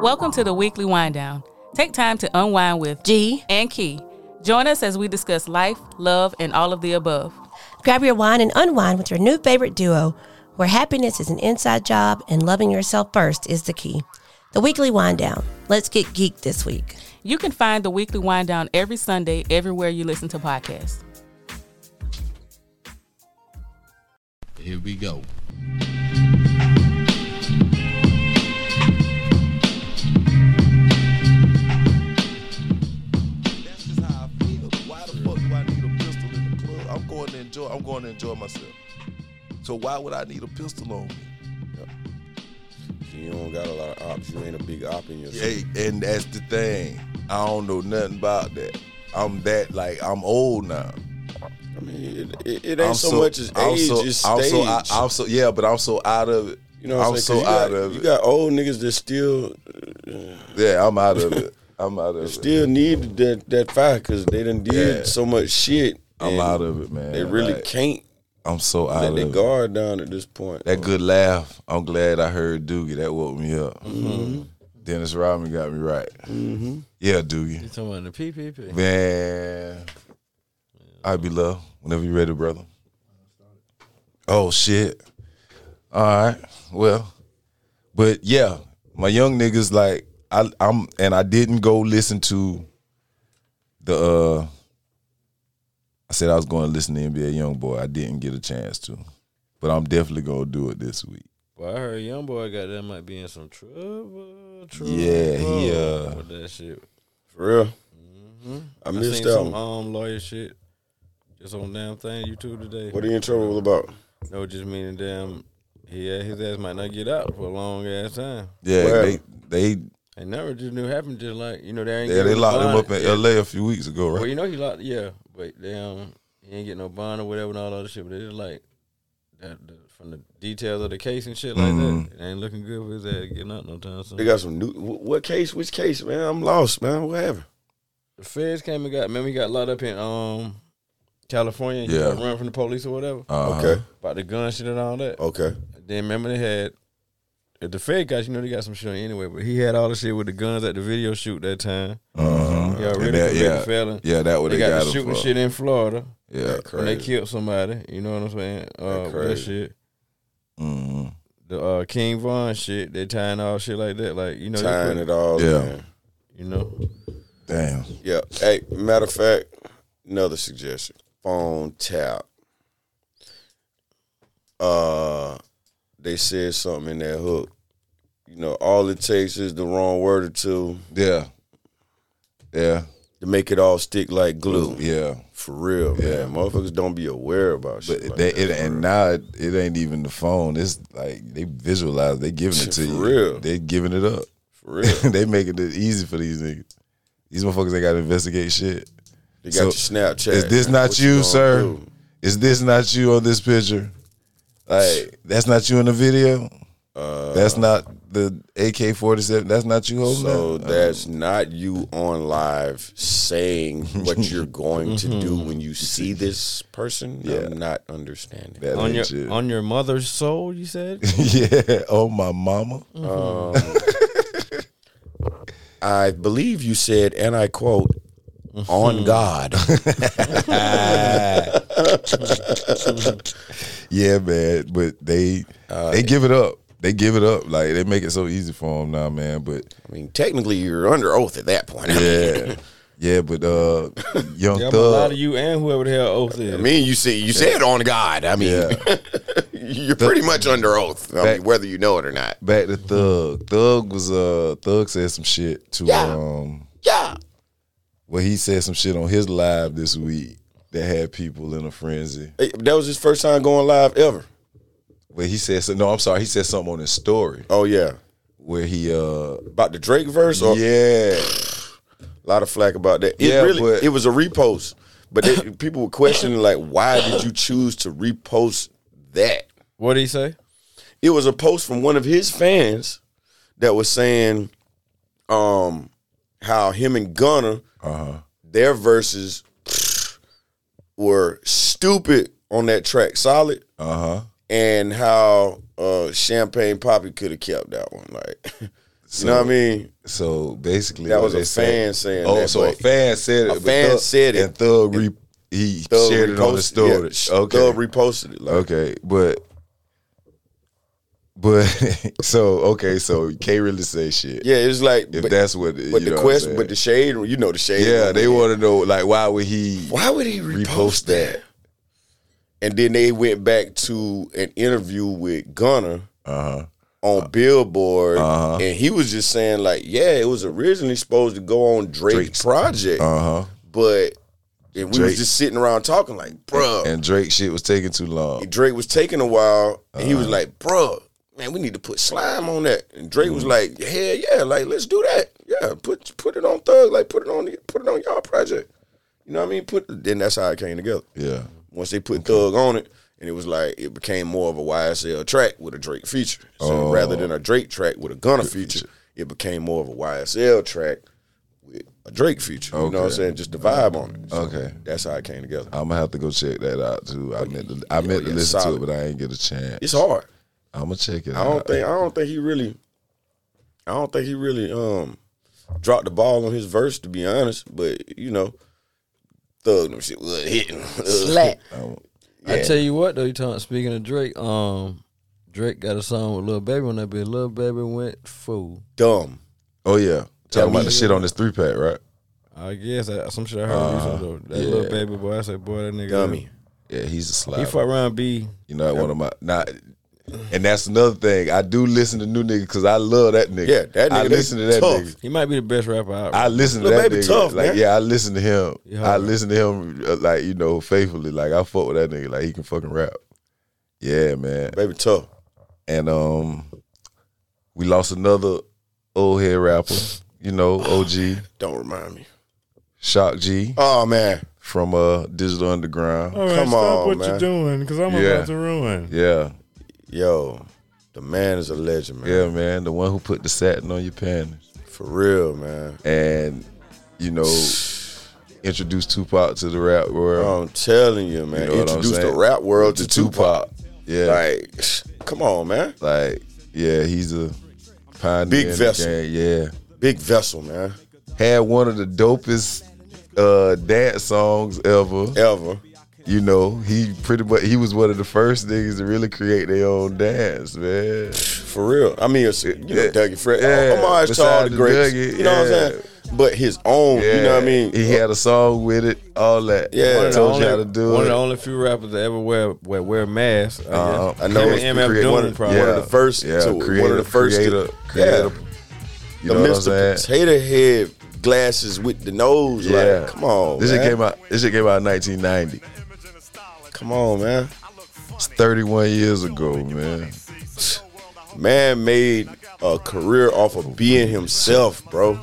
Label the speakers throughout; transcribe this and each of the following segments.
Speaker 1: Welcome to the weekly wind down. Take time to unwind with
Speaker 2: G.
Speaker 1: and Key. Join us as we discuss life, love, and all of the above.
Speaker 2: Grab your wine and unwind with your new favorite duo, where happiness is an inside job and loving yourself first is the key. The weekly wind down. Let's get geek this week.
Speaker 1: You can find the weekly wind down every Sunday everywhere you listen to podcasts.
Speaker 3: Here we go.
Speaker 4: That's just how I feel. Why the fuck do I need a pistol in the club? I'm going to enjoy. I'm going to enjoy myself. So why would I need a pistol on me?
Speaker 5: You don't got a lot of ops. You ain't a big op in yourself.
Speaker 4: Hey, and that's the thing. I don't know nothing about that. I'm that like I'm old now.
Speaker 5: I mean, it, it, it ain't
Speaker 4: I'm
Speaker 5: so, much as
Speaker 4: I'm
Speaker 5: age,
Speaker 4: so-
Speaker 5: it's
Speaker 4: I'm
Speaker 5: stage.
Speaker 4: so, I, am so yeah, but I'm so out of it.
Speaker 5: you know what I'm,
Speaker 4: I'm
Speaker 5: saying?
Speaker 4: so out
Speaker 5: 'Cause you got,
Speaker 4: of
Speaker 5: You
Speaker 4: it.
Speaker 5: got old niggas that still
Speaker 4: Yeah, I'm out of it. I'm out of it.
Speaker 5: still need that that fire because they done did
Speaker 4: Yeah.
Speaker 5: so much shit.
Speaker 4: I'm
Speaker 5: and
Speaker 4: out of it, man.
Speaker 5: They really
Speaker 4: Like,
Speaker 5: can't
Speaker 4: I'm so out
Speaker 5: let
Speaker 4: of
Speaker 5: their
Speaker 4: it.
Speaker 5: guard down at this point.
Speaker 4: That good laugh. I'm glad I heard Doogie. That woke me up. Dennis Rodman got me right. Yeah, Doogie.
Speaker 6: You talking about the PPP?
Speaker 4: Man, I be love whenever you ready, brother. Oh shit! All right, well, but yeah, my young niggas like I, I'm, and I didn't go listen to the. uh I said I was going to listen to NBA Young Boy. I didn't get a chance to, but I'm definitely gonna do it this week.
Speaker 6: Well, I heard young boy got that might be in some trouble. trouble
Speaker 4: Yeah, he, uh,
Speaker 6: with that shit.
Speaker 5: For real.
Speaker 4: Mm-hmm.
Speaker 5: I
Speaker 6: I
Speaker 5: missed
Speaker 6: seen
Speaker 5: that
Speaker 6: some
Speaker 5: one.
Speaker 6: um lawyer shit. Just on damn thing you two today.
Speaker 5: What are you in trouble about?
Speaker 6: No, just meaning damn. Yeah, his ass might not get out for a long ass time.
Speaker 4: Yeah,
Speaker 5: Well-
Speaker 4: they they
Speaker 6: And never just knew happened. Just like you know, they ain't
Speaker 4: yeah, they
Speaker 6: getting no
Speaker 4: locked him
Speaker 6: bond.
Speaker 4: up in L.A. a few weeks ago,
Speaker 6: Well,
Speaker 4: right?
Speaker 6: you know he locked. Yeah, but damn, he ain't get no bond or whatever and all that other shit. But it's like that the, from the details of the case and shit like that.
Speaker 4: Mm-hmm.
Speaker 6: It ain't looking good for his ass getting out no time soon.
Speaker 5: They got some new. wh- What case? Which case, man? I'm lost, man. What happened?
Speaker 6: The feds came and got. Remember, he got locked up in um California. and He
Speaker 4: Yeah.
Speaker 6: got run from the police or whatever
Speaker 4: Uh-huh.
Speaker 5: Okay.
Speaker 6: about the gun shit and all that.
Speaker 5: Okay.
Speaker 6: Then remember they had. If the Fed guys, you know they got some shit on you anyway, but he had all the shit with the guns at the video shoot that time.
Speaker 4: Uh-huh.
Speaker 6: He already
Speaker 4: And that-
Speaker 6: convicted
Speaker 4: yeah,
Speaker 6: felon.
Speaker 4: yeah, that what
Speaker 6: They
Speaker 4: they,
Speaker 6: got,
Speaker 4: got,
Speaker 6: the
Speaker 4: him
Speaker 6: shooting
Speaker 4: for.
Speaker 6: shit in Florida.
Speaker 4: Yeah,
Speaker 6: When they
Speaker 4: crazy.
Speaker 6: killed somebody, you know what I'm saying? Uh, with that
Speaker 5: crazy.
Speaker 6: shit.
Speaker 4: Mhm.
Speaker 6: The uh, King Von shit, they tying all shit like that. Like, you know, they
Speaker 5: Tying
Speaker 6: put-
Speaker 5: it all.
Speaker 4: Yeah.
Speaker 5: Man.
Speaker 6: you know.
Speaker 4: Damn.
Speaker 5: Yeah. Hey, matter of fact, another suggestion: phone tap. Uh, they said something in that hook. You know, all it takes is the wrong word or two
Speaker 4: Yeah. Yeah.
Speaker 5: to make it all stick like glue.
Speaker 4: Yeah.
Speaker 5: For real, man. Motherfuckers don't be aware about shit.
Speaker 4: But
Speaker 5: like
Speaker 4: they,
Speaker 5: that,
Speaker 4: it, and now it, it ain't even the phone. It's like they visualize. They giving it to
Speaker 5: For
Speaker 4: you.
Speaker 5: real.
Speaker 4: They giving it up.
Speaker 5: for real,
Speaker 4: they making it easy for these niggas. These motherfuckers ain't got to investigate shit.
Speaker 5: they got
Speaker 4: So,
Speaker 5: your Snapchat.
Speaker 4: Is this
Speaker 5: man.
Speaker 4: not
Speaker 5: What
Speaker 4: you,
Speaker 5: gonna
Speaker 4: sir?
Speaker 5: do?
Speaker 4: Is this not you on this picture? Like that's not you in the video.
Speaker 6: Uh,
Speaker 4: that's not the AK forty seven. That's not you holding
Speaker 5: So
Speaker 4: that? Oh.
Speaker 5: that's not you on live saying what you're going to do when you see this person.
Speaker 4: Mm-hmm. Yeah.
Speaker 5: I'm not understanding.
Speaker 4: That
Speaker 6: On your
Speaker 4: ain't you.
Speaker 6: on your mother's soul, you said?
Speaker 4: yeah. Oh my mama.
Speaker 6: Mm.
Speaker 5: I believe you said, and I quote,
Speaker 4: Mm-hmm.
Speaker 5: "On God."
Speaker 4: Yeah, man. But they
Speaker 6: Uh,
Speaker 4: they give it up. They give it up. Like they make it so easy for them now, man. But
Speaker 5: I mean, technically, you're under oath at that point.
Speaker 4: yeah, yeah. But uh, Young
Speaker 6: Yeah, I'm a lot
Speaker 4: Thug,
Speaker 6: of you and whoever the hell oath is.
Speaker 5: I mean, you see, you said on God. I mean,
Speaker 4: Yeah.
Speaker 5: you're pretty much under oath, I mean,
Speaker 4: That-
Speaker 5: whether you know it or not.
Speaker 4: back to Thug. Thug was uh, Thug said some shit to
Speaker 5: Yeah.
Speaker 4: um.
Speaker 5: Yeah,
Speaker 4: Well, he said some shit on his live this week that had people in a frenzy.
Speaker 5: Hey, that was his first time going live ever.
Speaker 4: But he said, so, "No, I'm sorry." He said something on his story
Speaker 5: Oh yeah,
Speaker 4: where he uh,
Speaker 5: about the Drake verse. Or
Speaker 4: yeah,
Speaker 5: A lot of flack about that. It
Speaker 4: Yeah,
Speaker 5: really
Speaker 4: but-
Speaker 5: it was a repost, but they, people were questioning like, why did you choose to repost that?
Speaker 6: What did he say?
Speaker 5: It was a post from one of his fans that was saying, um, how him and Gunna,
Speaker 4: Uh-huh.
Speaker 5: their verses were stupid on that track, solid,
Speaker 4: uh huh.
Speaker 5: and how uh, Champagne Poppy could have kept that one. Like
Speaker 4: So,
Speaker 5: know what I mean?
Speaker 4: So basically,
Speaker 5: That
Speaker 4: what
Speaker 5: was a
Speaker 4: they said-
Speaker 5: fan saying
Speaker 4: Oh,
Speaker 5: that,
Speaker 4: so a
Speaker 5: but-
Speaker 4: fan said it.
Speaker 5: A
Speaker 4: but
Speaker 5: fan
Speaker 4: Thug-
Speaker 5: said it.
Speaker 4: and Thug re- he
Speaker 5: Thug
Speaker 4: shared it on the
Speaker 5: reposted- yeah,
Speaker 4: story.
Speaker 5: sh-
Speaker 4: okay,
Speaker 5: Thug reposted it. Like,
Speaker 4: Okay, but but so okay, so you can't really say shit.
Speaker 5: Yeah, it was like,
Speaker 4: if
Speaker 5: but,
Speaker 4: that's what. you
Speaker 5: but
Speaker 4: know
Speaker 5: the
Speaker 4: what I'm
Speaker 5: question,
Speaker 4: saying.
Speaker 5: but the shade, room, you know the shade.
Speaker 4: yeah,
Speaker 5: room,
Speaker 4: they
Speaker 5: man.
Speaker 4: want to know like why would he
Speaker 5: Why would he repost,
Speaker 4: repost
Speaker 5: that?
Speaker 4: that?
Speaker 5: And then they went back to an interview with Gunner
Speaker 4: Uh-huh.
Speaker 5: on Billboard,
Speaker 4: Uh-huh.
Speaker 5: and he was just saying like, yeah, it was originally supposed to go on Drake's,
Speaker 4: Drake's.
Speaker 5: project,
Speaker 4: Uh huh.
Speaker 5: but and we
Speaker 4: Drake.
Speaker 5: was just sitting around talking like, bruh,
Speaker 4: And Drake shit was taking too long.
Speaker 5: And Drake was taking a while, and he was
Speaker 4: Uh-huh.
Speaker 5: like, "Bruh, man, we need to put slime on that." And Drake
Speaker 4: Mm-hmm.
Speaker 5: was like, "Hell yeah, like let's do that. Yeah, put put it on Thug, like put it on put it on y'all project. You know what I mean? Put then that's how it came together.
Speaker 4: Yeah.
Speaker 5: Once they put Thug on it, and it was like it became more of a YSL track with a Drake feature, so
Speaker 4: Oh.
Speaker 5: rather than a Drake track with a Gunna feature, it became more of a YSL track with a Drake feature. You know what I'm
Speaker 4: Okay.
Speaker 5: saying? Just the vibe on it. So
Speaker 4: Okay.
Speaker 5: that's how it came together.
Speaker 4: I'm gonna have to go check that out too. I meant to, I meant to
Speaker 5: Oh, yeah,
Speaker 4: listen
Speaker 5: solid.
Speaker 4: to it, but I ain't get a chance.
Speaker 5: It's hard.
Speaker 4: I'm gonna check it.
Speaker 5: I
Speaker 4: out.
Speaker 5: don't think I don't think he really I don't think he really um dropped the ball on his verse to be honest, but you know, thug them shit uh, was hitting.
Speaker 2: Slap.
Speaker 6: I tell you what though, you talking speaking of Drake, um, Drake got a song with Lil Baby on that bitch. Lil Baby went fool.
Speaker 5: Dumb.
Speaker 4: Oh yeah, talking about the shit on this three pack, right?
Speaker 6: I guess I, some shit I heard recently. Though. That
Speaker 4: yeah.
Speaker 6: Lil Baby boy, I said, boy, that nigga
Speaker 5: Dummy.
Speaker 4: Yeah, he's a
Speaker 6: He
Speaker 4: slap.
Speaker 6: fuck around B.
Speaker 4: You know, one of my not. And that's another thing. I do listen to new nigga because I love that nigga.
Speaker 5: Yeah, that nigga,
Speaker 4: I
Speaker 5: they
Speaker 4: listen to that
Speaker 5: tough.
Speaker 4: nigga.
Speaker 6: He might be the best rapper out.
Speaker 4: I listen to
Speaker 5: Lil
Speaker 4: that
Speaker 5: Baby
Speaker 4: nigga.
Speaker 5: tough,
Speaker 4: like
Speaker 5: man.
Speaker 4: yeah, I listen to him.
Speaker 6: Yeah.
Speaker 4: I listen to him uh, like you know faithfully. Like I fuck with that nigga. Like he can fucking rap. Yeah, man.
Speaker 5: Baby tough.
Speaker 4: And um, we lost another old head rapper. You know, OG
Speaker 5: Don't remind me.
Speaker 4: Shock G
Speaker 5: Oh man.
Speaker 4: from uh Digital Underground.
Speaker 7: All right,
Speaker 5: Come
Speaker 7: stop
Speaker 5: on,
Speaker 7: what
Speaker 5: man.
Speaker 7: you're doing, because I'm
Speaker 4: Yeah.
Speaker 7: about to ruin.
Speaker 4: Yeah,
Speaker 5: Yo, the man is a legend, man.
Speaker 4: yeah, man. The one who put the satin on your panties.
Speaker 5: For real, man.
Speaker 4: and you know introduce Tupac to the rap world.
Speaker 5: I'm telling you, man.
Speaker 4: You know what I'm
Speaker 5: Introduce the
Speaker 4: saying?
Speaker 5: rap world Uh, to
Speaker 4: to
Speaker 5: Tupac.
Speaker 4: Tupac, yeah, like,
Speaker 5: Like, come on, man.
Speaker 4: yeah, he's a pioneer.
Speaker 5: Big
Speaker 4: in the
Speaker 5: vessel.
Speaker 4: game,
Speaker 5: Big vessel, man.
Speaker 4: yeah, had one of the dopest uh, dance songs ever.
Speaker 5: Ever.
Speaker 4: You know, he pretty much he was one of the first niggas to really create their own dance, man.
Speaker 5: For real. I mean, it's, you know,
Speaker 4: Yeah.
Speaker 5: Dougie Fresh.
Speaker 4: Yeah.
Speaker 5: I'm always
Speaker 4: Besides
Speaker 5: tall the
Speaker 4: the
Speaker 5: greats.
Speaker 4: Dougie,
Speaker 5: you know what
Speaker 4: yeah.
Speaker 5: I'm saying? But his own,
Speaker 4: Yeah.
Speaker 5: you know what I mean?
Speaker 4: He had a song with it, all that.
Speaker 5: Yeah.
Speaker 4: One
Speaker 5: One
Speaker 4: of
Speaker 5: of
Speaker 4: told you how to do
Speaker 6: one
Speaker 4: it.
Speaker 6: of the only few rappers that ever wear wear, wear masks. Uh-huh. I,
Speaker 4: Uh,
Speaker 6: guess.
Speaker 5: I know
Speaker 6: Him
Speaker 5: it's
Speaker 6: and MF
Speaker 4: create-
Speaker 6: Doom
Speaker 5: one of-
Speaker 6: probably.
Speaker 5: one of the first
Speaker 4: yeah,
Speaker 5: to- one of
Speaker 4: creator,
Speaker 5: the first to-
Speaker 4: creator,
Speaker 5: Yeah.
Speaker 4: creator. You
Speaker 5: the
Speaker 4: know what I'm
Speaker 5: Mr.
Speaker 4: saying?
Speaker 5: Potato Head glasses with the nose. Like, come on,
Speaker 4: Oh, This
Speaker 5: man.
Speaker 4: shit came out. This shit came out in 1990.
Speaker 5: Come on, man.
Speaker 4: It's 31 years ago, man.
Speaker 5: Man made a career off of being himself, bro.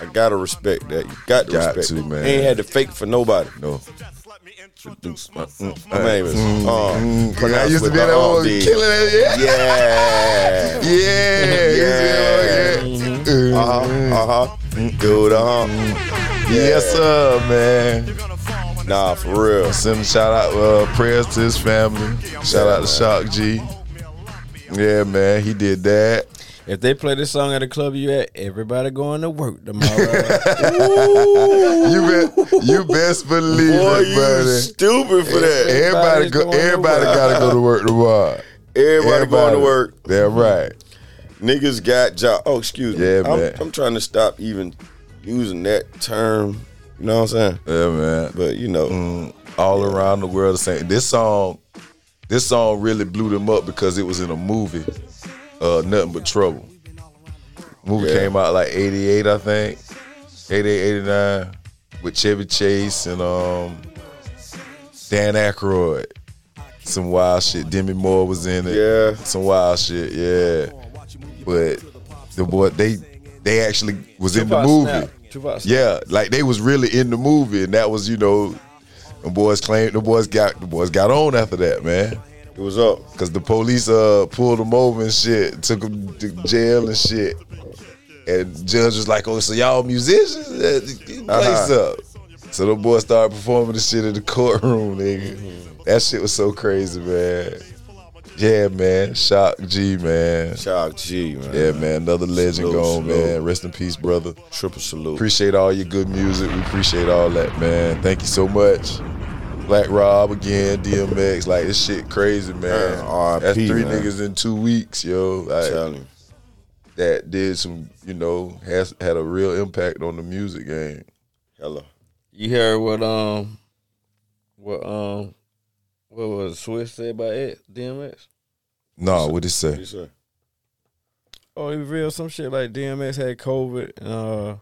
Speaker 5: I gotta respect that. You got to
Speaker 4: Got
Speaker 5: respect
Speaker 4: to,
Speaker 5: it.
Speaker 4: man.
Speaker 5: Ain't had to fake for nobody.
Speaker 4: No.
Speaker 5: My name is.
Speaker 4: Mm,
Speaker 5: Um,
Speaker 4: Cause I used to be that one
Speaker 5: pronounced with the
Speaker 4: killing that. Yeah.
Speaker 5: uh, Yeah.
Speaker 4: Yeah. yeah. yeah.
Speaker 5: Uh
Speaker 4: Uh-huh,
Speaker 5: huh. Uh huh. Dude.
Speaker 4: um,
Speaker 5: Uh huh.
Speaker 4: Yes, sir, man.
Speaker 5: Nah, for real.
Speaker 4: Send a shout out, uh, prayers to his family. Shout out to Shock G. Yeah, man, he did that.
Speaker 6: If they play this song at a club you at, everybody going to work tomorrow.
Speaker 4: You be, you best believe
Speaker 5: Boy,
Speaker 4: it,
Speaker 5: you
Speaker 4: buddy.
Speaker 5: stupid for that.
Speaker 4: Everybody,
Speaker 6: Everybody's
Speaker 4: go,
Speaker 6: going to
Speaker 4: everybody gotta go to work tomorrow.
Speaker 5: Everybody, going to work.
Speaker 4: They're right.
Speaker 5: Niggas got job. Oh, excuse me.
Speaker 4: Yeah,
Speaker 5: I'm,
Speaker 4: man.
Speaker 5: I'm trying to stop even using that term. You know what I'm saying?
Speaker 4: Yeah, man. Mm-hmm.
Speaker 5: But you know,
Speaker 4: all around the world. Saying this song, this song really blew them up because it was in a movie, uh, nothing but trouble. Movie
Speaker 5: Yeah.
Speaker 4: came out like '88, I think, '88, '89, with Chevy Chase and um, Dan Aykroyd. Some wild shit. Demi Moore was in it.
Speaker 5: Yeah.
Speaker 4: Some wild shit. Yeah. But the boy, they they actually was in the
Speaker 6: Tupac
Speaker 4: movie.
Speaker 6: snapped. Tupac snapped.
Speaker 4: Yeah, like they was really in the movie, and that was you know, the boys claimed the boys got the boys got on after that, man,
Speaker 5: it was up.
Speaker 4: because the police uh pulled them over and shit, took them to jail and shit, and judge was like, oh, so y'all musicians, Uh, get your place
Speaker 5: Uh-huh.
Speaker 4: up. So the boys started performing the shit in the courtroom, nigga. That shit was so crazy, man. Yeah, man. Shock G, man.
Speaker 5: Shock G, man.
Speaker 4: Yeah, man. Another legend
Speaker 5: Salute,
Speaker 4: gone, man.
Speaker 5: salute.
Speaker 4: Rest in peace, brother.
Speaker 5: Triple salute.
Speaker 4: Appreciate all your good music. We appreciate all that, man. Thank you so much. Black Rob again, DMX. Like this shit crazy, man.
Speaker 5: Man, RIP,
Speaker 4: That's three
Speaker 5: man.
Speaker 4: niggas in two weeks, yo. Like,
Speaker 5: Tell him.
Speaker 4: that did some, you know, has had a real impact on the music game.
Speaker 5: Hello.
Speaker 6: You heard what um what um what was Swiss said about it, DMX?
Speaker 4: No, what it
Speaker 5: What
Speaker 4: say?
Speaker 5: you say?
Speaker 6: Oh, he revealed some shit like DMX had COVID and uh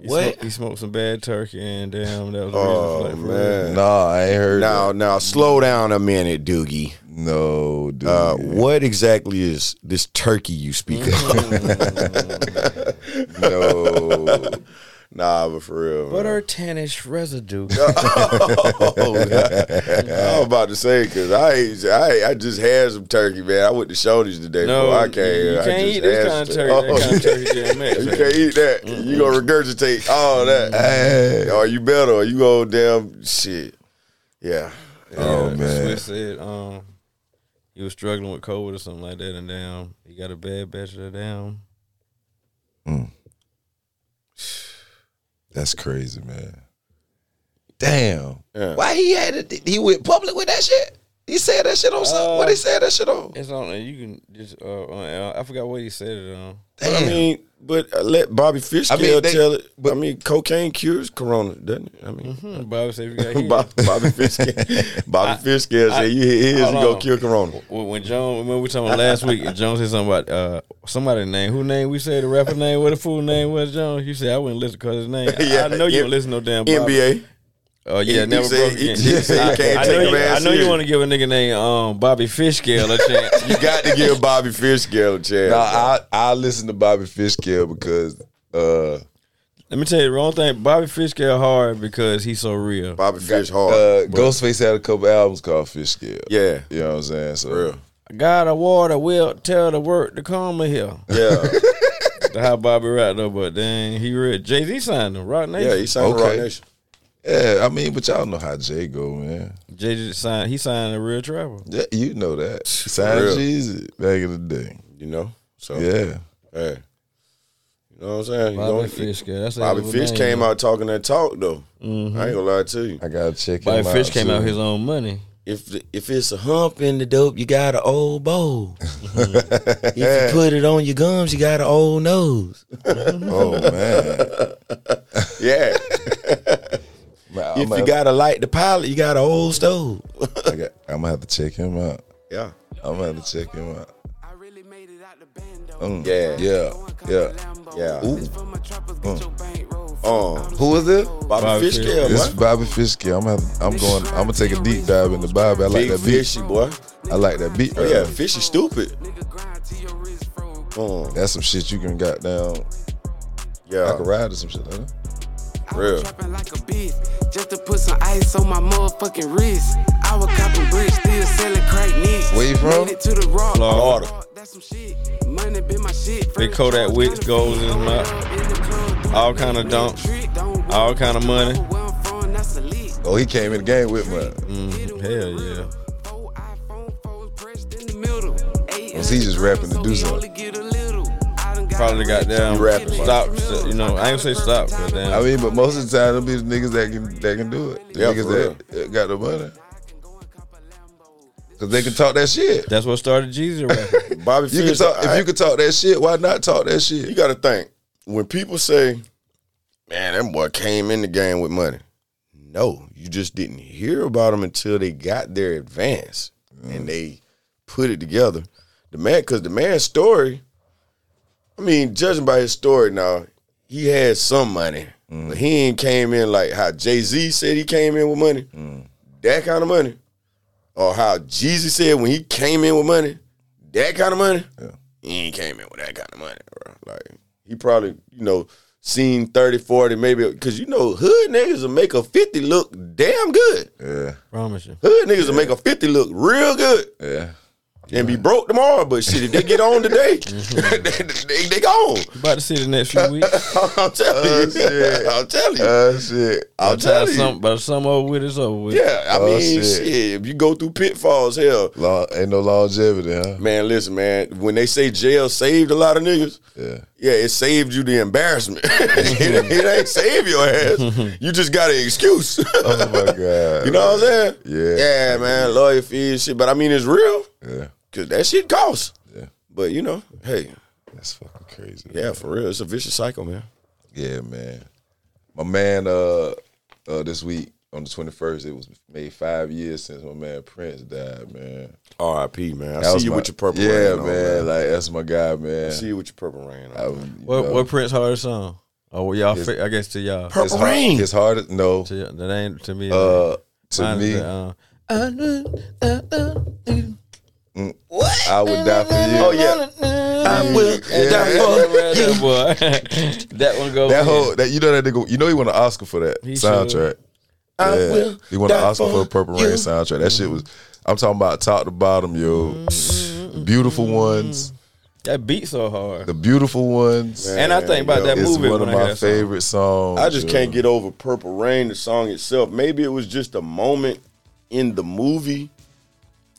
Speaker 6: he
Speaker 5: What?
Speaker 6: smoked, he smoked some bad turkey and damn that was the
Speaker 5: Oh,
Speaker 6: reason for like
Speaker 5: man.
Speaker 4: Nah, I ain't heard.
Speaker 5: Now, now, slow down a minute, Doogie.
Speaker 4: that. no, dude.
Speaker 5: Uh, What exactly is this turkey you speak of?
Speaker 4: no.
Speaker 5: nah, but for real. man.
Speaker 6: butter tannish residue.
Speaker 5: Oh, God. I was about to say because I, I I just had some turkey, man. I went to Shoney's today.
Speaker 6: no,
Speaker 5: boy. I
Speaker 6: I
Speaker 5: can't.
Speaker 6: You
Speaker 5: I
Speaker 6: can't
Speaker 5: just
Speaker 6: eat this
Speaker 5: had
Speaker 6: kind of
Speaker 5: some-
Speaker 6: turkey.
Speaker 5: Oh,
Speaker 6: That kind of turkey DMX.
Speaker 5: You can't eat that. You gonna regurgitate all that. Are you better? Are you gonna damn shit? Yeah.
Speaker 4: Oh man.
Speaker 6: Swiss said um he was struggling with COVID or something like that, and damn, he got a bad batch of that damn.
Speaker 4: That's crazy, man. Damn.
Speaker 5: Yeah.
Speaker 4: Why he had it? He went public with that shit. He said that shit on something. What he said that shit on?
Speaker 6: It's on. You can just. Uh, on- I forgot what he said um, it on.
Speaker 5: But I mean, but uh, let Bobby Fish
Speaker 4: I mean, they-
Speaker 5: tell it. But I mean, cocaine cures corona, doesn't it? I mean.
Speaker 6: Hmm, Bobby said if you got
Speaker 4: Mm-hmm.
Speaker 6: hit.
Speaker 5: Bob- Bobby Fiskell, Bobby Fiskell said, "You hit his, you
Speaker 6: hold
Speaker 5: go
Speaker 6: on.
Speaker 5: kill Corona."
Speaker 6: When when Joan, remember we were talking about last week, and Joan said something about uh, somebody name. Who name we said the rapper name? What the fool name was Joan? You said I wouldn't listen because his name.
Speaker 5: Yeah,
Speaker 6: I know you
Speaker 5: yeah.
Speaker 6: don't listen to no damn Bobby.
Speaker 5: NBA.
Speaker 6: Oh yeah,
Speaker 5: He-
Speaker 6: never
Speaker 5: he said-
Speaker 6: broke
Speaker 5: he-
Speaker 6: again.
Speaker 5: he said he
Speaker 6: I-
Speaker 5: can't
Speaker 6: I,
Speaker 5: take
Speaker 6: know
Speaker 5: the
Speaker 6: you,
Speaker 5: man
Speaker 6: I know you
Speaker 5: serious.
Speaker 6: want to give a nigga named um, Bobby Fishkill a chance.
Speaker 5: You got to give Bobby Fiskell a chance.
Speaker 4: Nah, I I listen to Bobby Fishkill because uh
Speaker 6: Let me tell you the wrong thing. Bobby Fishkill hard because he's so real.
Speaker 5: Bobby Fish hard.
Speaker 4: uh Ghostface had a couple albums called Fishkill.
Speaker 5: yeah,
Speaker 4: You know what I'm saying? So
Speaker 5: real.
Speaker 6: God of water will tell the work to come here.
Speaker 5: Yeah,
Speaker 6: That's how Bobby right though, but then he real Jay Z signed him. Rock Nation.
Speaker 5: yeah. He signed
Speaker 4: Okay.
Speaker 5: the Rock Nation.
Speaker 4: Yeah, I mean, but y'all know how Jay go, man.
Speaker 6: Jay Z signed. He signed a real trapper.
Speaker 4: Yeah, you know that. Sign
Speaker 5: real.
Speaker 4: Jeezy back in the day.
Speaker 5: You know. So
Speaker 4: Yeah.
Speaker 5: hey, you know what I'm saying. You
Speaker 6: Bobby
Speaker 5: know,
Speaker 6: Fish. girl. That's
Speaker 5: Bobby
Speaker 6: his
Speaker 5: Fish
Speaker 6: name, Mm-hmm.
Speaker 5: came
Speaker 6: though.
Speaker 5: out talking that talk though. I ain't gonna lie to you.
Speaker 4: I gotta check
Speaker 6: Bobby
Speaker 4: him out.
Speaker 6: Fish came
Speaker 4: too.
Speaker 6: out his own money.
Speaker 5: If if it's a hump in the dope, you got an old bowl. if you put it on your gums, you got an old nose.
Speaker 4: Oh man.
Speaker 5: Yeah.
Speaker 4: Man, I'ma
Speaker 5: if you
Speaker 4: have-
Speaker 5: gotta light the pilot, you got an old stove.
Speaker 4: I got, I'm gonna have to check him out.
Speaker 5: yeah.
Speaker 4: I'm gonna have to check him out.
Speaker 7: I really made it out the band though.
Speaker 4: Mm.
Speaker 5: Yeah.
Speaker 4: yeah, yeah.
Speaker 5: Yeah.
Speaker 7: This for my trappers, get your bank roll.
Speaker 5: Um,
Speaker 4: Who is it?
Speaker 5: Bobby,
Speaker 6: Bobby
Speaker 5: Fish,
Speaker 6: Fish.
Speaker 5: Fiskell,
Speaker 4: This is
Speaker 5: boy.
Speaker 4: Bobby Fiskey. I'm gonna, have- I'm going. I'm gonna take a deep dive into Bobby. I like
Speaker 5: Big
Speaker 4: that beat.
Speaker 5: fishy boy.
Speaker 4: I like that beat.
Speaker 5: Oh,
Speaker 4: right
Speaker 5: yeah,
Speaker 4: there.
Speaker 5: fishy stupid.
Speaker 7: Nigga grind till your wrist froze.
Speaker 5: Um,
Speaker 4: That's some shit you can got down. I
Speaker 5: yeah,
Speaker 4: can ride to some shit. Huh?
Speaker 7: I
Speaker 5: Real.
Speaker 7: was trapping like a bitch just to put some ice on my motherfucking wrist. I was copping bricks, still selling crack nicks.
Speaker 4: Where you from?
Speaker 7: Made it to the rock.
Speaker 6: Florida.
Speaker 7: That's some shit. Money been my shit.
Speaker 6: Big Kodak Wicks goes in his mouth. All kind of dunks. All kind of money.
Speaker 4: Oh, he came in the game with me.
Speaker 6: Mm, Hell yeah.
Speaker 4: Was he just rapping to do something?
Speaker 6: Probably got down
Speaker 5: You rapping, bro.
Speaker 6: stop. You know, I ain't gonna say stop, but damn.
Speaker 4: I mean, but most of the time, it'll be the niggas that can that can do it. The
Speaker 5: Yeah, for real.
Speaker 4: niggas that, that got the money. Cause they can talk that shit.
Speaker 6: That's what started Jeezy rapping.
Speaker 5: Bobby
Speaker 4: You can
Speaker 5: Fish.
Speaker 4: talk if you can talk that shit. Why not talk that
Speaker 5: you
Speaker 4: shit?
Speaker 5: got to think when people say, "Man, that boy came in the game with money." No, you just didn't hear about them until they got their advance and they put it together. The man, because the man's story. I mean, judging by his story now, he had some money, but he ain't came in like how Jay Z said he came in with money. That kind of money, or how Jeezy said when he came in with money. That kind of money he ain't came in with that kind of money, bro. Like he probably, you know, seen 30, 40, maybe because you know, hood niggas will make a 50 look damn good.
Speaker 4: Yeah,
Speaker 6: Promise you.
Speaker 5: Hood niggas will make a 50 look real good.
Speaker 4: yeah,
Speaker 5: and be broke tomorrow. But shit, if they get on today, they, they gone.
Speaker 6: About to see the next few weeks.
Speaker 5: I'm telling
Speaker 4: Oh, shit.
Speaker 5: you. I'm telling you.
Speaker 4: Uh, shit.
Speaker 5: I'm telling you.
Speaker 6: some, but some old with it's over with.
Speaker 5: Yeah, I
Speaker 4: Oh,
Speaker 5: mean,
Speaker 4: shit.
Speaker 5: shit. If you go through pitfalls, hell,
Speaker 4: Long, ain't no longevity, huh?
Speaker 5: man. Listen, man. When they say jail saved a lot of niggas,
Speaker 4: Yeah.
Speaker 5: yeah, it saved you the embarrassment. it, it ain't save your ass. You just got an excuse.
Speaker 4: Oh my god.
Speaker 5: you know what I'm saying?
Speaker 4: Yeah.
Speaker 5: Yeah, man. Lawyer fees, shit. But I mean, it's real
Speaker 4: Yeah.
Speaker 5: because that shit costs.
Speaker 4: Yeah.
Speaker 5: But you know, hey,
Speaker 4: That's fucking crazy.
Speaker 5: yeah, for real, it's a vicious cycle, man.
Speaker 4: Yeah, man. My man, uh, uh, this week on the twenty first, it was made five years since my man Prince died, man.
Speaker 5: R.I.P. Man. I
Speaker 4: That was
Speaker 5: see you
Speaker 4: my-
Speaker 5: with your purple
Speaker 4: Yeah,
Speaker 5: rain. on,
Speaker 4: man, Like that's my guy, man.
Speaker 5: I see you with your purple rain.
Speaker 4: I,
Speaker 5: on.
Speaker 4: was, you
Speaker 6: What
Speaker 4: know,
Speaker 6: what Prince hardest song? Oh, well, y'all. fa- I guess to y'all.
Speaker 4: his heart- His hardest, no.
Speaker 6: To y'all- that ain't to me.
Speaker 4: Uh, to
Speaker 6: Mine's
Speaker 4: me,
Speaker 6: the, uh, I knew- uh, uh,
Speaker 4: I would die for you. Mm,
Speaker 5: oh yeah, I will.
Speaker 4: Yeah.
Speaker 5: die for-
Speaker 6: Right there, boy. that one goes.
Speaker 4: That whole that you know that nigga, you know he won an Oscar for that
Speaker 6: He
Speaker 4: soundtrack.
Speaker 5: I
Speaker 4: Yeah.
Speaker 5: will
Speaker 4: he won an
Speaker 5: die
Speaker 4: Oscar for,
Speaker 5: for
Speaker 4: Purple
Speaker 5: you.
Speaker 4: Rain soundtrack. That shit was. I'm talking about top to bottom, yo.
Speaker 5: Mm-hmm.
Speaker 4: Beautiful ones,
Speaker 6: That beat so hard.
Speaker 4: the beautiful ones.
Speaker 6: and I think about that
Speaker 4: It's
Speaker 6: movie
Speaker 4: one
Speaker 6: when
Speaker 4: of
Speaker 6: I hear
Speaker 4: my
Speaker 6: that song.
Speaker 4: favorite songs.
Speaker 5: I just
Speaker 4: yo.
Speaker 5: can't get over Purple Rain, the song itself. Maybe it was just a moment in the movie.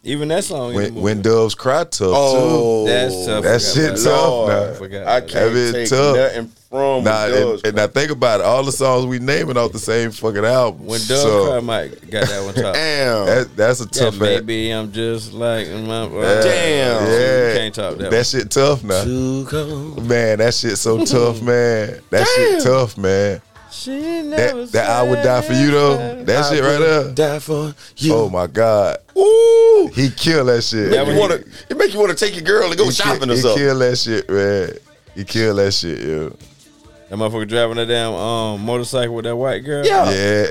Speaker 6: Even that song.
Speaker 4: When, when doves cry tough
Speaker 5: Oh,
Speaker 6: that's tough.
Speaker 4: that
Speaker 6: Forgot
Speaker 4: shit
Speaker 6: about
Speaker 4: tough,
Speaker 6: that.
Speaker 4: nah.
Speaker 6: Forgot
Speaker 5: I
Speaker 6: about that.
Speaker 5: can't
Speaker 4: been
Speaker 5: take
Speaker 4: tough.
Speaker 5: nothing
Speaker 4: too.
Speaker 5: from
Speaker 4: Nah,
Speaker 5: nah, does.
Speaker 4: and, and I think about it. All the songs we naming off the same fucking album.
Speaker 6: When Doug
Speaker 4: so,
Speaker 6: Cry Mike got that one top.
Speaker 5: damn,
Speaker 4: Oh. that, that's a
Speaker 6: Yeah,
Speaker 4: tough. ass-
Speaker 6: maybe I'm just like my
Speaker 5: Damn.
Speaker 4: Yeah.
Speaker 6: You can't top that.
Speaker 4: That shit tough now. Man, that shit so tough, man. That shit tough, man.
Speaker 6: one. She never
Speaker 4: That, that I would die for you though. That shit right there.
Speaker 5: die for you.
Speaker 4: Oh my god,
Speaker 5: Ooh,
Speaker 4: he killed that shit.
Speaker 6: That
Speaker 5: you
Speaker 6: one-
Speaker 5: wanna, it make you want to take your girl and go
Speaker 4: he,
Speaker 5: shopping
Speaker 4: ki-
Speaker 5: or
Speaker 4: he
Speaker 5: something.
Speaker 4: killed that shit, man. He killed that shit, yo.
Speaker 6: That motherfucker driving that damn um, motorcycle with that white girl.
Speaker 5: Yeah.
Speaker 4: Yeah,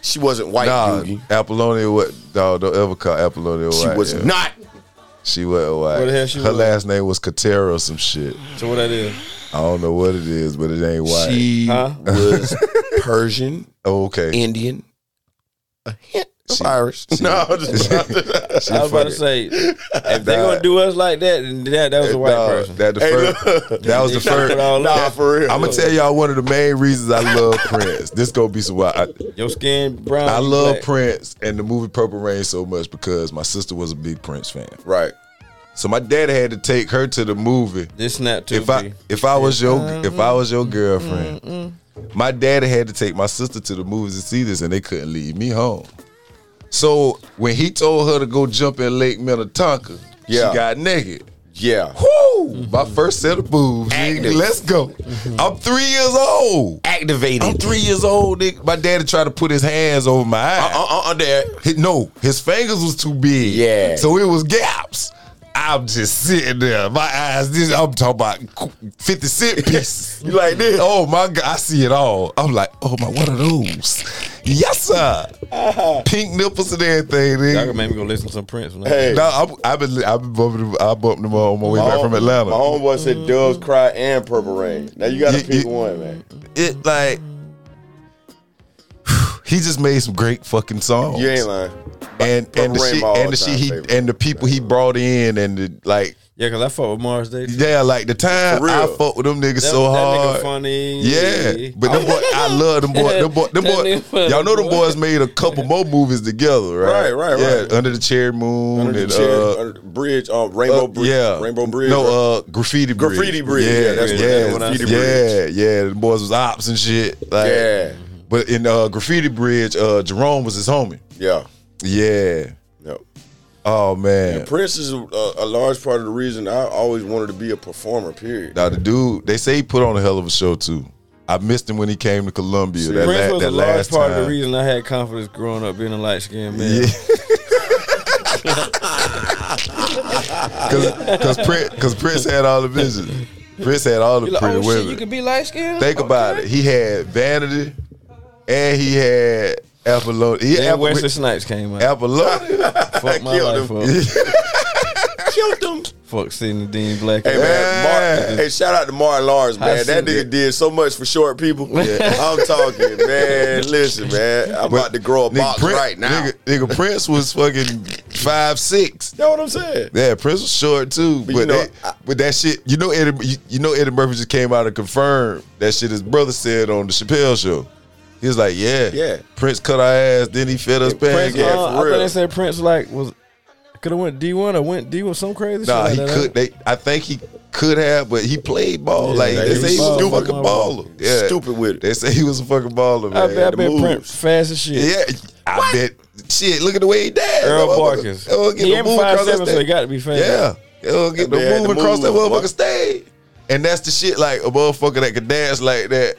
Speaker 5: She wasn't white,
Speaker 4: nah,
Speaker 5: Doogie.
Speaker 4: Apollonia. What? Dog, don't ever call Apollonia white.
Speaker 5: She was
Speaker 4: yo.
Speaker 5: not.
Speaker 4: She wasn't white.
Speaker 6: What the hell she
Speaker 4: Her
Speaker 6: was?
Speaker 4: last name was Katera or some shit.
Speaker 6: So what that is?
Speaker 4: I don't know what it is, but it ain't white.
Speaker 5: She
Speaker 6: Huh?
Speaker 4: Uh,
Speaker 5: was Persian,
Speaker 4: oh, okay.
Speaker 5: Indian, a hint of Irish. no, I'm just,
Speaker 4: She
Speaker 6: I was about to
Speaker 4: fucking-
Speaker 6: say, if they gonna do us like that, then that that was a white
Speaker 4: Nah,
Speaker 6: person.
Speaker 4: That the first. that was the first.
Speaker 5: nah, for real.
Speaker 4: I'm gonna tell y'all one of the main reasons I love Prince. This gonna be some wild. I,
Speaker 6: Your skin brown.
Speaker 4: I
Speaker 6: you
Speaker 4: love
Speaker 6: black.
Speaker 4: Prince and the movie Purple Rain so much because my sister was a big Prince fan.
Speaker 5: right.
Speaker 4: So my dad had to take her to the movie.
Speaker 6: This snap too.
Speaker 4: If I if I was your if I was your girlfriend, my dad had to take my sister to the movies to see this, and they couldn't leave me home. So when he told her to go jump in Lake Minnetonka,
Speaker 5: Yeah.
Speaker 4: she got naked.
Speaker 5: Yeah.
Speaker 4: Woo! My first set of boobs. nigga.
Speaker 5: Active.
Speaker 4: Let's go. I'm three years old.
Speaker 5: Activated.
Speaker 4: I'm three years old. Nigga. My daddy tried to put his hands over my eyes.
Speaker 5: Uh, uh, uh, dad.
Speaker 4: He- no, his fingers was too big.
Speaker 5: Yeah.
Speaker 4: So it was gaps. I'm just sitting there. My eyes, this I'm talking about 50 cent pieces.
Speaker 5: You like this?
Speaker 4: oh my God, I see it all. I'm like, oh my, what are those? Yes, sir.
Speaker 5: Uh-huh.
Speaker 4: Pink nipples and everything.
Speaker 6: y'all
Speaker 4: Nigga.
Speaker 6: can make me go listen to some Prince. When I-
Speaker 5: Hey.
Speaker 4: No, I'm, I've been, I've been bumping them, I bumped them on my way back from Atlanta.
Speaker 5: My homeboy said doves
Speaker 6: Mm-hmm.
Speaker 5: cry and purple rain. Now you gotta
Speaker 4: You-
Speaker 5: pick
Speaker 4: you-
Speaker 5: one, man.
Speaker 4: it like he just made some great fucking songs.
Speaker 5: You ain't lying.
Speaker 4: and and the
Speaker 5: Rain
Speaker 4: shit
Speaker 5: my
Speaker 4: and the
Speaker 5: all-time
Speaker 4: shit he
Speaker 5: favorite.
Speaker 4: and the people he brought in and the like
Speaker 6: Yeah, cause I fought with Mars Day. That,
Speaker 4: yeah like the time
Speaker 5: For real.
Speaker 4: I fucked with them niggas so
Speaker 6: that
Speaker 4: hard.
Speaker 6: nigga funny.
Speaker 4: Yeah, but them boy, I love them boy. Them boy, them
Speaker 6: That
Speaker 4: boy.
Speaker 6: nigga funny,
Speaker 4: Y'all know them
Speaker 6: boy.
Speaker 4: boys made a couple more movies together, right?
Speaker 5: Right, right,
Speaker 4: yeah,
Speaker 5: right.
Speaker 4: Under the Cherry Moon
Speaker 5: Under the
Speaker 4: and
Speaker 5: chair,
Speaker 4: uh,
Speaker 5: under the bridge, uh, Rainbow
Speaker 4: uh,
Speaker 5: Bridge.
Speaker 4: yeah,
Speaker 5: Rainbow Bridge. right?
Speaker 4: No, uh, graffiti bridge.
Speaker 5: Graffiti Bridge,
Speaker 4: Yeah,
Speaker 5: yeah, that's
Speaker 4: yeah,
Speaker 5: what- that's what I
Speaker 4: yeah,
Speaker 5: said.
Speaker 4: yeah, yeah. The boys was ops and shit. Like,
Speaker 5: Yeah.
Speaker 4: But in uh, graffiti bridge, uh, Jerome was his homie.
Speaker 5: yeah.
Speaker 4: Yeah.
Speaker 5: No.
Speaker 4: Oh man.
Speaker 5: Prince is a, a large part of the reason I always wanted to be a performer, period.
Speaker 4: Now the dude, they say he put on a hell of a show too. I missed him when he came to Columbia. that la-
Speaker 6: Prince was
Speaker 4: that
Speaker 6: a large
Speaker 4: last
Speaker 6: part
Speaker 4: time.
Speaker 6: of the reason I had confidence growing up being a light skinned man.
Speaker 4: Yeah. Because Prince, cause Prince had all the vision. Prince had all the
Speaker 6: You're like,
Speaker 4: pretty
Speaker 6: oh
Speaker 4: women.
Speaker 6: shit, you could be light skinned.
Speaker 4: Think about it. He had Vanity, and he had Apollonia. He
Speaker 6: Then
Speaker 4: Apollo-
Speaker 6: Wesley Snipes came out.
Speaker 4: Apollonia.
Speaker 6: Fuck my life
Speaker 5: killed
Speaker 6: up.
Speaker 5: Killed him.
Speaker 6: fuck Sidney Dean Black.
Speaker 5: Hey man, Mar- hey, shout out to Martin Lawrence,
Speaker 6: I
Speaker 5: man. That
Speaker 6: seen
Speaker 5: nigga
Speaker 6: that.
Speaker 5: did so much for short people. I'm talking, man. Listen, man, I'm about to grow a box
Speaker 4: Prince-
Speaker 5: right now.
Speaker 4: Nigga, nigga, Prince was fucking five six.
Speaker 5: You know what I'm saying?
Speaker 4: Yeah, Prince was short too,
Speaker 5: But
Speaker 4: but
Speaker 5: you know,
Speaker 4: that, but that shit, you know, Eddie, you, you know, Eddie Murphy just came out and confirmed that shit his brother said on the Chappelle show. He was like, "Yeah,
Speaker 5: Yeah.
Speaker 4: Prince cut our ass, then he fed us
Speaker 6: Prince,
Speaker 5: yeah,
Speaker 6: uh,
Speaker 4: pancakes."
Speaker 5: for
Speaker 6: I
Speaker 5: real.
Speaker 6: thought they said Prince like was could have went D one or went D one some crazy.
Speaker 4: Nah, he
Speaker 6: shit like that,
Speaker 4: could. They, I think he could have, but he played ball.
Speaker 6: Yeah,
Speaker 4: like
Speaker 6: he
Speaker 4: they say, he was
Speaker 6: was
Speaker 4: a
Speaker 6: ball,
Speaker 4: fucking
Speaker 6: ball,
Speaker 4: baller. Yeah.
Speaker 5: Stupid with it.
Speaker 4: They say he was a fucking baller,
Speaker 6: I
Speaker 4: man.
Speaker 6: bet, I
Speaker 4: The
Speaker 6: bet
Speaker 4: moves.
Speaker 6: Prince fast as shit.
Speaker 4: Yeah, I bet. Shit, look at the way he died.
Speaker 6: Earl
Speaker 4: That motherfucker-
Speaker 6: Barkins.
Speaker 4: that motherfucker get
Speaker 6: He
Speaker 4: the
Speaker 6: ain't
Speaker 4: move
Speaker 6: five
Speaker 4: across
Speaker 6: seven,
Speaker 4: that
Speaker 6: so he
Speaker 4: stage.
Speaker 6: got to be fast.
Speaker 4: Yeah, it'll get the
Speaker 5: They had
Speaker 4: move
Speaker 5: to
Speaker 4: across that
Speaker 5: move.
Speaker 4: motherfucker stage. And that's the shit. Like a motherfucker that can dance like that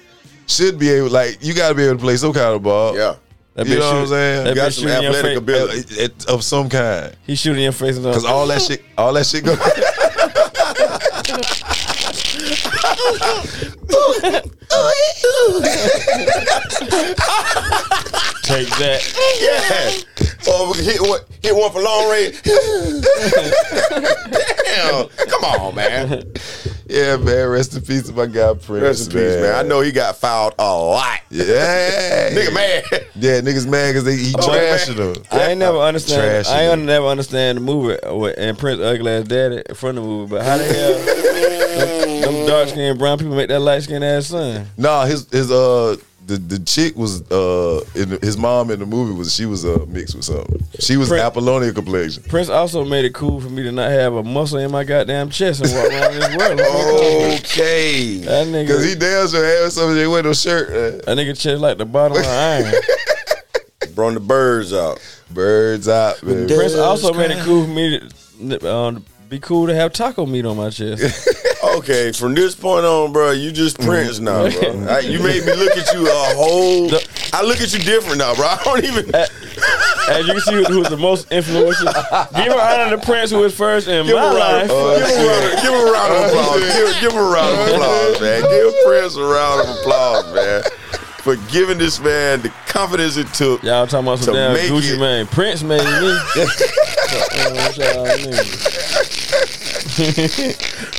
Speaker 4: should be able. Like you got to be able to play some kind of ball.
Speaker 5: Yeah,
Speaker 6: That
Speaker 4: you
Speaker 6: bitch
Speaker 4: know what I'm
Speaker 6: shoot-
Speaker 4: saying?
Speaker 6: That
Speaker 5: got
Speaker 6: bitch
Speaker 5: some
Speaker 6: shooting your
Speaker 5: athletic
Speaker 6: face.
Speaker 5: ability.
Speaker 4: It- it- of some kind.
Speaker 6: He shooting your face. and all-
Speaker 4: Cause all that shit, all that shit go.
Speaker 6: Take that.
Speaker 5: yeah. Or Oh, we can hit one, hit one for long range. Damn, come on, man.
Speaker 4: yeah, man. Rest in peace, to my guy Prince.
Speaker 5: Rest in peace, man. I know he got fouled a lot.
Speaker 4: Yeah,
Speaker 5: Nigga, man.
Speaker 4: Yeah, niggas mad cause they he trashing
Speaker 5: Oh,
Speaker 4: them.
Speaker 5: man.
Speaker 6: I ain't never understand.
Speaker 4: Trash
Speaker 6: I ain't
Speaker 4: it.
Speaker 6: un- never understand the movie uh, with- and Prince Ugly ass daddy from the movie. But how the hell them, them dark skinned brown people make that light skinned ass son?
Speaker 4: Nah, his his uh the, the chick was uh in the, his mom in the movie was she was uh mixed with something. She was
Speaker 6: Prince-
Speaker 4: Apollonia complexion.
Speaker 6: Prince also made it cool for me to not have a muscle in my goddamn chest and walk around this world.
Speaker 4: Oh.
Speaker 5: Okay.
Speaker 6: That nigga,
Speaker 4: Cause he damn sure had something they wear no shirt. uh,
Speaker 6: that nigga chest like the bottom of an iron.
Speaker 5: Brought the birds out.
Speaker 4: birds out, baby.
Speaker 6: Prince also made it cool for me to um, be cool to have taco meat on my chest.
Speaker 5: Okay, from this point on, bro, you just Prince now, bro. I- you made me look at you a whole. I look at you different now, bro. I don't even.
Speaker 6: As you can see, who was the most influential. Give her honor to Prince, who was first in
Speaker 5: Give him,
Speaker 6: my
Speaker 5: a round, of-
Speaker 6: life.
Speaker 5: give, him a round, of- give him a round of applause. Give, give him a round of applause, man. Give Prince a round of applause, man, for giving this man the confidence it took.
Speaker 6: Y'all talking about some
Speaker 5: To
Speaker 6: damn
Speaker 5: make
Speaker 6: Gucci
Speaker 5: it.
Speaker 6: man. Prince made me. Y'all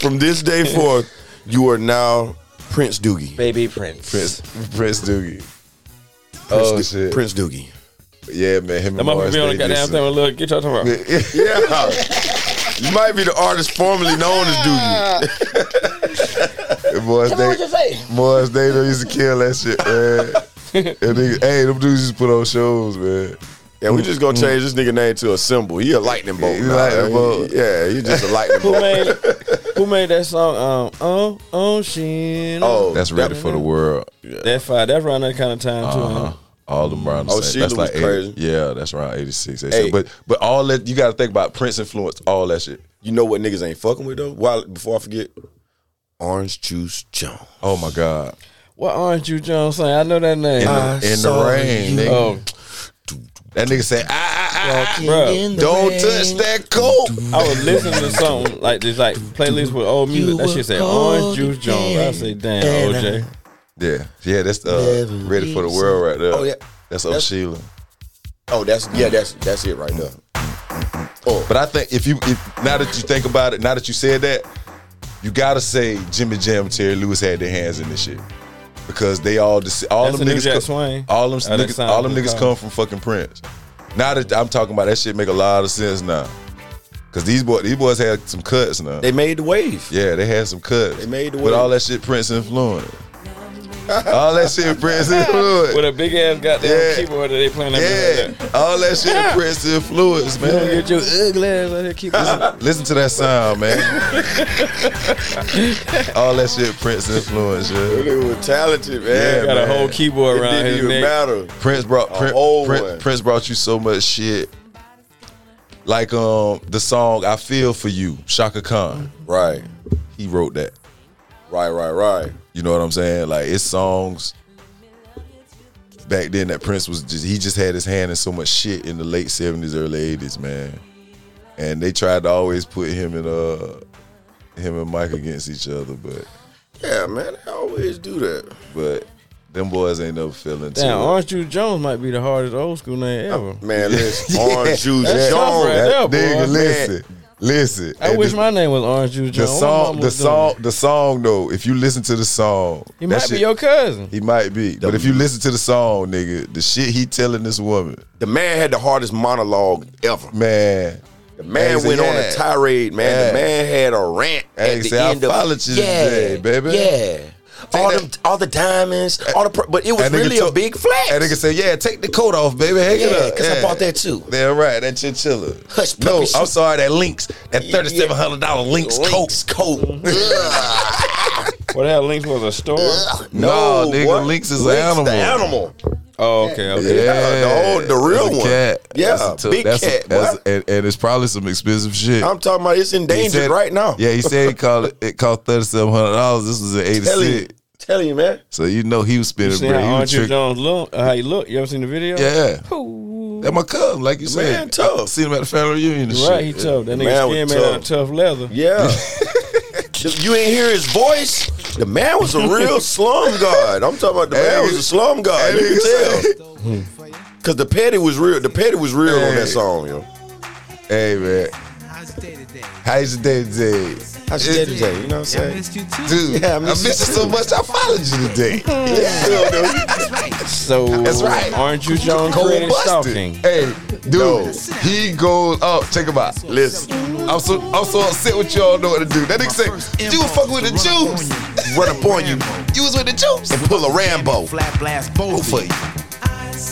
Speaker 5: From this day forth, you are now Prince Doogie.
Speaker 6: Baby Prince.
Speaker 4: Prince Prince Doogie.
Speaker 5: Prince
Speaker 4: oh
Speaker 5: Doo-
Speaker 4: shit.
Speaker 5: Prince Doogie.
Speaker 4: Yeah, man. Him
Speaker 6: That
Speaker 4: and
Speaker 6: motherfucker
Speaker 4: Morris
Speaker 6: be on
Speaker 4: they
Speaker 6: the
Speaker 4: did
Speaker 6: goddamn
Speaker 4: some-
Speaker 6: thing with a little guitar talking about.
Speaker 5: Yeah. You might be the artist formerly known as Doogie.
Speaker 4: Morris Day, Morris Day they used to kill that shit, man. and nigga, hey, them dudes used to put on shows, man.
Speaker 5: Yeah, we just gonna change this nigga name to a symbol. He a lightning bolt.
Speaker 4: He
Speaker 5: now.
Speaker 4: lightning bolt.
Speaker 5: Yeah, he just a lightning
Speaker 6: Who
Speaker 5: bolt.
Speaker 6: made Who made that song? Um, oh, oh, she.
Speaker 5: Oh,
Speaker 4: That's ready for the world.
Speaker 6: That fire. That's around that kind of time too. huh?
Speaker 5: Uh-huh.
Speaker 4: All them around. The
Speaker 5: Oh,
Speaker 4: same.
Speaker 5: Sheila
Speaker 4: that's
Speaker 5: was
Speaker 4: like 80
Speaker 5: crazy.
Speaker 4: yeah, that's around eighty six.
Speaker 5: Hey.
Speaker 4: But but all that you got to think about Prince influenced all that shit.
Speaker 5: You know what niggas ain't fucking with though? While before I forget, Orange Juice Jones.
Speaker 4: Oh my god!
Speaker 6: What aren't you Jones saying? I know that name.
Speaker 4: In
Speaker 5: I
Speaker 4: the, in the
Speaker 5: saw
Speaker 4: rain,
Speaker 5: you.
Speaker 4: nigga.
Speaker 6: oh,
Speaker 4: That nigga say, ah, ah, ah,
Speaker 6: bro.
Speaker 4: ah, don't touch that coke.
Speaker 6: I was listening to something like this, like playlist with old music. That shit said Orange Juice Jones. I say, damn, OJ.
Speaker 4: Yeah, yeah, that's uh, ready for the world right there.
Speaker 5: Oh, yeah.
Speaker 4: that's old Sheila.
Speaker 5: Oh, that's yeah, that's that's it right there. Oh,
Speaker 4: But I think if you if, now that you think about it, now that you said that, you gotta say Jimmy Jam and Terry Lewis had their hands in this shit because they all dis- all
Speaker 6: That's
Speaker 4: them
Speaker 6: a New
Speaker 4: niggas
Speaker 6: Jack
Speaker 4: co-
Speaker 6: Swing.
Speaker 4: all them
Speaker 6: Oh, that
Speaker 4: niggas,
Speaker 6: sound
Speaker 4: all them
Speaker 6: good
Speaker 4: niggas
Speaker 6: call.
Speaker 4: come from fucking Prince. Now that I'm talking about that shit make a lot of sense now because these boys these boys had some cuts now.
Speaker 5: they made the wave.
Speaker 4: yeah, they had some cuts.
Speaker 5: They made the
Speaker 4: but
Speaker 5: way.
Speaker 4: all that shit Prince influence. all that shit Prince influence.
Speaker 6: With a big ass goddamn
Speaker 4: Yeah.
Speaker 6: keyboard that they playing that. music like
Speaker 4: Yeah, all that shit Prince influence,
Speaker 6: that. You
Speaker 4: man.
Speaker 6: don't get your ugly ass out here keep this.
Speaker 4: Listen to that sound, man. All that shit Prince influence, yeah.
Speaker 5: They were talented,
Speaker 4: Yeah,
Speaker 5: man.
Speaker 6: Got a
Speaker 4: man.
Speaker 6: whole keyboard
Speaker 5: it
Speaker 6: around
Speaker 5: didn't
Speaker 6: his
Speaker 5: even
Speaker 6: neck.
Speaker 5: matter.
Speaker 4: Prince brought Prin-
Speaker 5: old
Speaker 4: Prin-
Speaker 5: one.
Speaker 4: Prince brought you so much shit. Like um the song I Feel For You, Shaka Khan.
Speaker 5: Right,
Speaker 4: He wrote that.
Speaker 5: right, right, right.
Speaker 4: You know what I'm saying? Like it's songs back then that Prince was just he just had his hand in so much shit in the late seventies, early eighties, man. And they tried to always put him and uh him and Mike against each other, but
Speaker 5: Yeah, man. They always do that.
Speaker 4: but them boys ain't never feeling too.
Speaker 6: Damn, Orange Juice Jones might be the hardest old school name ever.
Speaker 5: Man, listen, Orange Juice
Speaker 6: That's tough
Speaker 5: Jones.
Speaker 6: right
Speaker 4: that
Speaker 6: there, boy.
Speaker 4: nigga, listen. Listen,
Speaker 6: I
Speaker 4: and
Speaker 6: wish
Speaker 4: the-
Speaker 6: my name was Orange Juice
Speaker 4: the
Speaker 6: Jones. My
Speaker 4: song,
Speaker 6: mama
Speaker 4: the
Speaker 6: was doing
Speaker 4: song,
Speaker 6: it.
Speaker 4: the song though. If you listen to the song,
Speaker 6: He
Speaker 4: that
Speaker 6: might be
Speaker 4: shit-
Speaker 6: your cousin.
Speaker 4: He might be, but if you listen to the song, nigga, the shit he telling this woman,
Speaker 5: The man had the hardest monologue ever.
Speaker 4: man.
Speaker 5: The man
Speaker 4: Exa-
Speaker 5: went on
Speaker 4: yeah.
Speaker 5: a tirade, man.
Speaker 4: Yeah.
Speaker 5: The man had a rant at
Speaker 4: Exa-
Speaker 5: the
Speaker 4: I
Speaker 5: end of
Speaker 4: followed you today, baby.
Speaker 5: Yeah. All
Speaker 4: that-
Speaker 5: them, all the diamonds, all the, pro- but it was
Speaker 4: That nigga
Speaker 5: really a
Speaker 4: took-
Speaker 5: big flex.
Speaker 4: That nigga say, yeah, take the coat off, baby. Hang it
Speaker 5: Yeah,
Speaker 4: up.
Speaker 5: 'cause I bought that too.
Speaker 4: Damn right, that chinchilla.
Speaker 5: Hush
Speaker 4: no,
Speaker 5: puppy
Speaker 4: I'm
Speaker 5: shoe.
Speaker 4: sorry, that Lynx, that
Speaker 5: Yeah, yeah.
Speaker 4: thirty-seven hundred dollar Lynx,
Speaker 5: Links
Speaker 4: coat.
Speaker 5: coat. Ugh.
Speaker 6: What the hell? Links was a store.
Speaker 4: No, nigga,
Speaker 5: what?
Speaker 4: Lynx is an
Speaker 5: the
Speaker 4: animal.
Speaker 5: animal.
Speaker 6: Oh, okay, okay.
Speaker 5: Yeah, the old- the real
Speaker 4: that's a
Speaker 5: one.
Speaker 4: Cat.
Speaker 5: Yeah,
Speaker 4: that's a,
Speaker 5: big
Speaker 4: that's a-
Speaker 5: cat,
Speaker 4: that's-
Speaker 5: boy.
Speaker 4: and, and it's probably some expensive shit.
Speaker 5: I'm talking about it's
Speaker 4: He
Speaker 5: endangered
Speaker 4: said-
Speaker 5: right now.
Speaker 4: Yeah, he said he called it, it cost thirty seven hundred dollars. This was in eighty
Speaker 5: Tell you,
Speaker 4: six.
Speaker 5: tell you, man.
Speaker 4: So you know he was spinning
Speaker 6: See
Speaker 4: bread.
Speaker 6: how
Speaker 4: He was
Speaker 6: Orange Juice
Speaker 4: trick-
Speaker 6: Jones look? uh, How he look? You ever seen the video?
Speaker 4: Yeah.
Speaker 6: Ooh.
Speaker 4: That my cousin, like you said.
Speaker 5: man tough.
Speaker 4: I seen him at the family reunion and
Speaker 6: Right, he
Speaker 4: shit.
Speaker 6: tough. That
Speaker 5: Man
Speaker 6: nigga skin
Speaker 5: was
Speaker 6: made out of
Speaker 5: tough.
Speaker 6: tough leather.
Speaker 5: Yeah. If you ain't hear his voice. The man was a real slum god. I'm talking about the
Speaker 4: Hey,
Speaker 5: man was a slum god.
Speaker 4: hey,
Speaker 5: Oh, You
Speaker 4: nigga
Speaker 5: can tell. Cause the petty was real. The petty was real on
Speaker 4: Hey.
Speaker 5: that song, yo.
Speaker 4: Hey man,
Speaker 8: How's your day today?
Speaker 4: how's your day today?
Speaker 5: I should
Speaker 4: It-
Speaker 5: tell you that, you know what I'm
Speaker 8: I
Speaker 5: saying?
Speaker 8: missed you too.
Speaker 4: Dude,
Speaker 5: Yeah,
Speaker 4: I
Speaker 5: I
Speaker 4: miss
Speaker 5: miss
Speaker 4: you so much. I followed you today.
Speaker 5: Yeah,
Speaker 6: So
Speaker 4: That's right.
Speaker 6: Orange Juice Jones
Speaker 4: Cold
Speaker 6: created
Speaker 4: busted.
Speaker 6: stalking.
Speaker 4: Hey, dude, he goes up. Check him out.
Speaker 5: though. Listen,
Speaker 4: I'm so I'm so upset with y'all know what to do. That nigga say, you were fucking with the Jews.
Speaker 5: run up on you
Speaker 4: You was with the Jews.
Speaker 5: and pull a Rambo.
Speaker 8: Flat blast both
Speaker 5: for you.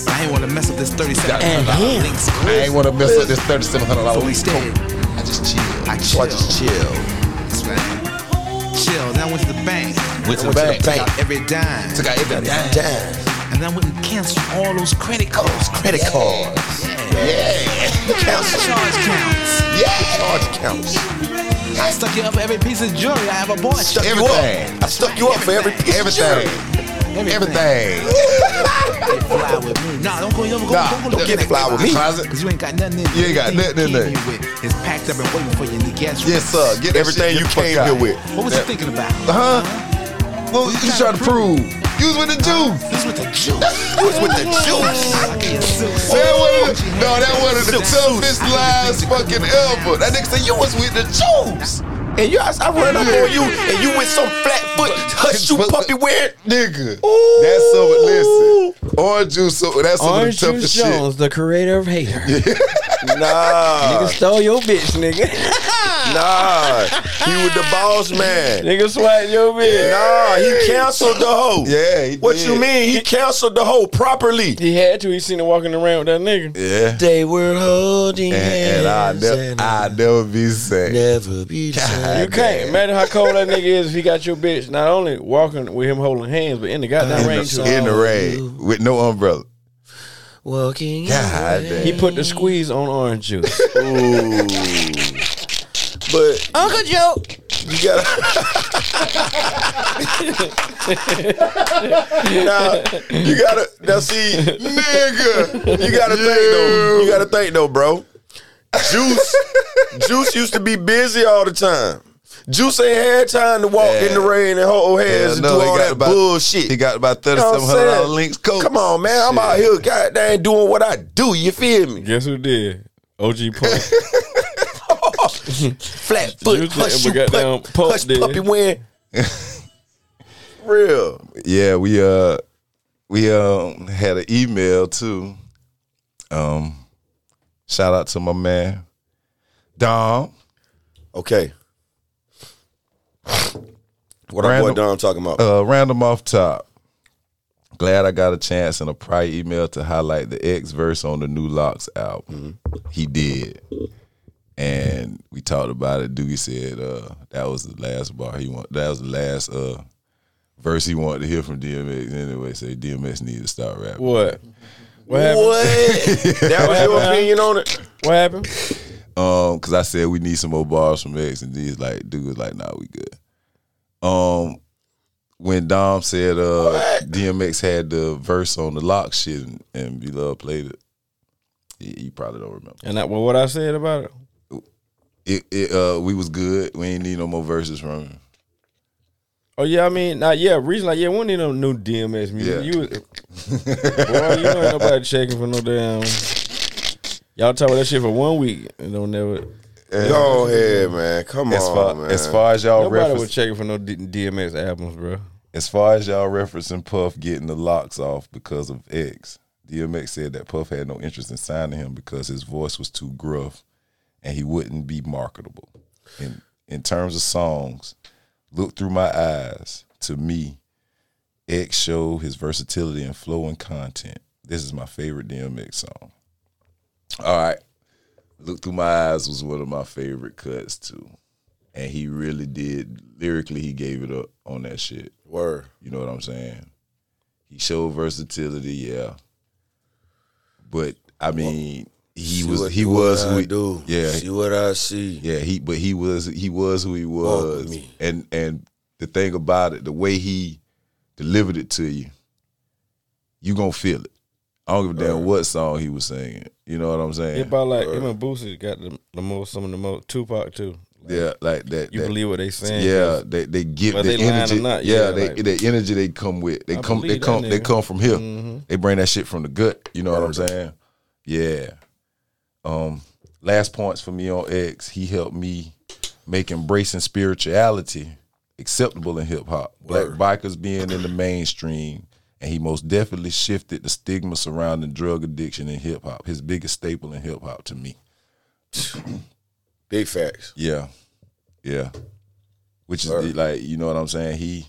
Speaker 8: I ain't wanna mess up this 37
Speaker 4: And
Speaker 8: dollar links.
Speaker 4: I ain't want to mess up this thirty-seven hundred
Speaker 8: So
Speaker 4: dollars.
Speaker 8: instead,
Speaker 5: I just chill.
Speaker 8: I
Speaker 5: So I just chill.
Speaker 8: That's right. Chill. Then I went to the bank.
Speaker 4: Went to the
Speaker 5: Went
Speaker 4: bank.
Speaker 5: to the bank.
Speaker 8: Got every dime.
Speaker 4: Took out every dime.
Speaker 5: Damn.
Speaker 8: And then I went and canceled all those credit cards.
Speaker 5: Credit cards. Yeah. Counts.
Speaker 8: Charge counts.
Speaker 5: Yeah. Charge counts.
Speaker 8: I stuck you up for every piece of jewelry I ever bought.
Speaker 5: Stuck you
Speaker 4: Everything.
Speaker 5: up. I stuck you up for every piece of
Speaker 4: Everything.
Speaker 5: jewelry.
Speaker 4: Everything.
Speaker 8: They fly with me. Nah, don't go, don't go,
Speaker 4: Nah,
Speaker 8: don't go looking
Speaker 5: get
Speaker 8: at
Speaker 5: fly with
Speaker 8: that.
Speaker 5: me.
Speaker 4: Closet.
Speaker 8: Cause you ain't got nothing in there.
Speaker 4: You ain't got
Speaker 8: Everything
Speaker 4: nothing in
Speaker 8: you came here with is packed up and waiting for you in the guest room.
Speaker 4: Yes, sir. Get that shit
Speaker 5: Everything you
Speaker 4: the fuck
Speaker 5: came
Speaker 4: out.
Speaker 5: here with.
Speaker 8: What was you thinking about?
Speaker 4: Huh? What was you trying to prove? You was with the Jews.
Speaker 8: This with the juice.
Speaker 5: You was with the juice.
Speaker 8: I gave you silk.
Speaker 4: That one of the, no, that one of the toughest lies fucking ever. That nigga said you was with the Jews.
Speaker 5: And you, I, I run up on you, and you with some flat foot, hush you puppy wearing.
Speaker 4: Nigga.
Speaker 5: Ooh.
Speaker 4: That's some listen. Orange juice, so that's some
Speaker 6: Orange
Speaker 4: of the
Speaker 6: Juice
Speaker 4: toughest
Speaker 6: Jones, the creator of Hater.
Speaker 5: Nah,
Speaker 6: Nigga stole your bitch, nigga.
Speaker 5: nah. He was the boss man.
Speaker 6: nigga swiped your bitch.
Speaker 5: Nah, he canceled the hoe.
Speaker 4: Yeah, he
Speaker 5: What
Speaker 4: did.
Speaker 5: you mean? He canceled the hoe properly.
Speaker 6: He had to. He seen her walking around with that nigga.
Speaker 4: shit. Yeah.
Speaker 5: They were holding
Speaker 4: And, and I ne- I never be sad.
Speaker 5: never be the same.
Speaker 6: You can't. Imagine how cold that nigga is if he got your bitch not only walking with him holding hands, but in the goddamn rain too.
Speaker 4: In the rain with no umbrella.
Speaker 5: Walking.
Speaker 4: God damn.
Speaker 6: He put the squeeze on orange juice.
Speaker 5: But
Speaker 6: Uncle Joe.
Speaker 5: you gotta. now, you gotta. Now, see,
Speaker 4: Nigga.
Speaker 5: You gotta think though. You gotta think though, bro. Juice, Juice used to be busy all the time. Juice ain't had time to walk in the rain and hold hands
Speaker 4: Hell
Speaker 5: and
Speaker 4: no,
Speaker 5: do
Speaker 4: he
Speaker 5: all
Speaker 4: got
Speaker 5: that
Speaker 4: about-
Speaker 5: bullshit.
Speaker 4: He got about
Speaker 5: You know what I'm
Speaker 4: thirty-seven hundred dollar
Speaker 5: saying?
Speaker 4: links coat.
Speaker 5: Come on, man. I'm out here, goddamn, doing what I do. You feel me?
Speaker 6: Guess who did? OG Punk.
Speaker 5: Flat foot,
Speaker 6: Juice
Speaker 5: hush,
Speaker 6: and
Speaker 5: you
Speaker 6: we goddamn
Speaker 5: pup,
Speaker 6: Pulp
Speaker 5: hush
Speaker 6: did.
Speaker 5: puppy win. Real.
Speaker 4: yeah, we uh we um had an email too. Um shout out to my man Dom.
Speaker 5: Okay. What our boy
Speaker 4: Random-
Speaker 5: Dom talking about?
Speaker 4: Uh random off top. Glad I got a chance in a prior email to highlight the X verse on the new Locks album. He did. And we talked about it. Doogie said uh that was the last bar he wanted that was the last uh verse he wanted to hear from DMX anyway. Say DMX needed to start rapping.
Speaker 6: What? What happened?
Speaker 5: what? that was your opinion on it?
Speaker 6: What happened?
Speaker 4: Um, cause I said we need some more bars from X, and these like dude was like, nah, we good. Um, when Dom said uh DMX had the verse on the lock shit and, and B Love played it, you, you probably don't remember.
Speaker 6: And that, well, what I said about it?
Speaker 4: It, it uh we was good. We ain't need no more verses from him.
Speaker 6: Oh yeah, I mean, nah, yeah, reason like yeah, we don't need no new DMX music.
Speaker 4: Yeah.
Speaker 6: You, was- boy, you ain't nobody checking for no damn. Y'all talk about that shit for one week and don't never.
Speaker 5: Go ahead, man. Come
Speaker 4: as
Speaker 5: on,
Speaker 4: far
Speaker 5: man.
Speaker 4: as far as y'all
Speaker 6: Nobody
Speaker 4: reference,
Speaker 6: was checking for no D- DMX albums, bro.
Speaker 4: as far as y'all referencing Puff getting the locks off because of X, DMX said that Puff had no interest in signing him because his voice was too gruff and he wouldn't be marketable. In in terms of songs, look through my eyes. To me, X showed his versatility and flow and content. This is my favorite DMX song. All right. Look Through My Eyes was one of my favorite cuts too. And he really did lyrically he gave it up on that shit.
Speaker 5: Word.
Speaker 4: You know what I'm saying? He showed versatility, yeah. But I mean, he
Speaker 5: See
Speaker 4: was
Speaker 5: what-
Speaker 4: he
Speaker 5: what
Speaker 4: was
Speaker 5: I
Speaker 4: who he,
Speaker 5: do.
Speaker 4: yeah,
Speaker 5: See what I see.
Speaker 4: yeah, he but he was he was who he
Speaker 5: Walk with
Speaker 4: was.
Speaker 5: me.
Speaker 4: And and the thing about it, the way he delivered it to you, you gonna feel it. I don't give a damn what song he was singing. You know what I'm saying?
Speaker 6: It about like him and Boosie got the, the most, some of the most. Tupac too. Like,
Speaker 4: yeah, like that.
Speaker 6: you
Speaker 4: that-
Speaker 6: believe what they saying?
Speaker 4: Yeah, they they give
Speaker 6: Whether
Speaker 4: the
Speaker 6: they lying or
Speaker 4: energy.
Speaker 6: not,
Speaker 4: yeah,
Speaker 6: yeah,
Speaker 4: they
Speaker 6: like-
Speaker 4: the energy they come with. They
Speaker 6: I
Speaker 4: come they
Speaker 6: believe that
Speaker 4: come they
Speaker 6: nigga. Mm-hmm.
Speaker 4: come from here. They bring that shit from the gut. You know what I'm saying? Yeah. Um, last points for me on X. He helped me make embracing spirituality acceptable in hip hop. Black bikers being in the mainstream. And he most definitely shifted the stigma surrounding drug addiction in hip hop. His biggest staple in hip hop to me.
Speaker 5: Big facts.
Speaker 4: Yeah, yeah. Which is the, like you know what I'm saying. He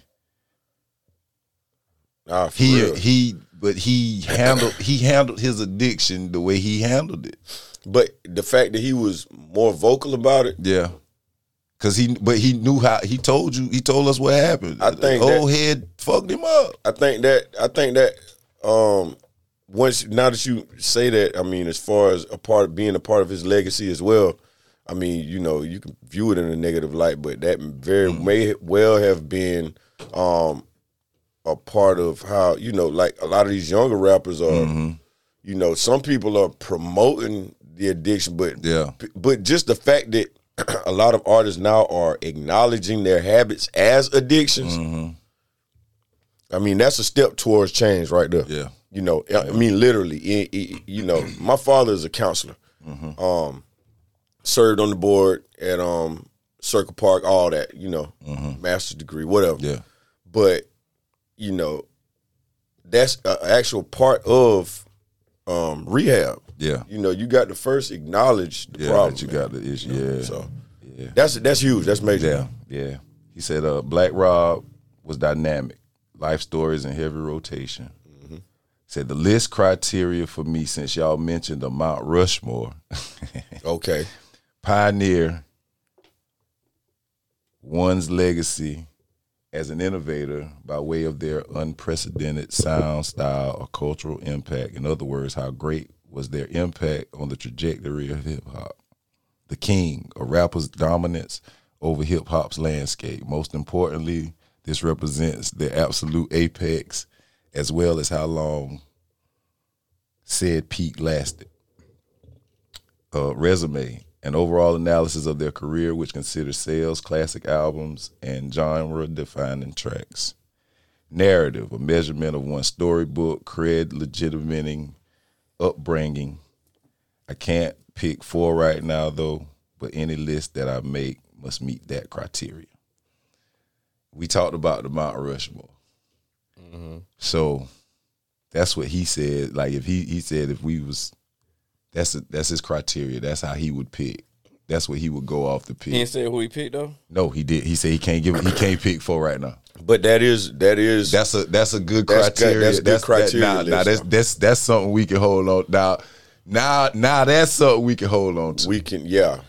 Speaker 5: Nah, for
Speaker 4: he
Speaker 5: real.
Speaker 4: he, but he handled he handled his addiction the way he handled it.
Speaker 5: But the fact that he was more vocal about it,
Speaker 4: Yeah, cause he but he knew how he told you he told us what happened.
Speaker 5: I think
Speaker 4: the
Speaker 5: that-
Speaker 4: old head fucked him up.
Speaker 5: I think that I think that um once now that you say that, I mean, as far as a part of being a part of his legacy as well, I mean, you know, you can view it in a negative light, but that very may well have been um a part of how you know, like a lot of these younger rappers are. You know, some people are promoting the addiction, but
Speaker 4: Yeah.
Speaker 5: but just the fact that a lot of artists now are acknowledging their habits as addictions.
Speaker 4: Mm-hmm.
Speaker 5: I mean, that's a step towards change right there.
Speaker 4: Yeah.
Speaker 5: You know, I I mean, literally, i- i- you know, my father is a counselor.
Speaker 4: Mm-hmm.
Speaker 5: Um, served on the board at um Circle Park, all that, you know, master's degree, whatever.
Speaker 4: Mm-hmm. Yeah,
Speaker 5: But, you know, that's an actual part of um rehab.
Speaker 4: yeah,
Speaker 5: You know, you got to first acknowledge the
Speaker 4: yeah.
Speaker 5: problem.
Speaker 4: that you
Speaker 5: man.
Speaker 4: got the issue. Yeah,
Speaker 5: So
Speaker 4: yeah.
Speaker 5: that's that's huge. That's major.
Speaker 4: Yeah, yeah. He said uh, Black Rob was dynamic, life stories in heavy rotation. Said the list criteria for me, since y'all mentioned the Mount Rushmore, Oh,
Speaker 5: Okay.
Speaker 4: pioneer one's legacy as an innovator by way of their unprecedented sound, style, or cultural impact. In other words, how great was their impact on the trajectory of hip hop? The king, a rapper's dominance over hip hop's landscape. Most importantly, this represents their absolute apex as well as how long said peak lasted uh, resume, an overall analysis of their career, which considers sales, classic albums, and genre defining tracks. Narrative, a measurement of one's storybook, cred, legitimating, upbringing. I can't pick four right now, though, but any list that I make must meet that criteria. We talked about the Mount Rushmore. So that's what he said. Like if he he said if we was that's that's his criteria. That's how he would pick. That's what he would go off the
Speaker 6: He ain't
Speaker 4: pick.
Speaker 6: said who he picked though.
Speaker 4: No, he did. He said he can't give. He can't pick four right now.
Speaker 5: But that is that is
Speaker 4: That's a that's a good
Speaker 5: That's good-
Speaker 4: criteria.
Speaker 5: that's good criteria
Speaker 4: That, nah, nah,
Speaker 5: list,
Speaker 4: that's
Speaker 5: though.
Speaker 4: that's that's something we can hold on. Now, now, now that's something we can hold on to.
Speaker 5: we can yeah.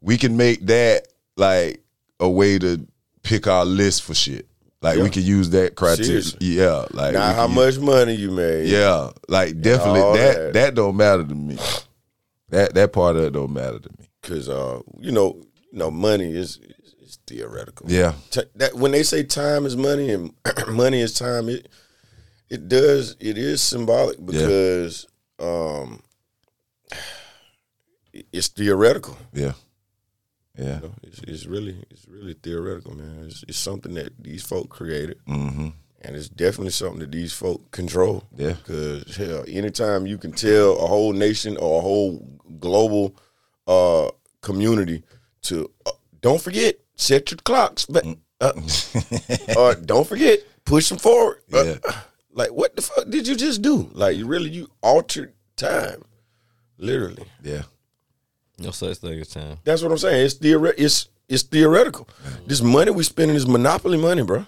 Speaker 4: We can make that like a way to pick our list for shit. Like we can use that criteria.
Speaker 5: Seriously.
Speaker 4: Yeah, like we
Speaker 5: Now
Speaker 4: can
Speaker 5: how
Speaker 4: use-
Speaker 5: much money you made?
Speaker 4: Yeah, like definitely
Speaker 5: all
Speaker 4: that, that
Speaker 5: that.
Speaker 4: don't matter to me. That that part of it don't matter to me.
Speaker 5: Cause uh, you know, you know, money is is theoretical.
Speaker 4: Yeah,
Speaker 5: T- that when they say time is money and money is time, it it does it is symbolic because um it- it's theoretical.
Speaker 4: yeah, yeah.
Speaker 5: you know? It's, it's really it's really theoretical, man. It's, it's something that these folk created.
Speaker 4: Mm-hmm.
Speaker 5: And it's definitely something that these folk control.
Speaker 4: Yeah.
Speaker 5: Because hell, anytime you can tell a whole nation or a whole global uh, community to uh, don't forget set your clocks, but uh,
Speaker 4: Mm.
Speaker 5: uh, don't forget push them forward. Uh, like what the fuck did you just do? Like you really you altered time, literally.
Speaker 4: Yeah.
Speaker 6: No such thing as time.
Speaker 5: That's what I'm saying. It's theore- it's it's theoretical. This money we spending is monopoly money, bro.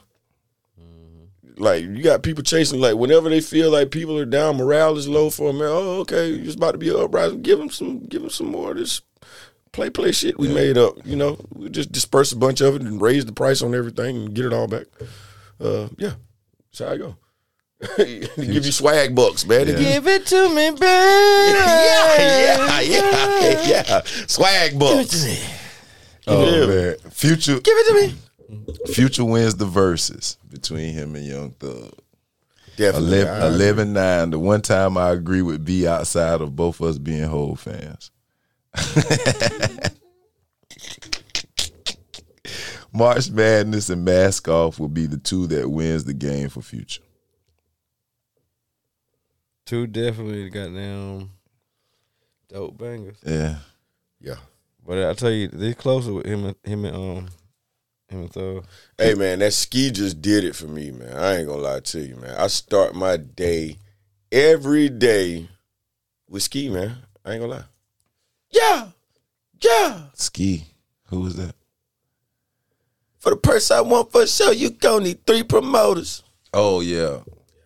Speaker 5: Like you got people chasing. Like whenever they feel like people are down, morale is low for a minute. Oh, okay, it's about to be an uprising. Give them some, give them some more of this play play shit we made up. You know, we just disperse a bunch of it and raise the price on everything and get it all back. Uh, yeah, that's how I go. they give you swag bucks, man. They give you
Speaker 6: Give it to me, baby.
Speaker 5: yeah, yeah, yeah, yeah. Swag bucks.
Speaker 4: Oh
Speaker 5: Yeah.
Speaker 4: man, Future
Speaker 5: Give it to me.
Speaker 4: Future wins the verses between him and Young Thug.
Speaker 5: Definitely.
Speaker 4: 11, 11 9. The one time I agree with B outside of both us being whole fans. March Madness and Mask Off will be the two that wins the game for Future.
Speaker 6: Two definitely goddamn dope bangers.
Speaker 4: Yeah.
Speaker 5: Yeah.
Speaker 6: But I tell you, they closer with him and him and um him and Thug.
Speaker 5: Hey man, that ski just did it for me, man. I ain't gonna lie to you, man. I start my day every day with ski, man. I ain't gonna lie. Yeah, yeah.
Speaker 4: Ski. Who was that?
Speaker 5: For the purse I want for sure, you gonna need three promoters.
Speaker 4: Oh yeah.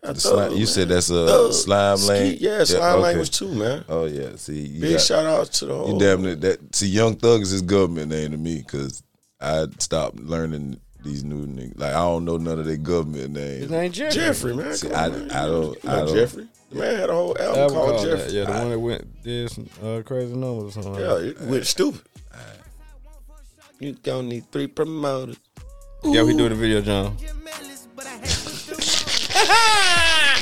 Speaker 5: I
Speaker 4: The
Speaker 5: told
Speaker 4: slime,
Speaker 5: you,
Speaker 4: you said that's a
Speaker 5: Thug,
Speaker 4: slime
Speaker 5: Oh, Ski-
Speaker 4: lane.
Speaker 5: Yeah, slime
Speaker 4: okay.
Speaker 5: lane was two, man.
Speaker 4: Oh yeah. See you
Speaker 5: Big
Speaker 4: got-
Speaker 5: shout out to the
Speaker 4: You
Speaker 5: whole.
Speaker 4: damn it. That see, Young Thug is his government name to me because I stopped learning these new niggas. Like I don't know none of their government
Speaker 6: His
Speaker 4: names.
Speaker 6: name Jeffrey.
Speaker 5: Jeffrey, man.
Speaker 4: See,
Speaker 5: Come
Speaker 4: I-
Speaker 5: on, man.
Speaker 4: I don't-
Speaker 5: You
Speaker 4: I
Speaker 5: know
Speaker 4: don't-
Speaker 5: Jeffrey. The man had a whole album
Speaker 6: Album
Speaker 5: called,
Speaker 6: called that. uh,
Speaker 5: Jeffrey.
Speaker 6: Yeah, the one that went did some uh, crazy numbers or something. like
Speaker 5: Yeah,
Speaker 6: that.
Speaker 5: it went stupid. You gonna need three promoters.
Speaker 6: Yeah, we do the video, John.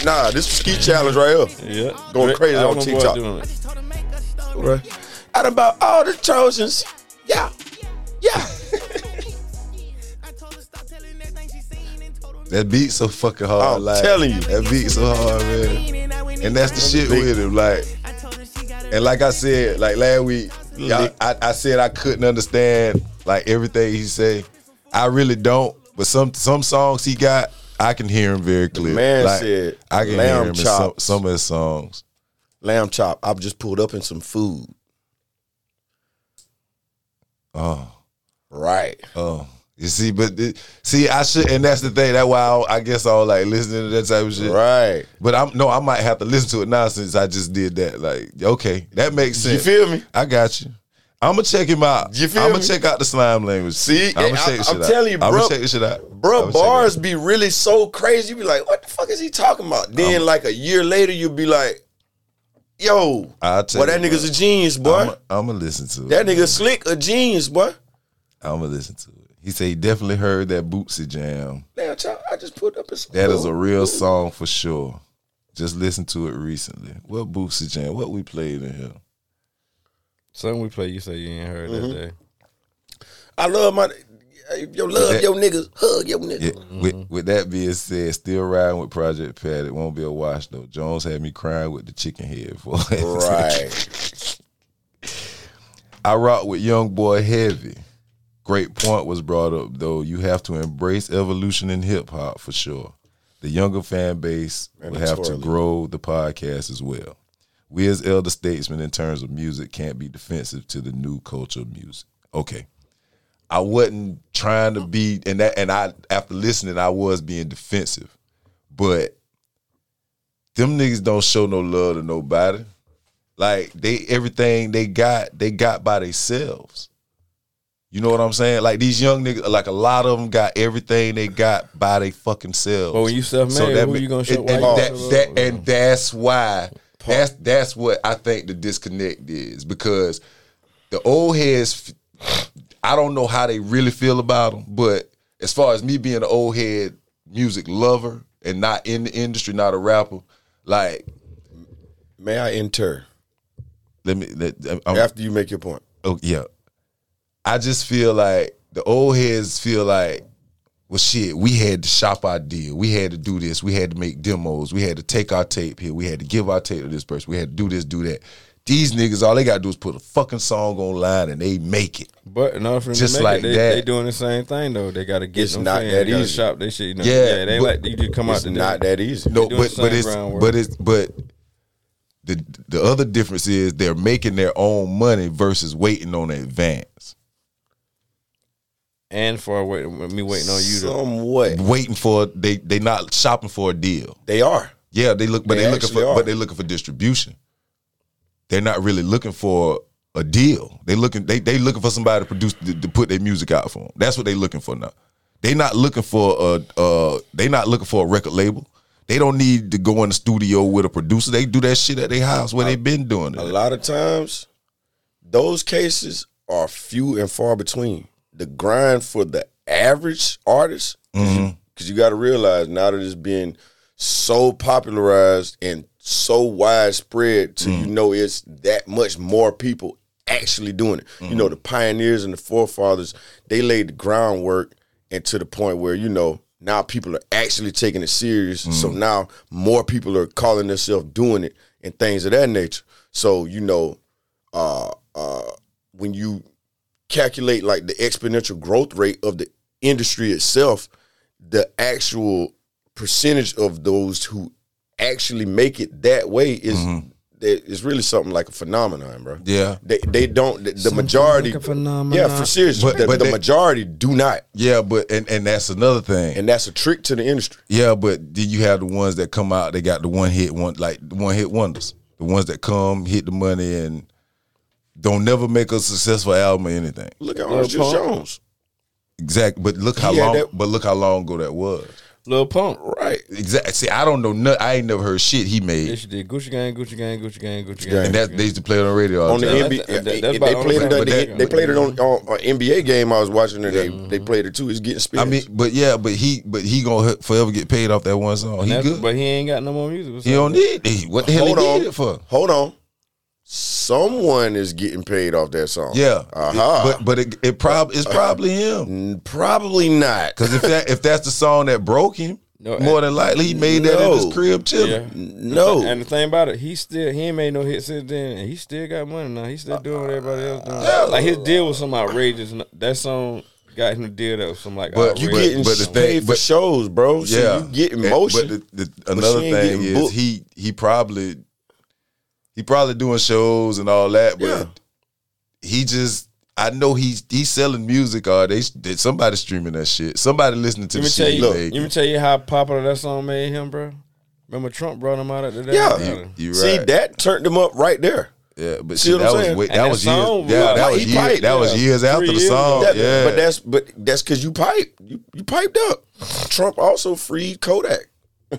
Speaker 5: Nah, this ski challenge right here.
Speaker 6: Yeah,
Speaker 5: Going
Speaker 6: Drake-
Speaker 5: crazy
Speaker 6: I
Speaker 5: on
Speaker 6: remember
Speaker 5: TikTok.
Speaker 6: doing it.
Speaker 5: Right. Out about all the Trojans. Yeah. Yeah.
Speaker 4: That beat so fucking hard.
Speaker 5: I'm
Speaker 4: like,
Speaker 5: telling you.
Speaker 4: that beat so hard, man. And that's the shit with him. Like, and like I said, like last week, y'all, I, I said I couldn't understand like everything he say. I really don't. But some some songs he got, I can hear him very clear.
Speaker 5: man
Speaker 4: like,
Speaker 5: said,
Speaker 4: I can hear
Speaker 5: "Lamb
Speaker 4: him in some,
Speaker 5: chops."
Speaker 4: some of his songs.
Speaker 5: Lamb chop. I've just pulled up in some food.
Speaker 4: Oh.
Speaker 5: Right.
Speaker 4: Oh, you see, but th- see, I should, and that's the thing. That's why I, don't- I guess I don't like listening to that type of shit.
Speaker 5: Right.
Speaker 4: But I'm no, I might have to listen to it now since I just did that. Like, okay, that makes
Speaker 5: You
Speaker 4: sense.
Speaker 5: feel me?
Speaker 4: I got you. I'm gonna check him out.
Speaker 5: You feel
Speaker 4: I'm gonna
Speaker 5: me?
Speaker 4: check out the slime language.
Speaker 5: See,
Speaker 4: I'm gonna
Speaker 5: I-
Speaker 4: check this
Speaker 5: I'm
Speaker 4: shit out.
Speaker 5: telling you,
Speaker 4: I'm
Speaker 5: bruh-
Speaker 4: gonna check this shit out, I'ma
Speaker 5: Bro,
Speaker 4: check it out.
Speaker 5: bars be really so crazy. You be like, what the fuck is he talking about? Then, like a year later, you be like, yo,
Speaker 4: I'll tell
Speaker 5: well, that
Speaker 4: you
Speaker 5: nigga's a genius, boy.
Speaker 4: I'm gonna listen to it.
Speaker 5: that nigga slick, a genius, boy.
Speaker 4: I'm gonna listen to it. He said he definitely heard that Bootsy jam.
Speaker 5: Lamb chop. I just pulled up in some
Speaker 4: That
Speaker 5: food.
Speaker 4: is a real song for sure. Just listen to it recently. What Bootsy jam? What we played in here?
Speaker 6: Something we play, you say you ain't heard that day.
Speaker 5: I love my yo love
Speaker 4: that-
Speaker 5: yo niggas hug yo niggas.
Speaker 4: Yeah. With, with that being said, still riding with Project Pat. It won't be a wash though. Jones had me crying with the chicken head for it.
Speaker 5: Right.
Speaker 4: I rock with Young Boy Heavy. Great point was brought up though. You have to embrace evolution in hip hop for sure. The younger fan base will have to
Speaker 5: Mandatorily.
Speaker 4: grow the podcast as well. We as elder statesmen in terms of music can't be defensive to the new culture of music. Okay. I wasn't trying to be and that and I after listening I was being defensive. But them niggas don't show no love to nobody. Like they everything they got, they got by themselves. You know what I'm saying? Like these young niggas, like a lot of them got everything they got by they fucking selves.
Speaker 6: But when you self-made, who
Speaker 4: ma-
Speaker 6: you gonna show-
Speaker 4: And,
Speaker 6: why
Speaker 4: and
Speaker 6: you
Speaker 4: that,
Speaker 6: gonna show
Speaker 4: that-
Speaker 6: love?
Speaker 4: and that's why that's that's what I think the disconnect is because the old heads. f- I don't know how they really feel about them, but as far as me being an old head music lover and not in the industry, not a rapper, like
Speaker 5: May I enter
Speaker 4: let me let, I'm,
Speaker 5: after you make your point?
Speaker 4: oh yeah. I just feel like the old heads feel like, well shit, we had to shop our deal. We had to do this. We had to make demos. We had to take our tape here. We had to give our tape to this person. We had to do this, do that. These niggas, all they gotta do is put a fucking song online and they make it.
Speaker 6: But in order for them
Speaker 4: Just
Speaker 6: to make
Speaker 4: like
Speaker 6: it, they,
Speaker 4: that.
Speaker 6: they doing the same thing though. They gotta get
Speaker 5: It's
Speaker 6: them
Speaker 5: not
Speaker 6: fans.
Speaker 5: that
Speaker 6: they gotta
Speaker 5: easy.
Speaker 6: Shop they shit. You know?
Speaker 4: Yeah,
Speaker 6: yeah, they
Speaker 4: but
Speaker 6: like you just come out
Speaker 5: It's
Speaker 6: the
Speaker 5: not that easy.
Speaker 4: No,
Speaker 6: doing
Speaker 4: but but it's
Speaker 6: groundwork.
Speaker 4: but it's but the the other difference is they're making their own money versus waiting on an advance,
Speaker 6: and for wait, me waiting on you to
Speaker 5: Somewhat.
Speaker 4: waiting for they they not shopping for a deal.
Speaker 5: They are.
Speaker 4: Yeah, they look, but
Speaker 5: They
Speaker 4: they, looking for,
Speaker 5: actually are.
Speaker 4: but they looking for distribution. They're not really looking for a deal. They looking, they they looking for somebody to produce to, to put their music out for them. That's what they looking for now. They not looking for a, uh, they not looking for a record label. They don't need to go in the studio with a producer. They do that shit at their house where they been doing it.
Speaker 5: A lot of times, those cases are few and far between. The grind for the average artist, because you got to realize now that it's been so popularized and so widespread, to you know, it's that much more people actually doing it. You know, the pioneers and the forefathers, they laid the groundwork, and to the point where you know. Now people are actually taking it serious. So now more people are calling themselves doing it and things of that nature. So, you know, uh, uh, when you calculate like the exponential growth rate of the industry itself, the actual percentage of those who actually make it that way is that is really something like a phenomenon, bro.
Speaker 4: Mm-hmm. Yeah.
Speaker 5: they they don't the, the majority.
Speaker 6: like a phenomenon.
Speaker 5: yeah, for serious,
Speaker 4: But-
Speaker 5: the,
Speaker 4: but
Speaker 5: the
Speaker 4: they-
Speaker 5: majority do not,
Speaker 4: yeah, but and and that's another thing.
Speaker 5: and that's a trick to the industry.
Speaker 4: Yeah, but then you have the ones that come out. They got the one hit one like the one hit wonders. The ones that come hit the money and don't never make a successful album or anything.
Speaker 5: Look at Orange Juice Jones,
Speaker 4: Exactly. But look how
Speaker 5: He had
Speaker 4: long.
Speaker 5: that-
Speaker 4: But look how long ago that was.
Speaker 6: Lil Pump.
Speaker 5: right?
Speaker 4: Exactly. See, I don't know. No, I ain't never heard shit he
Speaker 6: They
Speaker 4: made.
Speaker 6: should did Gucci Gang, Gucci Gang, Gucci Gang, Gucci Gang.
Speaker 4: And that they used to play it on the radio. All
Speaker 5: on the
Speaker 4: the time.
Speaker 5: NBA.
Speaker 6: that's-
Speaker 5: they-
Speaker 6: that's
Speaker 5: they,
Speaker 6: about the only
Speaker 5: played it.
Speaker 6: thing
Speaker 5: on- They,
Speaker 6: that-
Speaker 5: they played it on, on an NBA game I was watching, and they, they played it too. It's
Speaker 4: I
Speaker 5: getting spins.
Speaker 4: mean, but yeah, but he, but he gonna he- forever get paid off that one song. He
Speaker 6: That's-
Speaker 4: good.
Speaker 6: But he ain't got no more music. or
Speaker 4: he don't
Speaker 6: something.
Speaker 4: need. He, what the hell
Speaker 5: hold
Speaker 4: he
Speaker 5: on,
Speaker 4: did it for?
Speaker 5: hold on. Someone is getting paid off that song.
Speaker 4: Yeah.
Speaker 5: aha.
Speaker 4: But but it, it prob it's probably him.
Speaker 5: N- probably not.
Speaker 4: Cause if that if that's the song that broke him,
Speaker 6: No,
Speaker 4: more than likely he made that in
Speaker 5: no.
Speaker 4: his crib chilling.
Speaker 6: Yeah.
Speaker 5: no,
Speaker 6: And the thing about it, he still he ain't made no hits since then, and he still got money now. He still doing what everybody else doing. Like his deal was some outrageous. That song got him a deal that was some like.
Speaker 4: But
Speaker 5: you
Speaker 4: but-
Speaker 5: getting
Speaker 4: but the
Speaker 5: paid
Speaker 4: thing-
Speaker 5: for
Speaker 4: but-
Speaker 5: shows, bro. So
Speaker 4: yeah,
Speaker 5: you getting
Speaker 4: And-
Speaker 5: motion.
Speaker 4: But the, the,
Speaker 5: she
Speaker 4: another
Speaker 5: ain't
Speaker 4: thing
Speaker 5: getting
Speaker 4: is
Speaker 5: booked.
Speaker 4: he he probably he probably doing shows and all that, but
Speaker 5: Yeah.
Speaker 4: he just I know he's he's selling music or they they- somebody streaming that shit, somebody listening to
Speaker 6: let
Speaker 4: the
Speaker 6: me tell
Speaker 4: shit. he
Speaker 6: you, look,
Speaker 4: made.
Speaker 6: let me tell you how popular that song made him, bro. Remember Trump brought him out at the day?
Speaker 5: Yeah.
Speaker 4: You- you
Speaker 5: See
Speaker 4: right.
Speaker 5: that turned them up right there.
Speaker 4: yeah, but
Speaker 5: See
Speaker 4: see,
Speaker 5: what
Speaker 4: that
Speaker 5: I'm
Speaker 4: was
Speaker 5: saying?
Speaker 4: way,
Speaker 6: And
Speaker 4: that
Speaker 6: that
Speaker 4: was years
Speaker 6: song was
Speaker 4: yeah
Speaker 6: like-
Speaker 4: that was
Speaker 5: he
Speaker 4: years,
Speaker 5: piped,
Speaker 4: that was
Speaker 6: yeah.
Speaker 4: years after
Speaker 6: Three
Speaker 4: the
Speaker 6: years
Speaker 4: song.
Speaker 5: That-
Speaker 4: yeah,
Speaker 5: But that's but that's because you pipe you you piped up. Trump also freed Kodak.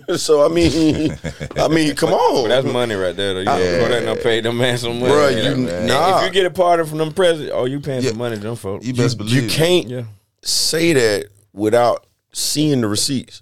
Speaker 5: so I mean, I mean, come on.
Speaker 6: But that's money right there. Though. You
Speaker 4: Yeah.
Speaker 6: know, Kodak done paid them man some money.
Speaker 5: Bruh,
Speaker 6: Yeah,
Speaker 5: you-
Speaker 6: man.
Speaker 5: nah.
Speaker 6: If you get a pardon from them president, oh, you paying
Speaker 4: Yeah.
Speaker 6: some money to them folks.
Speaker 4: you best believe
Speaker 5: you can't
Speaker 6: yeah.
Speaker 5: say that without seeing the receipts.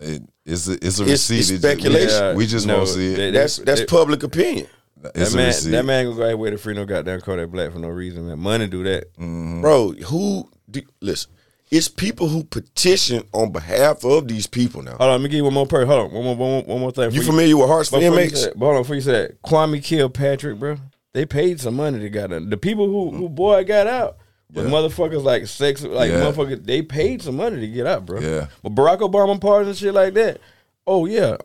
Speaker 4: It, it's a, it's a
Speaker 5: It's-
Speaker 4: receipt.
Speaker 5: it's
Speaker 4: It just-
Speaker 5: speculation.
Speaker 4: we just, we just
Speaker 6: No,
Speaker 4: won't see it.
Speaker 6: they-
Speaker 5: That's that's
Speaker 6: It-
Speaker 5: public opinion,
Speaker 4: it's
Speaker 6: that
Speaker 4: a
Speaker 6: man,
Speaker 4: receipt.
Speaker 6: that man gonna go ahead with a free no goddamn Kodak Black for no reason, man. Money do that.
Speaker 5: bro. Who do, listen? It's people who petition on behalf of these people now.
Speaker 6: Hold on, let me give you one more person. Hold on, one more, one more, one more thing.
Speaker 5: You
Speaker 6: Before
Speaker 5: familiar with Hearts for
Speaker 6: before you
Speaker 5: Inmates?
Speaker 6: said, hold on, before you said that, Kwame Kilpatrick, bro. They paid some money to got out. The people who who boy got out was motherfuckers like sex, like
Speaker 4: Mm-hmm. Yeah.
Speaker 6: motherfuckers. They paid some money to get out, bro.
Speaker 4: Yeah.
Speaker 6: But Barack Obama pardons and shit like that. Oh yeah.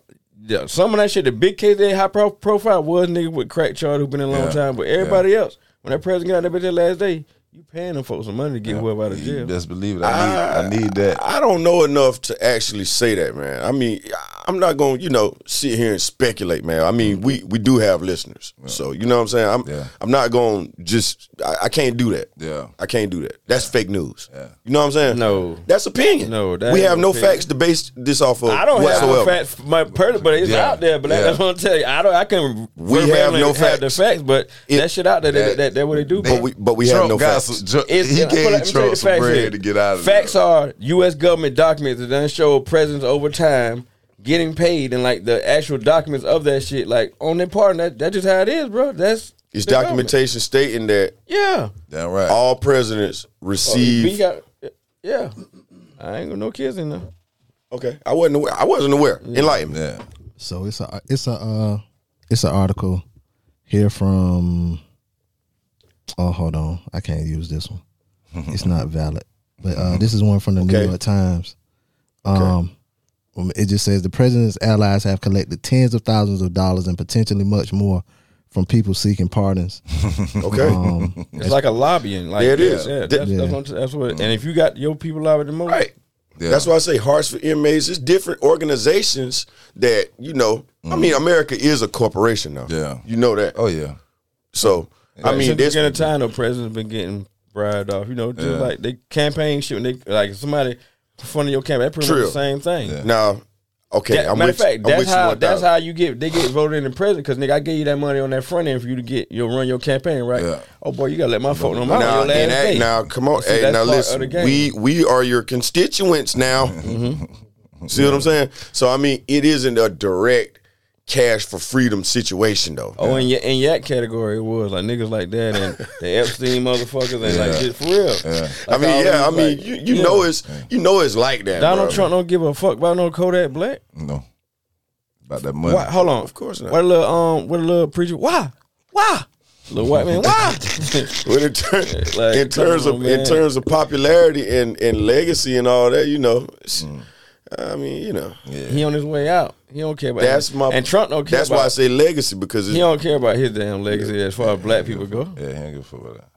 Speaker 6: Yeah, some of that shit, the big case that high pro- profile was nigga with crack charge who been in a long
Speaker 4: Yeah.
Speaker 6: time. But everybody else, when that president got out there that last day, you paying them folks some money to get whoever out of
Speaker 4: You
Speaker 6: jail.
Speaker 4: best believe it.
Speaker 5: Ah,
Speaker 4: I need, I need that.
Speaker 5: I don't know enough to actually say that, man. I mean, I'm not going to, you know, sit here and speculate, man. I mean, we we do have listeners. So, you know what I'm saying? I'm
Speaker 4: Yeah.
Speaker 5: I'm not going to just I, I can't do that.
Speaker 4: Yeah.
Speaker 5: I can't do that. That's fake news. You know what I'm saying?
Speaker 6: No.
Speaker 5: That's opinion.
Speaker 6: No, that
Speaker 5: We
Speaker 6: ain't
Speaker 5: have no
Speaker 6: opinion.
Speaker 5: facts to base this off of
Speaker 6: I don't
Speaker 5: whatsoever.
Speaker 6: have no facts, my per, but it's
Speaker 4: Yeah.
Speaker 6: out there. But
Speaker 4: Yeah.
Speaker 6: that's what I'm telling you. I don't. I can.
Speaker 5: We have no
Speaker 6: have the
Speaker 5: facts.
Speaker 6: facts, but
Speaker 5: It-
Speaker 6: that shit out there. That, that, that what they do.
Speaker 5: But we but we have
Speaker 4: Trump
Speaker 5: no
Speaker 4: got
Speaker 5: facts.
Speaker 4: some. Ju-
Speaker 6: It's-
Speaker 4: he
Speaker 6: yeah, but let
Speaker 4: gave
Speaker 6: me tell you
Speaker 4: Trump
Speaker 6: the
Speaker 4: some
Speaker 6: facts
Speaker 4: bread
Speaker 6: here.
Speaker 4: to get out of
Speaker 6: Facts
Speaker 4: there.
Speaker 6: are U.S. government documents that done show presence over time getting paid and like the actual documents of that shit. Like on their part, and that that's just how it is, bro. That's
Speaker 5: It's
Speaker 6: the government.
Speaker 5: documentation stating that
Speaker 6: Yeah.
Speaker 4: Damn right.
Speaker 5: all presidents
Speaker 6: Oh, We
Speaker 5: receive
Speaker 6: got. Yeah. I ain't got no kids in there.
Speaker 5: Okay. I wasn't aware. I wasn't aware. Enlighten me.
Speaker 4: yeah.
Speaker 9: So it's a it's a uh, it's an article Here from. Oh, hold on. I can't use this one. It's not valid. But uh, this is one from the
Speaker 5: Okay.
Speaker 9: New York Times. Um, um, It just says the president's allies have collected tens of thousands of dollars and potentially much more from people seeking pardons.
Speaker 5: Okay.
Speaker 9: Um,
Speaker 6: It's like a lobbying. Like
Speaker 5: Yeah, it is.
Speaker 6: Yeah, that's,
Speaker 9: Yeah.
Speaker 6: That's, what, I'm- that's what. And if you got your people lobbying the most,
Speaker 5: Right.
Speaker 4: Yeah.
Speaker 5: That's why I say Hearts for Inmates. It's different organizations that you know. I mean,
Speaker 6: Mm-hmm.
Speaker 5: America is a corporation now.
Speaker 4: Yeah.
Speaker 5: you know that.
Speaker 4: Oh yeah.
Speaker 5: So I mean,
Speaker 6: since the
Speaker 5: this
Speaker 6: beginning of time, the president's been getting bribed off. You know, just
Speaker 4: Yeah.
Speaker 6: like they campaign shit. When they like somebody in front of your campaign, that pretty much
Speaker 5: Trill.
Speaker 6: the same thing.
Speaker 5: now. Okay,
Speaker 6: That-
Speaker 5: I'm
Speaker 6: matter
Speaker 5: with,
Speaker 6: of fact,
Speaker 5: I'm
Speaker 6: that's
Speaker 5: with you
Speaker 6: how
Speaker 5: one
Speaker 6: that's
Speaker 5: thousand.
Speaker 6: how you get they get voted in the president because nigga, I gave you that money on that front end for you to get your run your campaign right.
Speaker 4: Yeah.
Speaker 6: Oh boy, you gotta let my phone on my
Speaker 5: Now, and
Speaker 6: your last
Speaker 5: that-
Speaker 6: day.
Speaker 5: now, come on.
Speaker 6: See,
Speaker 5: hey,
Speaker 6: that's
Speaker 5: now
Speaker 6: part of
Speaker 5: listen.
Speaker 6: the game.
Speaker 5: We we are your constituents now.
Speaker 6: Mm-hmm.
Speaker 5: See what I'm saying? So I mean, it isn't a direct cash for freedom situation though.
Speaker 6: Oh, in your in that category, it was like niggas like that and the Epstein motherfuckers and like shit for real.
Speaker 5: I
Speaker 6: Like, all
Speaker 5: mean, yeah. I
Speaker 6: these,
Speaker 5: mean,
Speaker 6: like,
Speaker 5: you, you
Speaker 6: yeah.
Speaker 5: know it's you know it's like that.
Speaker 6: Donald
Speaker 5: bro.
Speaker 6: Trump don't give a fuck about no Kodak Black.
Speaker 4: No. About that money.
Speaker 6: Why, hold on,
Speaker 5: Of course not.
Speaker 6: What a little um, what a little preacher. Why, why, little white man. Why?
Speaker 5: Well, in, ter-
Speaker 6: Like,
Speaker 5: in terms
Speaker 6: come
Speaker 5: of
Speaker 6: on,
Speaker 5: in
Speaker 6: man.
Speaker 5: terms of popularity and, and legacy and all that, you know, it's- I mean, you know,
Speaker 6: he on his way out. He don't care about.
Speaker 5: that's my
Speaker 6: and Trump don't care.
Speaker 5: That's
Speaker 6: about,
Speaker 5: why I say legacy because
Speaker 6: he
Speaker 5: it's,
Speaker 6: don't care about his damn legacy as far as black people go.
Speaker 4: Yeah, he ain't give a fuck about that.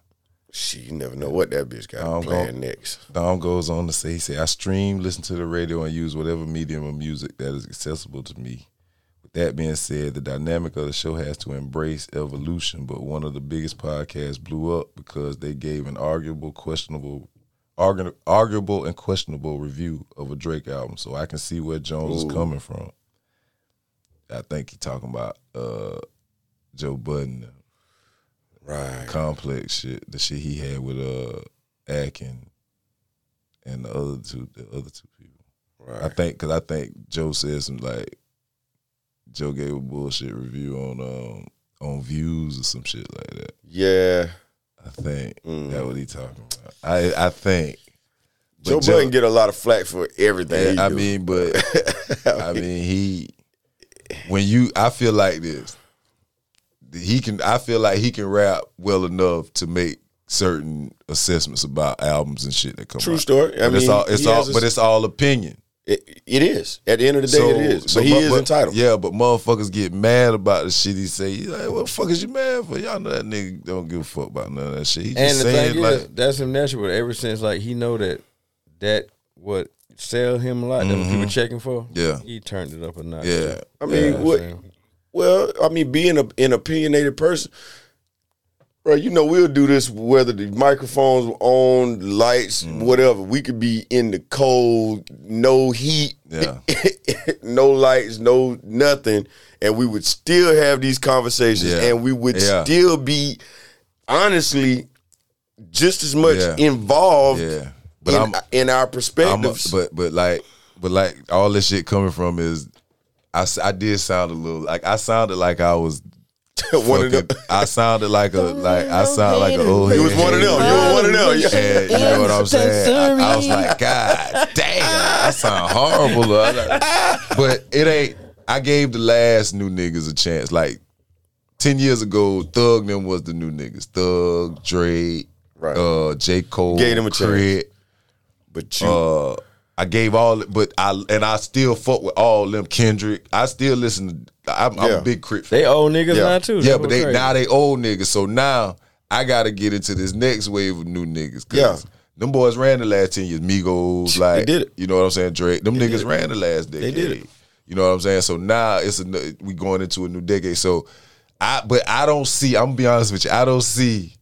Speaker 5: shit, you never know what that bitch
Speaker 4: I don't
Speaker 5: got planned
Speaker 4: go-
Speaker 5: next.
Speaker 4: Dom goes on to say, he said, I stream, listen to the radio, and use whatever medium of music that is accessible to me. With that being said, the dynamic of the show has to embrace evolution, but one of the biggest podcasts blew up because they gave an arguable, questionable, argu- arguable and questionable review of a Drake album. So I can see where Jones is coming from. I think he talking about uh, Joe Budden,
Speaker 5: Right.
Speaker 4: complex shit, the shit he had with uh Akin and the other two the other two people. I think because I think Joe said some like Joe gave a bullshit review on um on views or some shit like that.
Speaker 5: Yeah.
Speaker 4: I think
Speaker 5: Mm.
Speaker 4: that what he talking about. I I think. But
Speaker 5: Joe, Budden get a lot of flack for
Speaker 4: yeah,
Speaker 5: everything.
Speaker 4: I
Speaker 5: I
Speaker 4: mean,
Speaker 5: mean,
Speaker 4: but I mean, he when you I feel like this, he can. I feel like he can rap well enough to make certain assessments about albums and shit that come
Speaker 5: True
Speaker 4: out.
Speaker 5: story. I
Speaker 4: but it's
Speaker 5: mean,
Speaker 4: all, it's
Speaker 5: he
Speaker 4: all,
Speaker 5: has a-
Speaker 4: but it's all opinion.
Speaker 5: it, it is. At the end of the day, it is. But he
Speaker 4: mu-
Speaker 5: is entitled.
Speaker 4: Yeah, but motherfuckers get mad about the shit he say. He's like, what the fuck is you mad for? Y'all know that nigga don't give a fuck about none of that shit. He
Speaker 6: And
Speaker 4: just
Speaker 6: the
Speaker 4: saying
Speaker 6: thing
Speaker 4: like,
Speaker 6: is, that's him natural. Ever since like he know that that what sell him a lot that what people checking for.
Speaker 4: Mm-hmm. Yeah.
Speaker 6: he turned it up a notch.
Speaker 4: yeah,
Speaker 5: I mean, what? Well, I mean, being a, an opinionated person, bro, you know, we'll do this whether the microphones were on, lights,
Speaker 4: Mm.
Speaker 5: whatever. We could be in the cold, no heat,
Speaker 4: yeah,
Speaker 5: no lights, no nothing, and we would still have these conversations,
Speaker 4: Yeah.
Speaker 5: and we would
Speaker 4: Yeah.
Speaker 5: still be, honestly, just as much
Speaker 4: Yeah.
Speaker 5: involved
Speaker 4: yeah.
Speaker 5: in,
Speaker 4: I'm-
Speaker 5: in our
Speaker 4: I'm a-
Speaker 5: perspectives.
Speaker 4: but but like but like all this shit coming from is I, s- I did sound a little like I sounded like I was
Speaker 5: one of them.
Speaker 4: fucking- I sounded like a like I sound like an old.
Speaker 5: You was one of them. You were one of them. Yeah.
Speaker 4: And you know what I'm saying? I, I was like, God damn, I sound horrible. I was like- But it ain't. I gave the last new niggas a chance. Like ten years ago, Thug them was the new niggas. Thug, Drake,
Speaker 5: Right.
Speaker 4: uh, J Cole,
Speaker 5: Gave them a chance.
Speaker 4: Crit,
Speaker 5: But you,
Speaker 4: uh, I gave all, but I and I still fuck with all them Kendrick. I still listen. To, I'm, I'm
Speaker 5: Yeah.
Speaker 4: a big Crit fan.
Speaker 6: They old niggas
Speaker 5: Yeah.
Speaker 6: now too.
Speaker 4: yeah,
Speaker 6: That's
Speaker 4: but
Speaker 6: what's
Speaker 4: they
Speaker 6: crazy.
Speaker 4: now they old niggas. So now I gotta get into this next wave of new niggas. 'cause
Speaker 5: Yeah.
Speaker 4: them boys ran the last ten years. Migos, like
Speaker 5: did it.
Speaker 4: You know what I'm saying? Drake. Them niggas ran the last decade.
Speaker 5: did it.
Speaker 4: You know what I'm saying? So now it's a, we going into a new decade. So I, but I don't see. I'm gonna be honest with you. I don't see.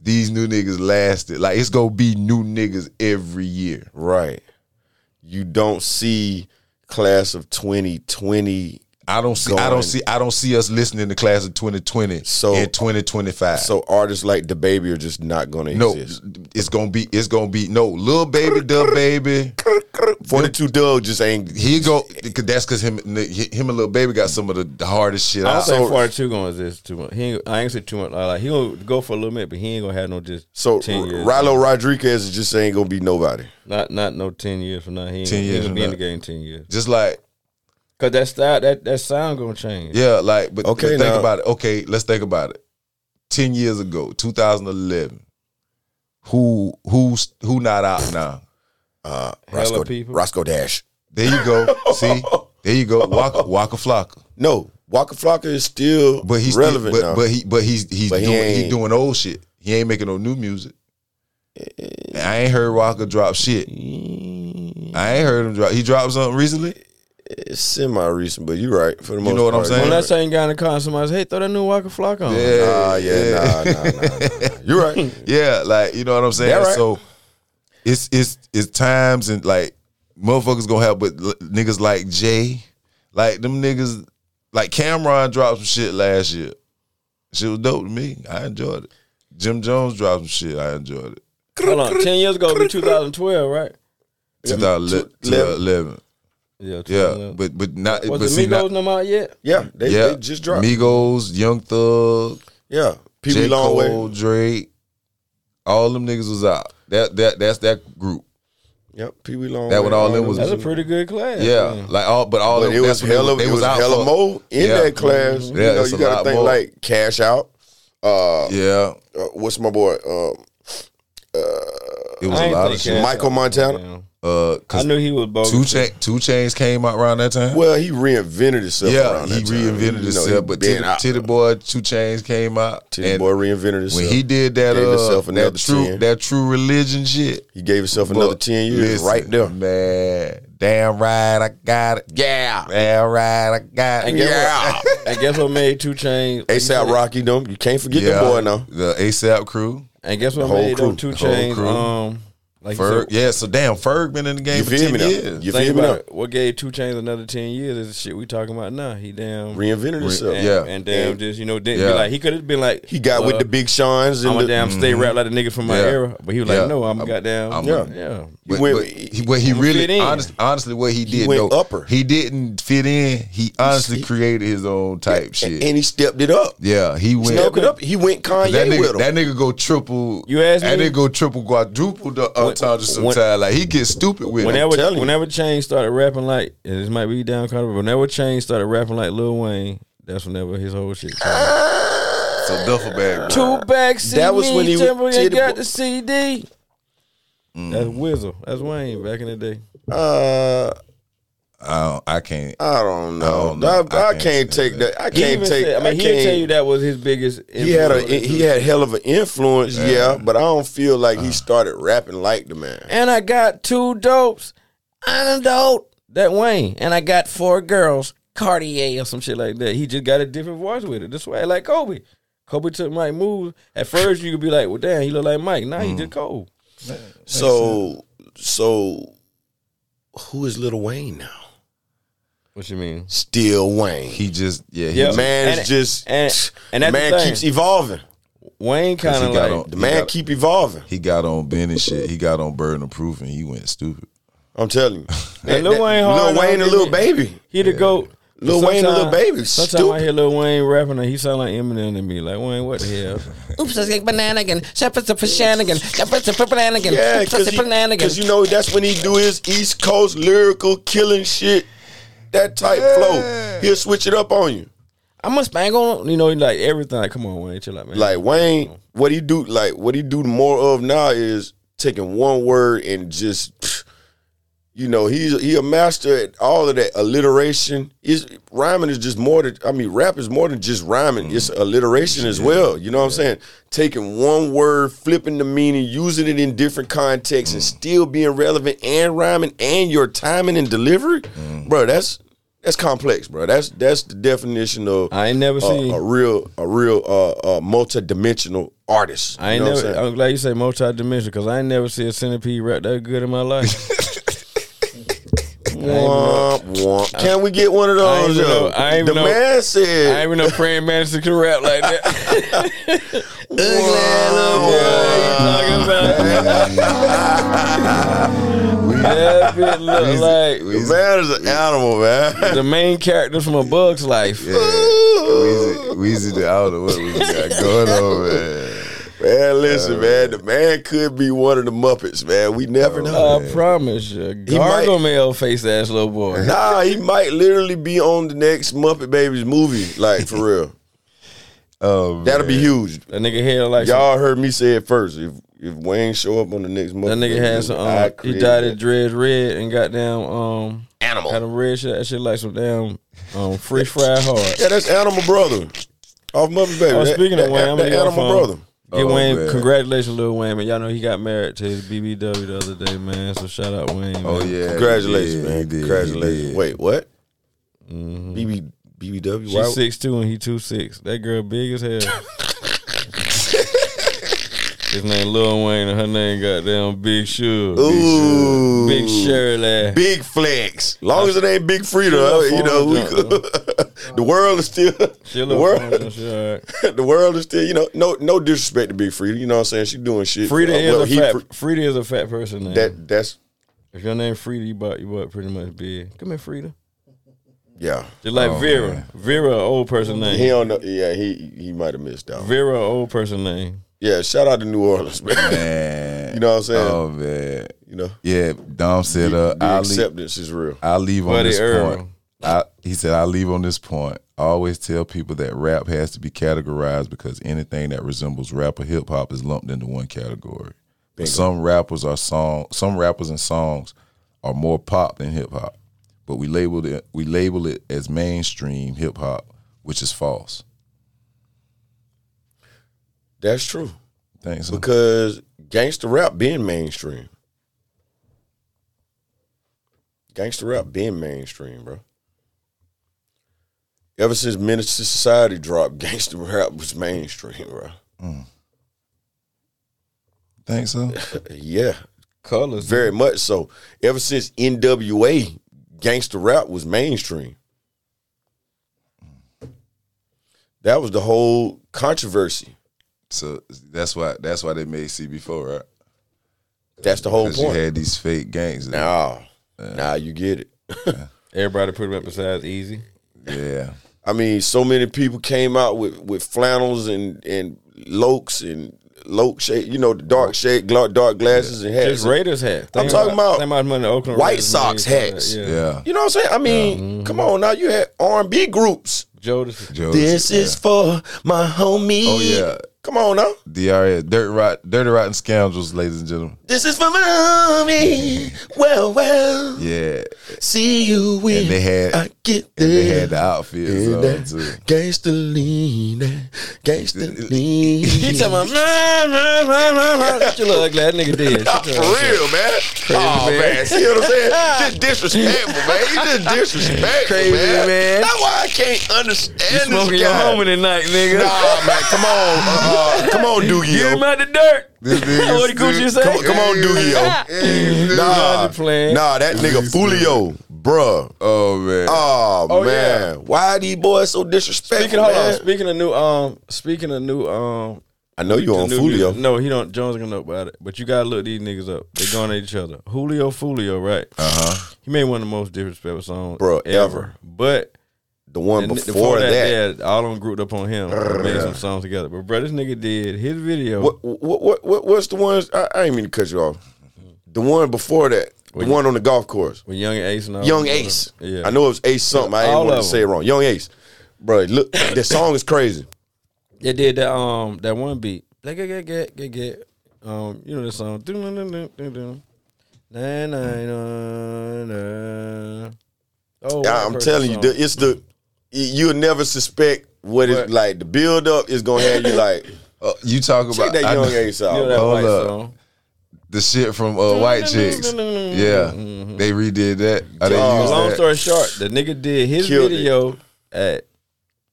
Speaker 4: These new niggas lasted like it's gonna be new niggas every year.
Speaker 5: Right. You don't see class of 2020.
Speaker 4: I don't see. I
Speaker 5: going.
Speaker 4: don't see. I don't see us listening to class of 2020
Speaker 5: So-
Speaker 4: in 2025.
Speaker 5: So artists like the baby are just not going to
Speaker 4: no,
Speaker 5: exist.
Speaker 4: it's gonna be. It's gonna be no little baby, dub baby.
Speaker 5: 42 Doug just ain't.
Speaker 4: He go. That's because him, him and little baby got some of the hardest shit.
Speaker 6: I
Speaker 4: out.
Speaker 6: don't think
Speaker 4: So,
Speaker 6: Florida Two gonna exist too much. He ain't, I ain't say too much. I Like, he gonna go for a little bit, but he ain't gonna have no just
Speaker 5: So R-
Speaker 6: ten years.
Speaker 5: Rilo Rodriguez just ain't going to be nobody.
Speaker 6: Not not no ten years from now. He ain't,
Speaker 4: 10
Speaker 6: he ain't
Speaker 4: years
Speaker 6: gonna
Speaker 4: from
Speaker 6: be in
Speaker 4: now.
Speaker 6: the game ten years.
Speaker 4: just like
Speaker 6: Cause that style, that that sound gonna change.
Speaker 4: Yeah, like but
Speaker 5: Okay,
Speaker 4: okay, think
Speaker 5: now-
Speaker 4: about it. Okay, let's think about it. Ten years ago, 2011. Who who's who not out now?
Speaker 6: Hella
Speaker 5: Uh, Roscoe,
Speaker 6: people.
Speaker 5: Roscoe Dash.
Speaker 4: There you go. See, there you go. Waka Waka Flocka.
Speaker 5: No, Waka Flocka is still
Speaker 4: But he's
Speaker 5: relevant.
Speaker 4: Still,
Speaker 5: now.
Speaker 4: but, but he but he's he's
Speaker 5: But he
Speaker 4: doing he
Speaker 5: ain't-
Speaker 4: doing old shit. He ain't making no new music.
Speaker 5: Eh.
Speaker 4: I ain't heard Waka drop shit. I ain't heard him drop. He dropped something recently.
Speaker 5: it's semi recent. But you're right for the most.
Speaker 4: know what I'm
Speaker 5: part.
Speaker 4: saying?
Speaker 6: When that same guy in the car, somebody says, "Hey, throw that new Walker Flock on."
Speaker 5: Nah, yeah, nah, nah, nah, nah, nah. You're right.
Speaker 4: Yeah, like you know what I'm saying.
Speaker 5: That right.
Speaker 4: So it's it's it's times and like motherfuckers gonna have, but l- niggas like Jay, like them niggas, like Cameron dropped some shit last year. Shit was dope to me. I enjoyed it. Jim Jones dropped some shit. I enjoyed it.
Speaker 6: Hold on, ten years ago, it'd be 2012, right?
Speaker 4: 2011.
Speaker 5: tw-
Speaker 4: 2011.
Speaker 5: eleven.
Speaker 6: Yeah, 2011.
Speaker 4: Yeah, but but not.
Speaker 6: was
Speaker 4: but
Speaker 6: the
Speaker 4: see, not-
Speaker 6: Migos no out yet?
Speaker 5: Yeah, they,
Speaker 4: yeah,
Speaker 5: they just dropped.
Speaker 4: Migos, Young Thug,
Speaker 5: Yeah,
Speaker 4: J
Speaker 5: PB Long
Speaker 4: Cole,
Speaker 5: Way.
Speaker 4: Drake, all them niggas was out. That that that's that group.
Speaker 5: Yep, Pee Wee Long.
Speaker 4: That
Speaker 5: Way,
Speaker 4: when all them was-
Speaker 6: That's a pretty good class.
Speaker 4: Yeah, like all, but all
Speaker 5: But
Speaker 4: them,
Speaker 5: it was
Speaker 4: that's what
Speaker 5: hella,
Speaker 4: they,
Speaker 5: it
Speaker 4: was
Speaker 5: was
Speaker 4: out for.
Speaker 5: hella more
Speaker 4: Yeah.
Speaker 5: in
Speaker 4: Mm-hmm.
Speaker 5: that class.
Speaker 4: Yeah,
Speaker 5: you know,
Speaker 4: it's
Speaker 5: you
Speaker 4: a
Speaker 5: got
Speaker 4: lot
Speaker 5: to think
Speaker 4: more.
Speaker 5: like Cash Out. Uh,
Speaker 4: Yeah,
Speaker 5: uh, what's my boy? Um,
Speaker 4: it was
Speaker 6: I
Speaker 4: a
Speaker 6: ain't
Speaker 4: lot
Speaker 6: think
Speaker 4: of shit.
Speaker 5: Michael Montana.
Speaker 4: Uh,
Speaker 6: I
Speaker 4: cause
Speaker 6: knew he was bogus.
Speaker 4: two cha- two chains came out around that time.
Speaker 5: Well, he reinvented himself.
Speaker 4: yeah,
Speaker 5: around
Speaker 4: he
Speaker 5: that time. You know,
Speaker 4: reinvented
Speaker 5: he
Speaker 4: himself. but
Speaker 5: been
Speaker 4: Titty,
Speaker 5: out.
Speaker 4: Titty Boy, two chains came out.
Speaker 5: Titty
Speaker 4: and
Speaker 5: boy reinvented himself.
Speaker 4: when he did that,
Speaker 5: gave
Speaker 4: uh,
Speaker 5: himself another
Speaker 4: that true
Speaker 5: 10.
Speaker 4: that true religion shit.
Speaker 5: he gave himself another
Speaker 4: But
Speaker 5: ten years
Speaker 4: listen,
Speaker 5: right there.
Speaker 4: man. Damn right, I got it.
Speaker 5: Yeah,
Speaker 4: Damn right, I got it.
Speaker 6: And guess what? And guess what made Two Chains?
Speaker 5: ASAP Rocky. Them you can't forget
Speaker 4: yeah,
Speaker 5: that boy now.
Speaker 4: the ASAP crew.
Speaker 6: And guess what
Speaker 5: The whole
Speaker 6: made those
Speaker 5: crew.
Speaker 6: Two
Speaker 4: The whole
Speaker 6: Chains?
Speaker 4: crew.
Speaker 6: Um, like you
Speaker 4: Ferg,
Speaker 6: said,
Speaker 4: yeah. So damn, Ferg been in the game
Speaker 5: You
Speaker 4: for
Speaker 5: feel
Speaker 4: ten
Speaker 5: me now?
Speaker 4: years.
Speaker 5: You
Speaker 6: think
Speaker 5: feel me
Speaker 6: about
Speaker 5: now?
Speaker 6: it. What gave Two Chains another ten years is the shit we talking about now. He damn
Speaker 5: Reinvented himself.
Speaker 6: and,
Speaker 4: yeah.
Speaker 6: and damn just you know didn't
Speaker 4: Yeah.
Speaker 6: be like he could have been like
Speaker 5: He got with
Speaker 6: uh,
Speaker 5: the Big Sean's and
Speaker 6: I'm
Speaker 5: the, Mm-hmm.
Speaker 6: a damn stay rap like the nigga from my
Speaker 4: Yeah.
Speaker 6: era, but he was like
Speaker 4: Yeah.
Speaker 6: no, I'm,
Speaker 4: I'm-
Speaker 6: goddamn
Speaker 4: I'm
Speaker 6: yeah
Speaker 4: a-
Speaker 6: yeah.
Speaker 4: But,
Speaker 5: went-
Speaker 4: but he, what he
Speaker 6: I'ma fit
Speaker 4: really
Speaker 6: in.
Speaker 4: honest, honestly what he did
Speaker 5: went
Speaker 4: though,
Speaker 5: upper.
Speaker 4: he didn't fit in. He honestly created his own type shit.
Speaker 5: and, and he stepped it up.
Speaker 4: yeah, he went
Speaker 5: Stepped it up. He went Kanye
Speaker 4: That
Speaker 5: with
Speaker 4: nigga,
Speaker 5: him.
Speaker 4: that nigga go triple.
Speaker 6: You ask
Speaker 4: that
Speaker 6: me?
Speaker 4: nigga go triple quadruple the entendre
Speaker 6: when-
Speaker 4: sometimes. like he gets stupid with it.
Speaker 6: Whenever
Speaker 5: telling you.
Speaker 6: whenever Chain started rapping like and this might be down kind of, but whenever Chain started rapping like Lil Wayne, that's whenever his whole shit. Came.
Speaker 4: So duffel bag.
Speaker 6: Two back CD.
Speaker 5: That was when he was-
Speaker 6: Timberland
Speaker 5: Titty
Speaker 6: got
Speaker 5: Boy. Mm.
Speaker 6: the CD. That's Whistle. That's Wayne back in the day.
Speaker 5: uh,
Speaker 4: I, don't- I can't.
Speaker 5: I don't know. I,
Speaker 4: don't know. I
Speaker 5: I,
Speaker 4: can't
Speaker 5: can't,
Speaker 4: say
Speaker 5: take that. I
Speaker 6: He
Speaker 5: can't
Speaker 6: even
Speaker 5: take.
Speaker 6: said- I mean, he'll
Speaker 5: can't,
Speaker 6: tell you that was his biggest.
Speaker 5: He had a
Speaker 6: influence.
Speaker 5: he had hell of an influence, yeah, Uh. but I don't feel like he started rapping like the man.
Speaker 6: and I got two dopes. I'm dope. That Wayne. And I got four girls. Cartier or some shit like that. He just got a different voice with it. That's why I like Kobe. Kobe took Mike moves. At first you could be like, well damn, he look like Mike. Now
Speaker 5: Hmm.
Speaker 6: he just cold.
Speaker 5: So so who is Little Wayne now?
Speaker 6: What you mean?
Speaker 5: Still Wayne.
Speaker 4: He just yeah. He
Speaker 6: Yeah.
Speaker 5: the man
Speaker 6: And-
Speaker 5: is just
Speaker 6: and- and
Speaker 5: the
Speaker 6: that's the
Speaker 5: man
Speaker 6: thing.
Speaker 5: keeps evolving.
Speaker 6: Wayne kinda
Speaker 4: he got
Speaker 6: like
Speaker 4: on-
Speaker 5: The
Speaker 4: He
Speaker 5: man
Speaker 4: got-
Speaker 5: keep evolving.
Speaker 4: He got on Ben and shit. He got on burden of proof and he went stupid.
Speaker 5: I'm telling you. That-
Speaker 6: Lil
Speaker 5: that-
Speaker 6: Wayne hard
Speaker 5: Lil
Speaker 6: on
Speaker 5: Wayne
Speaker 6: that
Speaker 5: and Lil
Speaker 6: nigga.
Speaker 5: Baby.
Speaker 6: he the goat.
Speaker 5: Lil Wayne and Lil
Speaker 6: Sometime-
Speaker 5: Baby,
Speaker 6: Sometimes I
Speaker 5: stupid.
Speaker 6: hear Lil Wayne rapping and he sound like Eminem to me. Like Wayne, what the hell?
Speaker 10: Oops, I said banana again. Shepherd's a shenanigan. Shepherd's a bananigan.
Speaker 5: Yeah,
Speaker 10: Oops, I
Speaker 5: because
Speaker 10: said banana again.
Speaker 5: you know that's when he do his East Coast lyrical killing shit, that type flow. He'll switch it up on you.
Speaker 6: I'm a spangle on you know, like everything. Like, come on, Wayne, chill out, man.
Speaker 5: Like Wayne, what he do, like what he do more of now is taking one word and just, pff, you know, he's he a master at all of that alliteration. Is rhyming is just more than I mean, rap is more than just rhyming. It's
Speaker 6: Mm.
Speaker 5: alliteration as well. You know what I'm saying? Taking one word, flipping the meaning, using it in different contexts,
Speaker 6: Mm.
Speaker 5: and still being relevant and rhyming and your timing and delivery,
Speaker 6: Mm.
Speaker 5: bro. That's that's complex, bro. That's that's the definition of
Speaker 6: I ain't never
Speaker 5: a,
Speaker 6: seen
Speaker 5: a real a real uh, uh multi-dimensional artist.
Speaker 6: I ain't
Speaker 5: You know what
Speaker 6: never.
Speaker 5: I'm
Speaker 6: I'm glad you say multi-dimensional because I ain't never see a centipede rap that good in my life.
Speaker 5: saying? Womp, womp. Can we get one of
Speaker 6: I ain't
Speaker 5: those?
Speaker 6: even
Speaker 5: yo?
Speaker 6: know- I ain't
Speaker 5: the
Speaker 6: even know-
Speaker 5: man
Speaker 6: I
Speaker 5: said,
Speaker 6: ain't even know praying mantis can rap like that.
Speaker 5: Oh,
Speaker 6: that bitch look like
Speaker 5: "The man is an animal, man."
Speaker 6: the main character from A Bug's Life.
Speaker 4: Yeah. Weezy, Weezy, I don't know what we got going on, man.
Speaker 5: man, Man,
Speaker 6: Uh,
Speaker 5: listen, man. The man could be one of the Muppets, man. We never
Speaker 6: Oh,
Speaker 5: know.
Speaker 6: I promise you,
Speaker 5: He might-
Speaker 6: gargamel face ass little boy.
Speaker 5: nah, he might literally be on the next Muppet Babies movie, like for real.
Speaker 4: Oh,
Speaker 5: That'll be
Speaker 6: man.
Speaker 5: huge.
Speaker 6: That nigga had like some-
Speaker 5: y'all heard me say it first. If if Wayne show up on the next Muppet,
Speaker 6: That nigga had
Speaker 4: uh,
Speaker 6: some. Um, he dyed it dread red and got down um animal. Had a red shit. That shit like some damn um fresh fried hard.
Speaker 5: Yeah, that's Animal Brother off Muppet Baby.
Speaker 6: Oh,
Speaker 5: That-
Speaker 6: speaking
Speaker 5: that-
Speaker 6: of Wham,
Speaker 5: that,
Speaker 6: I'm
Speaker 5: Animal Brother.
Speaker 6: Get
Speaker 5: Oh,
Speaker 6: Wayne,
Speaker 5: man.
Speaker 6: congratulations, Lil Wayne. Man, y'all know he got married to his BBW the other day, man. So shout out Wayne.
Speaker 4: Oh,
Speaker 6: man.
Speaker 4: yeah.
Speaker 5: Congratulations,
Speaker 4: he did,
Speaker 5: man.
Speaker 4: he did, he
Speaker 5: Congratulations.
Speaker 4: did.
Speaker 5: Wait, what?
Speaker 6: Mhm.
Speaker 5: BB BBW.
Speaker 6: She
Speaker 5: Why-
Speaker 6: six two and he two six. That girl big as hell. His name Lil Wayne and her name goddamn Big Suge.
Speaker 5: Ooh.
Speaker 6: Big Shirley.
Speaker 5: Big flex. Long as it ain't Big Frida,
Speaker 6: She a
Speaker 5: you know, we
Speaker 6: foreign
Speaker 5: could, the world is still
Speaker 6: She
Speaker 5: the
Speaker 6: a little
Speaker 5: world,
Speaker 6: funny, she all right.
Speaker 5: the world is still, you know, no no disrespect to Big Frida, you know what I'm saying? She doing shit.
Speaker 6: Frida
Speaker 5: uh,
Speaker 6: is
Speaker 5: well,
Speaker 6: a
Speaker 5: he
Speaker 6: fat. Mm.
Speaker 5: fr-
Speaker 6: Frida is a fat person. Name.
Speaker 5: that that's
Speaker 6: if your name Frida, you bought you bought pretty much big. Come here, Frida.
Speaker 5: yeah.
Speaker 6: Just like
Speaker 5: Oh,
Speaker 6: Vera.
Speaker 5: man.
Speaker 6: Vera, a old person name.
Speaker 5: He don't know yeah, he he might have missed out.
Speaker 6: Vera, a old person name.
Speaker 5: Yeah, shout out to New Orleans, man.
Speaker 4: Man.
Speaker 5: You know what I'm saying?
Speaker 4: Oh man.
Speaker 5: You know?
Speaker 4: Yeah, Dom said uh
Speaker 5: The- the
Speaker 4: I
Speaker 5: acceptance is real.
Speaker 4: I leave on
Speaker 6: Buddy
Speaker 4: this
Speaker 6: Earl.
Speaker 4: point. I, he said I leave on this point. I always tell people that rap has to be categorized because anything that resembles rap or hip hop is lumped into one category. But
Speaker 5: Bingo.
Speaker 4: some rappers are song some rappers and songs are more pop than hip hop. But we labeled it we label it as mainstream hip hop, which is false.
Speaker 5: That's true.
Speaker 4: Thanks.
Speaker 5: Because gangster rap been mainstream. Gangster rap been mainstream, bro. Ever since Menace to Society dropped, gangster rap was mainstream, bro.
Speaker 4: Think so?
Speaker 5: yeah.
Speaker 6: Colors.
Speaker 5: Very much so. Ever since NWA, gangster rap was mainstream. That was the whole controversy.
Speaker 4: So that's why that's why they made CB4, right?
Speaker 5: That's the whole
Speaker 4: Because you
Speaker 5: point.
Speaker 4: had these fake gangs.
Speaker 5: Now, now you get it.
Speaker 6: Everybody put him up besides Easy.
Speaker 4: Yeah.
Speaker 5: I mean, so many people came out with, with flannels and and lokes and loke shade, you know, the dark shade, gla- dark glasses and hats.
Speaker 6: Just Raiders hat.
Speaker 5: I'm
Speaker 6: Think
Speaker 5: talking about
Speaker 6: think money Oakland
Speaker 5: White
Speaker 6: Raiders
Speaker 5: Sox
Speaker 6: made for
Speaker 5: hats.
Speaker 6: that,
Speaker 4: Yeah. Uh-huh.
Speaker 5: You know what I'm saying? I mean, come on now, you had R and B groups.
Speaker 6: Jodeci.
Speaker 4: Joe,
Speaker 5: This is for my homie.
Speaker 4: Oh yeah.
Speaker 5: Come on now.
Speaker 4: DRS, Dirt Rot, Dirty Rotten Scoundrels, ladies and gentlemen.
Speaker 5: This is for my homie. well, well.
Speaker 4: Yeah.
Speaker 5: See you when
Speaker 4: And they had
Speaker 5: I get
Speaker 4: and
Speaker 5: there.
Speaker 4: they had uh, the outfits
Speaker 5: In
Speaker 4: on too.
Speaker 5: that gangster lean, that
Speaker 11: eh.
Speaker 5: gangster lean.
Speaker 6: He talking about, man, man, man, man, man. That's your little ugly ass nigga did. Shut
Speaker 5: Not
Speaker 6: your
Speaker 5: Ah, for
Speaker 6: ugly ass.
Speaker 5: real, man. Oh
Speaker 6: man.
Speaker 5: man. see what I'm saying? Just disrespectful, man. You just disrespectful,
Speaker 6: Crazy,
Speaker 5: man.
Speaker 6: man.
Speaker 5: That's why I can't understand
Speaker 6: Smoking
Speaker 5: this
Speaker 6: your
Speaker 5: guy.
Speaker 6: homie tonight, nigga.
Speaker 5: Nah, man. Come on, uh, uh, come on, Doogie.
Speaker 6: Get
Speaker 5: yo.
Speaker 6: him out the dirt.
Speaker 4: This nigga
Speaker 6: What the
Speaker 4: still-
Speaker 6: Gucci say?
Speaker 5: Come, come on, Doogie. yo.
Speaker 6: Nah,
Speaker 5: Nah,
Speaker 6: they playing.
Speaker 5: nah, that nigga Fulio, bruh.
Speaker 4: Oh man.
Speaker 5: Oh,
Speaker 6: Oh,
Speaker 5: man, why these boys so disrespectful?
Speaker 6: Speaking, hold on.
Speaker 5: man?
Speaker 6: Speaking of new, um, speaking of new, um,
Speaker 5: I know you
Speaker 6: the
Speaker 5: on
Speaker 6: new
Speaker 5: Fulio.
Speaker 6: music- No, he don't. Jones gonna know about it. But you gotta look these niggas up. They going at each other. Julio Fulio, right? Uh huh. He made one of the most disrespectful songs,
Speaker 5: Uh-huh. Bro, ever.
Speaker 6: But
Speaker 5: The one
Speaker 6: the-
Speaker 5: before,
Speaker 6: before
Speaker 5: that.
Speaker 6: that, yeah, all of them grouped up on him, and made some songs together. But bro, this nigga did his video.
Speaker 5: What, what what what what's the ones? I, I ain't mean to cut you off. The one before that, the one on the golf course.
Speaker 6: With Young Ace and all
Speaker 5: Young
Speaker 6: them.
Speaker 5: Ace.
Speaker 6: Oh, Yeah.
Speaker 5: I know it was Ace something. I
Speaker 6: All
Speaker 5: didn't want to
Speaker 6: of
Speaker 5: say it
Speaker 6: them.
Speaker 5: wrong. Young Ace. Bro, look, the song is crazy.
Speaker 6: They did that um that one beat. Like get get get get get. Um, you know the song. Do do do do do. Na na na na. Oh,
Speaker 5: I, am telling you, the- it's the y- you'll never suspect what it's
Speaker 6: But-
Speaker 5: like. The build up is gonna have you like
Speaker 4: Uh, you talk about
Speaker 5: check that
Speaker 4: I
Speaker 5: Young
Speaker 4: know-
Speaker 5: Ace out.
Speaker 6: You know that
Speaker 4: Hold
Speaker 6: white
Speaker 4: up.
Speaker 6: song.
Speaker 4: the shit from uh, White Chicks. Yeah. They redid that. Oh, they
Speaker 5: Oh,
Speaker 4: used
Speaker 6: Long
Speaker 4: that.
Speaker 6: story short, the nigga did his
Speaker 5: Killed it.
Speaker 6: video at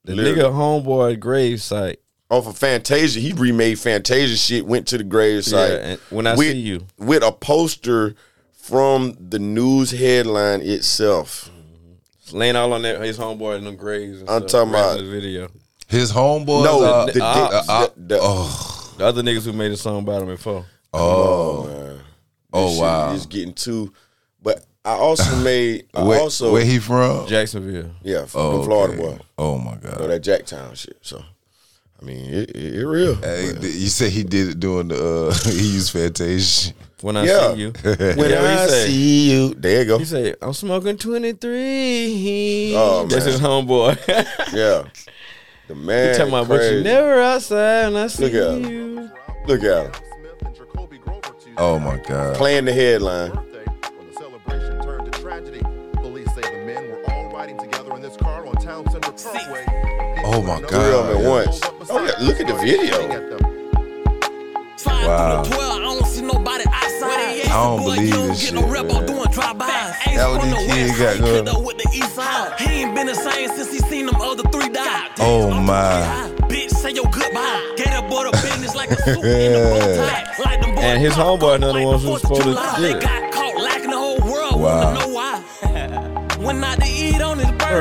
Speaker 6: the
Speaker 5: Literally.
Speaker 6: nigga homeboy grave site.
Speaker 5: Off of Fantasia, he remade Fantasia shit. Went to the gravesite.
Speaker 6: Yeah, and when I see you.
Speaker 5: with a poster from the news headline itself.
Speaker 6: Laying all on that his homeboy in them graves. And
Speaker 5: I'm
Speaker 6: stuff,
Speaker 5: talking about-
Speaker 6: rapping the video.
Speaker 4: His homeboy.
Speaker 5: No,
Speaker 4: uh,
Speaker 5: the, the,
Speaker 6: uh,
Speaker 5: the- the-
Speaker 6: The other niggas who made a song about him before.
Speaker 4: oh,
Speaker 5: shit
Speaker 4: oh wow.
Speaker 5: is getting too. But I also made. I
Speaker 4: Where,
Speaker 5: also
Speaker 4: where he from?
Speaker 6: Jacksonville.
Speaker 5: Yeah, from
Speaker 4: oh,
Speaker 5: Florida
Speaker 4: okay.
Speaker 5: boy.
Speaker 4: Oh my
Speaker 5: Or
Speaker 4: god.
Speaker 5: that Jacktown shit. So I mean, it, it, it real.
Speaker 4: Hey, d- you say he did it doing the uh, he used Fantasia.
Speaker 6: When I see you.
Speaker 5: When I see you, there you go.
Speaker 6: He said, I'm smoking 23.
Speaker 5: Oh,
Speaker 6: That's
Speaker 5: man.
Speaker 6: his homeboy.
Speaker 5: yeah, the man.
Speaker 6: he talking about, but you
Speaker 5: crazy.
Speaker 6: never outside and I see
Speaker 5: Look at him.
Speaker 6: you.
Speaker 5: Look at him
Speaker 4: Oh my god.
Speaker 5: playing the headline.
Speaker 4: Oh my
Speaker 5: Three of
Speaker 4: god.
Speaker 5: them at once. Oh yeah, look at the video.
Speaker 4: Wow.
Speaker 12: Well, I don't see nobody outside.
Speaker 4: I don't believe this shit. man. That what these kids got going.
Speaker 12: With the east side. He ain't been the same since he seen them other three die.
Speaker 4: Oh my.
Speaker 12: Bitch, say your goodbye. Get a boy to business like a
Speaker 4: Yeah.
Speaker 12: like them boys
Speaker 6: And his homeboy, another one who's supposed to
Speaker 12: They
Speaker 6: do
Speaker 12: got caught lacking the whole world.
Speaker 4: Wow.
Speaker 12: Wanna know why? When not to eat on his birthday.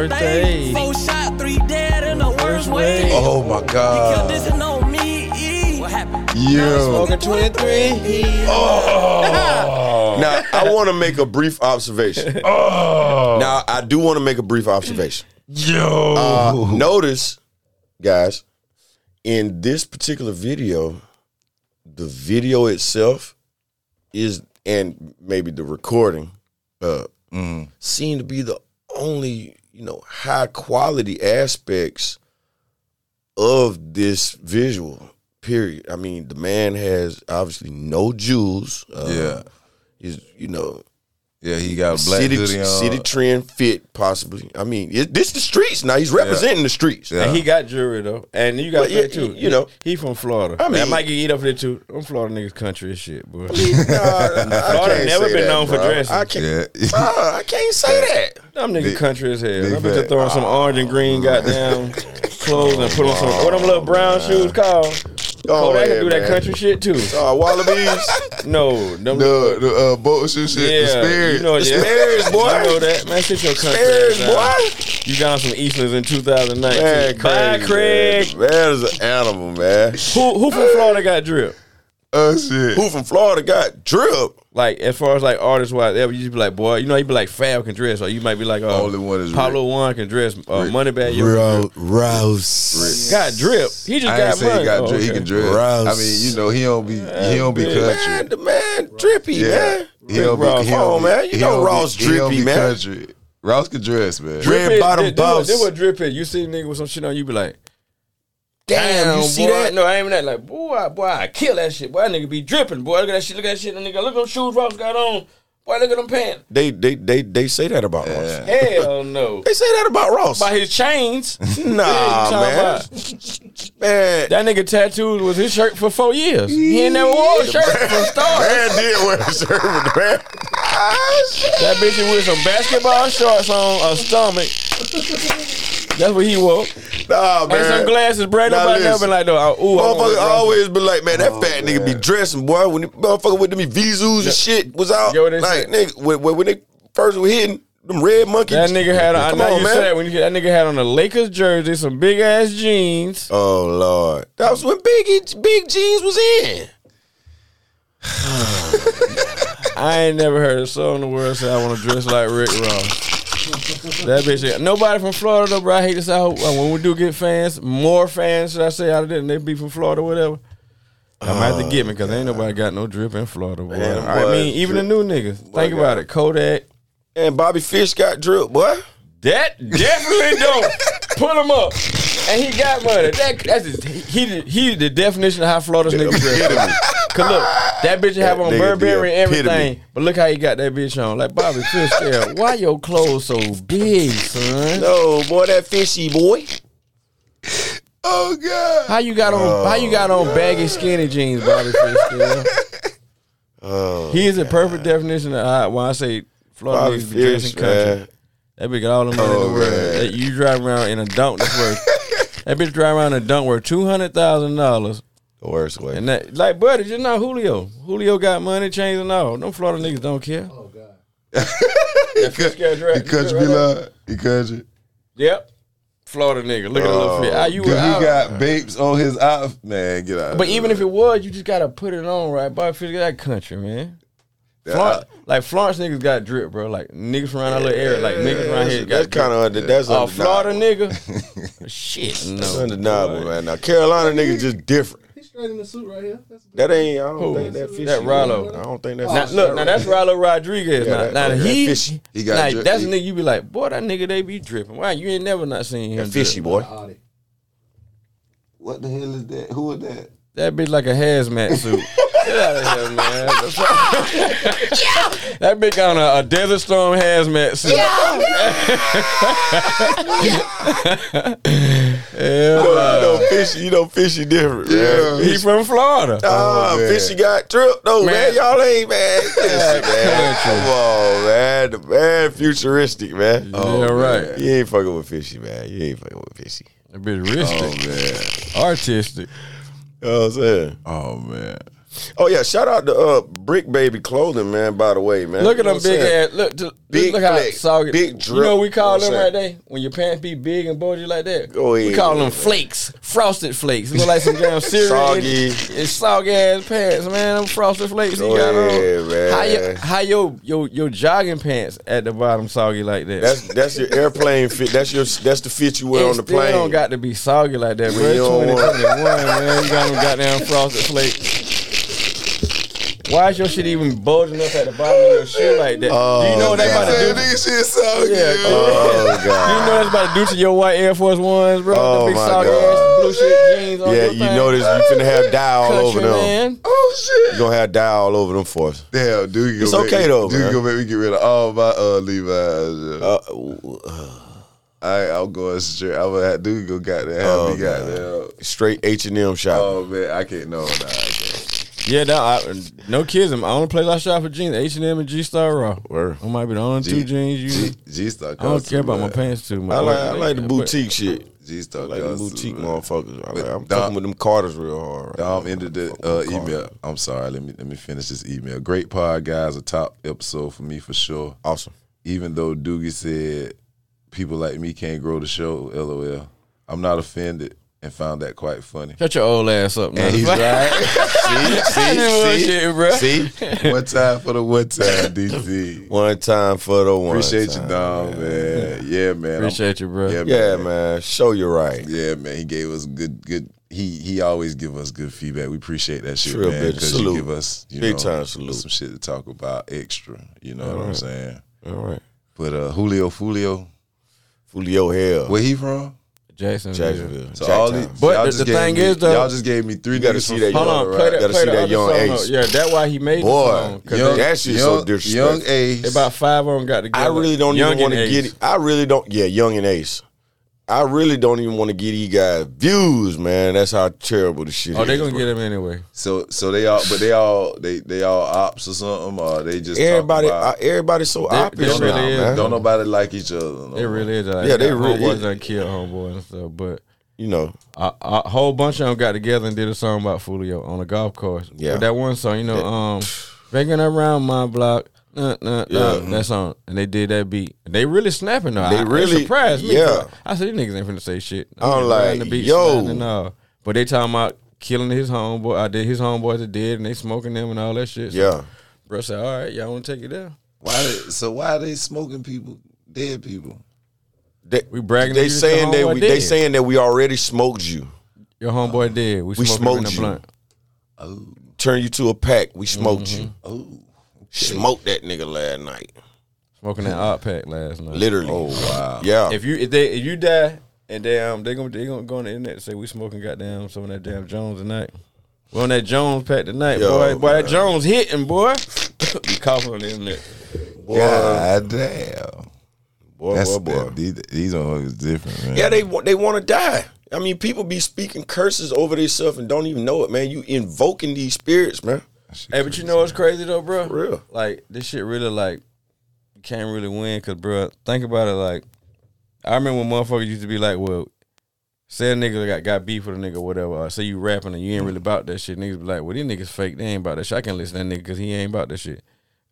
Speaker 6: Birthday.
Speaker 12: Four shot, three dead in the worst way.
Speaker 4: Oh my
Speaker 12: Yo, this
Speaker 4: god.
Speaker 12: is no me. What happened?
Speaker 4: Yo.
Speaker 6: Smoking 23.
Speaker 4: Oh.
Speaker 5: Now I want to make a brief observation.
Speaker 4: Oh.
Speaker 5: Now I do want to make a brief observation.
Speaker 4: Yo.
Speaker 5: Uh, notice, guys, in this particular video, the video itself is, and maybe the recording, uh,
Speaker 4: Mm.
Speaker 5: seem to be the only you know high quality aspects of this visual. Period. I mean, the man has obviously no jewels. Uh,
Speaker 4: Yeah.
Speaker 5: he's you know
Speaker 4: Yeah, he got a black
Speaker 5: city
Speaker 4: hoodie on.
Speaker 5: city trend fit possibly. I mean, it, this the streets now. He's representing the streets.
Speaker 4: Yeah.
Speaker 6: And he got jewelry though, and you
Speaker 5: But
Speaker 6: got
Speaker 5: Uh-huh. yeah,
Speaker 6: that too.
Speaker 5: you- you know.
Speaker 6: he from Florida.
Speaker 5: I
Speaker 6: I
Speaker 5: mean-
Speaker 6: mean, I might get eat up for that too. I'm Florida niggas country as shit, boy.
Speaker 5: Florida
Speaker 6: Florida never been known for dressing.
Speaker 5: I can't,
Speaker 4: Yeah.
Speaker 5: Bruh, I can't say that.
Speaker 6: Them niggas
Speaker 4: Big-
Speaker 6: country as hell.
Speaker 4: big
Speaker 6: I bet you
Speaker 4: fat.
Speaker 6: throw on some
Speaker 5: Ah.
Speaker 6: orange and green goddamn clothes and put on some what them little brown shoes called.
Speaker 5: Oh,
Speaker 6: Oh, they
Speaker 5: yeah,
Speaker 6: can do that
Speaker 5: man.
Speaker 6: country shit too.
Speaker 5: Uh, wallabies,
Speaker 6: No, them
Speaker 4: the the uh, boat shoe shit.
Speaker 6: yeah,
Speaker 4: the
Speaker 6: you know
Speaker 4: spirit.
Speaker 6: yeah.
Speaker 5: Sperry's, boy.
Speaker 6: You know that man. Sit your country.
Speaker 5: Bears,
Speaker 6: ass down.
Speaker 5: boy.
Speaker 6: You got on some Eastlers in 2019.
Speaker 5: Man,
Speaker 6: Bye, Craig.
Speaker 5: Man, that is an animal, man.
Speaker 6: Who who from Florida got drip?
Speaker 4: Oh shit.
Speaker 5: Who from Florida got drip?
Speaker 6: Like as far as like artists wise, they would usually be like, boy, you know, you be like Fab can dress, or you might be like, oh,
Speaker 4: Only one is
Speaker 6: Pablo One can dress, uh, Moneybag Yo can drip.
Speaker 13: Ro-
Speaker 11: Oh,
Speaker 13: Rouse.
Speaker 6: got drip. He just
Speaker 4: I ain't
Speaker 6: got
Speaker 4: say
Speaker 6: money.
Speaker 4: he got
Speaker 6: Oh,
Speaker 4: dress. He
Speaker 6: okay.
Speaker 4: can dress. I
Speaker 13: Rouse.
Speaker 4: mean, you know, he don't be he don't be
Speaker 5: Man,
Speaker 4: country.
Speaker 5: the man drippy,
Speaker 4: Yeah,
Speaker 5: man.
Speaker 4: he don't be. He
Speaker 5: Come on,
Speaker 4: don't be-
Speaker 5: man. You
Speaker 4: he
Speaker 5: know
Speaker 4: don't be-
Speaker 5: Ross
Speaker 4: he don't
Speaker 5: drippy,
Speaker 4: be
Speaker 5: man.
Speaker 4: Country. Ross can dress, man.
Speaker 5: Drip. Red
Speaker 6: Drip is-
Speaker 5: bottom
Speaker 6: this- this what- This
Speaker 5: bumps.
Speaker 6: what drip is. You see a nigga with some shit on, you be like,
Speaker 5: Damn, you see
Speaker 6: boy.
Speaker 5: that?
Speaker 6: No, I ain't even that. Like, boy, boy, I kill that shit. Boy, that nigga be dripping. Boy, look at that shit. Look at that shit. That nigga, look at them shoes Ross got on. Boy, look at them pants.
Speaker 5: They they they they say that about Ross.
Speaker 6: Hell no.
Speaker 5: They say that about Ross.
Speaker 6: By his chains.
Speaker 5: Nah,
Speaker 6: Talking
Speaker 5: man.
Speaker 6: about-
Speaker 5: Man,
Speaker 6: That nigga tattooed was his shirt for four years. He ain't never wore a shirt from start.
Speaker 5: man did wear a shirt with the man. Ah, shit.
Speaker 6: That bitch with some basketball shorts on a stomach. That's what he wore.
Speaker 5: Nah, man.
Speaker 6: And some glasses. Brand
Speaker 5: Now
Speaker 6: nobody never
Speaker 5: listen.
Speaker 6: been like, though. Ooh, I want
Speaker 5: Motherfucker oh.
Speaker 6: to
Speaker 5: always be like, Oh, man, that fat nigga be dressing, boy. When the motherfucker with them Vizus and shit was out,
Speaker 6: Yo, they
Speaker 5: like,
Speaker 6: said-
Speaker 5: nigga, when, when when they first were hitting them red monkeys,
Speaker 6: That nigga had on. I
Speaker 5: Come
Speaker 6: know
Speaker 5: on,
Speaker 6: you
Speaker 5: man.
Speaker 6: said that when you, that nigga had on a Lakers jersey, some big ass jeans.
Speaker 5: Oh Lord, that was when Biggie Big Jeans was in.
Speaker 6: I ain't never heard a soul in the world say I want to dress like Rick Ross. That bitch. Nobody from Florida though, bro. I hate to say I hope- uh, when we do get fans, more fans should I say out of there, and they be from Florida, whatever. I'm gonna have to get me because ain't nobody got no drip in Florida, boy.
Speaker 5: Man,
Speaker 6: I
Speaker 5: boy,
Speaker 6: mean, even the new niggas. Think about it. Kodak.
Speaker 5: And Bobby Fish got drip, boy.
Speaker 6: That definitely don't. Pull him up. And he got money. That, that's his, he, he, he the definition of how Florida's niggas dress. Cause look, that bitch have on
Speaker 5: nigga
Speaker 6: Burberry
Speaker 5: the
Speaker 6: and
Speaker 5: epitome.
Speaker 6: everything, but look how he got that bitch on. Like Bobby Fish, there. Why your clothes so big, son?
Speaker 5: No, boy, that fishy boy.
Speaker 4: Oh god.
Speaker 6: How you got on? how you got on baggy skinny jeans, Bobby Fish? There? he is a perfect definition of how, when I say Florida
Speaker 5: Bobby
Speaker 6: niggas be dressing
Speaker 5: Fish,
Speaker 6: country.
Speaker 5: man.
Speaker 6: That bitch got all the money in the world. That- you drive around in a dunk that's worth. that bitch drive around in a dunk worth two hundred thousand dollars.
Speaker 5: The worst way.
Speaker 6: And that like buddy, just not Julio. Julio got money, chains and all. Them Florida niggas don't care.
Speaker 4: He cou-
Speaker 6: guy dress-
Speaker 4: he country be like he country.
Speaker 6: Yep. Florida nigga. Look at the little fit. How you
Speaker 4: Cause he
Speaker 6: how-
Speaker 4: got vapes on his eye. Man, get out.
Speaker 6: But even if it was, you just gotta put it on right. Bobby Fish got that country, man. Florence, like Florence niggas got drip, bro. Like niggas around our little area, like niggas around here
Speaker 5: That's
Speaker 6: got
Speaker 5: kind of
Speaker 6: drip.
Speaker 5: that's
Speaker 6: a
Speaker 5: undeniable.
Speaker 6: Florida nigga. Shit, no,
Speaker 5: That's undeniable, man. Now Carolina niggas just different.
Speaker 9: Straight in the suit right here. That's
Speaker 5: That ain't. I don't
Speaker 6: Who?
Speaker 5: think that fits.
Speaker 6: That
Speaker 5: you.
Speaker 6: Rallo.
Speaker 5: I don't think that's.
Speaker 6: now, look, now that's Rallo Rodriguez.
Speaker 5: Yeah,
Speaker 6: now,
Speaker 5: that-
Speaker 6: now
Speaker 5: that
Speaker 6: he,
Speaker 5: fishy. He
Speaker 6: he
Speaker 5: got
Speaker 6: got
Speaker 5: drip-
Speaker 6: that's
Speaker 5: he-
Speaker 6: a nigga you be like, boy, that nigga they be dripping. Why you ain't never not seen him?
Speaker 5: That fishy
Speaker 6: drip.
Speaker 5: boy.
Speaker 4: What the hell is that? Who is that?
Speaker 6: That bitch like a hazmat suit. Get out of here, man. That bitch on a, a desert storm hazmat suit.
Speaker 5: You
Speaker 6: Hell
Speaker 5: know,
Speaker 6: nah.
Speaker 5: you know fishy. You know fishy different. Man.
Speaker 6: He from Florida.
Speaker 5: Ah,
Speaker 6: Oh, man.
Speaker 5: fishy got tripped though, man.
Speaker 6: Man.
Speaker 5: Y'all ain't man. Listen, man. Come on, man. The man, futuristic, man.
Speaker 6: Yeah, right.
Speaker 5: man. You ain't fucking with fishy, man. You ain't fucking with fishy.
Speaker 6: That bitch risky.
Speaker 5: Oh man,
Speaker 6: artistic.
Speaker 5: You know what I'm saying?
Speaker 4: Oh man.
Speaker 5: Oh yeah, shout out to uh, Brick Baby Clothing, man. By the way, man.
Speaker 6: Look at
Speaker 5: You know
Speaker 6: them
Speaker 5: what I'm
Speaker 6: big
Speaker 5: saying?
Speaker 6: ass. Look, to,
Speaker 5: Big
Speaker 6: look how
Speaker 5: flex,
Speaker 6: soggy.
Speaker 5: big drip,
Speaker 6: You know what we call
Speaker 5: you know
Speaker 6: them
Speaker 5: what I'm Oh,
Speaker 6: right there when your pants be big and bulgy like that.
Speaker 5: Go
Speaker 6: we
Speaker 5: ahead,
Speaker 6: call them
Speaker 5: man.
Speaker 6: flakes, frosted flakes. Look like some damn cereal.
Speaker 5: Soggy.
Speaker 6: It's, it's soggy ass pants, man. Them frosted flakes
Speaker 5: Go
Speaker 6: you got
Speaker 5: ahead,
Speaker 6: on.
Speaker 5: man.
Speaker 6: How your how your your your jogging pants at the bottom soggy like that?
Speaker 5: That's that's your airplane fit. That's your that's the fit you wear
Speaker 6: It
Speaker 5: on the
Speaker 6: still
Speaker 5: plane.
Speaker 6: don't got to be soggy like that, bro.
Speaker 5: You
Speaker 6: It's
Speaker 5: don't want-
Speaker 6: 2021, man. You got them goddamn frosted flakes. Why is your shit even bulging up at the bottom of your shoe like that? do you know what they about to do?
Speaker 4: This Oh, shit so
Speaker 6: Yeah.
Speaker 5: Oh
Speaker 6: You
Speaker 5: god.
Speaker 6: know what it's about to do to your white Air Force Ones, bro?
Speaker 5: Oh,
Speaker 6: the big
Speaker 5: my
Speaker 6: soggy
Speaker 5: God.
Speaker 6: ass blue shit jeans. on
Speaker 5: Yeah,
Speaker 6: your
Speaker 5: you
Speaker 6: thing.
Speaker 5: notice you finna have dye all
Speaker 6: Country
Speaker 5: over them.
Speaker 6: man.
Speaker 4: Oh shit.
Speaker 5: You gonna have dye all over them for us.
Speaker 4: Damn, dude, you
Speaker 5: It's
Speaker 4: gonna
Speaker 5: okay,
Speaker 4: make,
Speaker 5: though,
Speaker 4: Dude,
Speaker 5: man.
Speaker 4: you gonna make me get rid of all my uh, Levi's. yeah.
Speaker 5: Uh,
Speaker 4: I, I'm going straight. I'm gonna have, dude, go goddamn, have
Speaker 5: Oh,
Speaker 4: me goddamn.
Speaker 5: straight H and M shop.
Speaker 4: Oh man, I can't know. Nah, I can't.
Speaker 6: Yeah, no, I, no kids. I'm the only place I shop for jeans, H and M and G Star Raw.
Speaker 5: Word.
Speaker 6: I might be the only
Speaker 4: G-
Speaker 6: two jeans you.
Speaker 4: G, G Star.
Speaker 6: I don't care about my pants too much.
Speaker 5: I like I like the
Speaker 6: But-
Speaker 5: boutique shit.
Speaker 4: G Star.
Speaker 5: I like the boutique motherfuckers. I
Speaker 4: But
Speaker 5: am
Speaker 4: Dom-
Speaker 5: fucking with them Carters real hard. Right
Speaker 4: Dom ended the
Speaker 5: Fucking
Speaker 4: uh,
Speaker 5: Carter.
Speaker 4: email. I'm sorry. Let me let me finish this email. Great pod, guys. A top episode for me for sure.
Speaker 5: Awesome.
Speaker 4: Even though Doogie said people like me can't grow the show. LOL. I'm not offended and found that quite funny.
Speaker 6: Shut your old ass up, man.
Speaker 4: And he's right. see, see, see,
Speaker 6: Shit, bro.
Speaker 5: See,
Speaker 4: One time for the one time, DC.
Speaker 5: one time for the one.
Speaker 4: Appreciate
Speaker 5: time.
Speaker 4: you, Dom, man. Yeah, man. I'm-
Speaker 6: Appreciate you, bro.
Speaker 4: Yeah,
Speaker 5: Yeah, man. Show you right.
Speaker 4: Yeah, man. He gave us good, good. He he always give us good feedback. We appreciate that shit,
Speaker 5: Real
Speaker 4: man.
Speaker 5: bitch.
Speaker 4: Because
Speaker 5: Salute.
Speaker 4: you give us you
Speaker 5: Big
Speaker 4: know,
Speaker 5: time salute.
Speaker 4: some shit to talk about extra. You know what I'm saying?
Speaker 5: All right.
Speaker 4: But uh Julio Fulio,
Speaker 5: Fulio Hell.
Speaker 4: where he from?
Speaker 6: Jackson.
Speaker 5: Jacksonville.
Speaker 4: So
Speaker 5: Jack
Speaker 4: all
Speaker 5: time.
Speaker 4: these,
Speaker 6: But
Speaker 4: y'all
Speaker 6: the-
Speaker 4: just
Speaker 6: the
Speaker 4: gave
Speaker 6: thing
Speaker 4: me,
Speaker 6: is, though-
Speaker 4: y'all just gave me three.
Speaker 5: You gotta
Speaker 4: niggas
Speaker 5: see
Speaker 4: from
Speaker 5: that
Speaker 4: Florida,
Speaker 6: Hold on,
Speaker 5: Young,
Speaker 4: right?
Speaker 6: play that.
Speaker 5: Gotta
Speaker 6: play
Speaker 5: see
Speaker 6: the
Speaker 5: that
Speaker 6: other
Speaker 5: Young
Speaker 6: song, though.
Speaker 5: Ace.
Speaker 6: Yeah, that's why he made the song.
Speaker 4: Boy,
Speaker 6: 'cause
Speaker 4: young,
Speaker 5: that shit's so
Speaker 4: young,
Speaker 5: disrespectful.
Speaker 4: Young Ace,
Speaker 6: they- about five of them got together.
Speaker 5: I really don't
Speaker 6: Young
Speaker 5: even want to
Speaker 6: and
Speaker 5: get.
Speaker 6: Ace.
Speaker 5: it. I really don't. Yeah, Young and Ace. I really don't even want to get you guys views, man. That's how terrible the shit
Speaker 6: Oh,
Speaker 5: is.
Speaker 6: they gonna
Speaker 5: bro.
Speaker 6: get him anyway.
Speaker 4: So so they all, but they all they they all ops or something, or they just talk
Speaker 5: everybody.
Speaker 4: about-
Speaker 5: I- everybody so
Speaker 6: They-
Speaker 5: obvious
Speaker 6: they really
Speaker 5: now,
Speaker 6: is,
Speaker 5: man.
Speaker 4: don't nobody like each other. no
Speaker 6: It
Speaker 4: more.
Speaker 6: really is. Like,
Speaker 5: Yeah, they
Speaker 6: got
Speaker 5: really-
Speaker 6: homeboys done killed homeboy and stuff. But
Speaker 5: You know,
Speaker 6: a, a whole bunch of them got together and did a song about Fulio on a golf course.
Speaker 5: Yeah.
Speaker 6: With that one song, you know, um, begging around my block. Nah, nah, nah, That song, and they did that beat. And they really snapping though.
Speaker 5: mm-hmm. They
Speaker 6: I,
Speaker 5: really-
Speaker 6: surprised me.
Speaker 5: yeah.
Speaker 6: bro. I said these niggas ain't finna say shit.
Speaker 5: I'm
Speaker 6: They
Speaker 5: like,
Speaker 6: running
Speaker 5: yo.
Speaker 6: snapping and all. but they talking about killing his homeboy. I did his homeboys are dead, and they smoking them and all that shit. So,
Speaker 5: yeah.
Speaker 6: bro said, all right, y'all want to take it down.
Speaker 4: Why? They, so why are they smoking people, dead people?
Speaker 5: They,
Speaker 6: We bragging
Speaker 5: They
Speaker 6: that you just
Speaker 5: saying
Speaker 6: the
Speaker 5: that
Speaker 6: homeboy
Speaker 5: we. They
Speaker 6: dead.
Speaker 5: saying that we already smoked you.
Speaker 6: Your homeboy dead. We,
Speaker 5: We
Speaker 6: smoked, him in
Speaker 5: smoked
Speaker 6: the
Speaker 5: you.
Speaker 6: blunt.
Speaker 5: Turn you to a pack. We smoked
Speaker 6: Mm-hmm.
Speaker 5: you.
Speaker 4: Oh,
Speaker 5: Smoked that nigga last night.
Speaker 6: Smoking that odd pack last night.
Speaker 5: Literally. Oh wow. Yeah.
Speaker 6: If you if they if you die and they um they gonna they gonna go on the internet and say we smoking goddamn some of that damn Jones tonight. We on that Jones pack tonight,
Speaker 5: Yo,
Speaker 6: boy. Boy,
Speaker 5: man.
Speaker 6: that Jones hitting, boy. we coughing on the internet.
Speaker 4: God damn.
Speaker 5: boy,
Speaker 4: That's
Speaker 5: boy, boy.
Speaker 4: that- these, these motherfuckers different, man.
Speaker 5: Yeah, they wa- they want to die. I mean, people be speaking curses over themselves and don't even know it, man. You invoking these spirits, man.
Speaker 6: Hey, but you know what's crazy though, bro?
Speaker 5: For real.
Speaker 6: Like this shit really like you can't really win because, bro. Think about it. Like I remember when motherfuckers used to be like, well. Say a nigga got, got beef with a nigga, or whatever. Or say you rapping and you ain't really about that shit. Niggas be like, well, these niggas fake. They ain't about that shit. I can listen to that nigga because he ain't about that shit.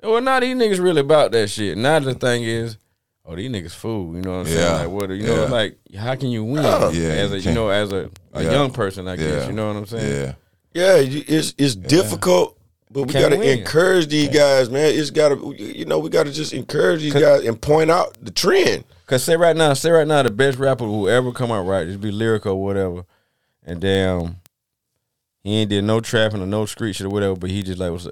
Speaker 6: Well, now these niggas really about that shit. Now the thing is, oh, these niggas fool. You know what I'm saying?
Speaker 4: Yeah.
Speaker 6: Like, what? You know,
Speaker 4: Yeah.
Speaker 6: like, how can you win?
Speaker 4: Yeah,
Speaker 6: as a,
Speaker 4: you
Speaker 6: you know, as a, a
Speaker 4: Yeah.
Speaker 6: young person, I guess.
Speaker 4: Yeah.
Speaker 6: You know what I'm saying?
Speaker 4: Yeah.
Speaker 5: Yeah, you- it's it's difficult, But we
Speaker 6: Can't
Speaker 5: gotta
Speaker 6: win.
Speaker 5: encourage these guys, man. It's gotta, you know, we gotta just encourage these guys and point out the trend.
Speaker 6: Cause say right now, say right now, the best rapper who ever come out right, just be lyrical or whatever, and damn, he ain't did no trapping or no street shit or whatever. But he just like was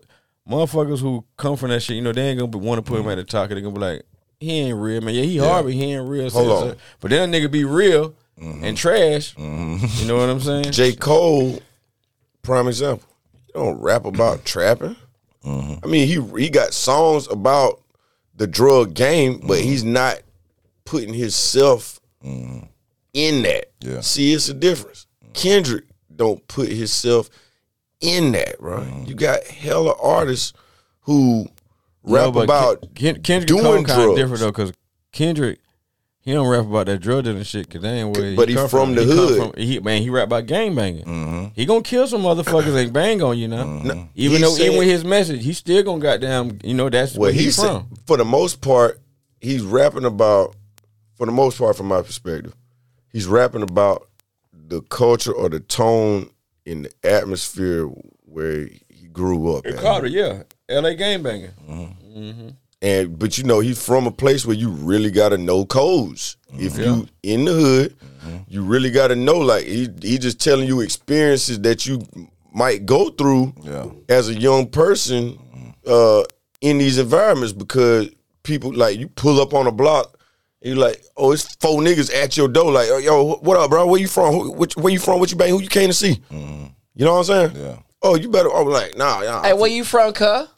Speaker 6: motherfuckers who come from that shit. You know, they ain't gonna want to put him at the top. 'cause They gonna be like, he ain't real, man. Yeah, he
Speaker 5: Yeah.
Speaker 6: hard, but he ain't real.
Speaker 5: Hold on. Mm-hmm.
Speaker 6: But then a nigga be real and trash. You know what I'm saying?
Speaker 5: J. Cole, prime example. He don't rap about trapping. I mean, he he got songs about the drug game, but he's not putting himself in that.
Speaker 4: Yeah.
Speaker 5: See, it's a difference. Kendrick don't put himself in that, right? You got hella artists who
Speaker 6: No,
Speaker 5: rap
Speaker 6: but
Speaker 5: about
Speaker 6: Ken- Ken- Kendrick
Speaker 5: doing
Speaker 6: Cole kinda
Speaker 5: drugs.
Speaker 6: different though, cause Kendrick he don't rap about that drug dealing shit, cause they ain't where
Speaker 5: But he
Speaker 6: come
Speaker 5: from the
Speaker 6: He come
Speaker 5: hood. Mm-hmm.
Speaker 6: from- he- man, he rap about gang banging. He gonna kill some motherfuckers and bang on you now. Even
Speaker 5: He
Speaker 6: though
Speaker 5: said-
Speaker 6: even with his message, he still gonna goddamn you know that's
Speaker 5: Well,
Speaker 6: where he
Speaker 5: he's
Speaker 6: from.
Speaker 5: for the most part, he's rapping about, for the most part, from my perspective, he's rapping about the culture or the tone in the atmosphere where he grew up.
Speaker 6: It
Speaker 5: at.
Speaker 6: caught it, yeah. L.A. gang banging.
Speaker 5: And but you know, he's from a place where you really gotta know codes. If you in the hood, you really gotta know. Like he he just telling you experiences that you might go through as a young person uh in these environments because people like you pull up on a block you like, oh, it's four niggas at your door. Like, oh, yo, what up, bro? Where you from? Who, which, where you from? What you bang? Who you came to see? You know what I'm saying? Yeah. Oh, you better. I'm like, nah, nah.
Speaker 11: Hey, where you from, cuz?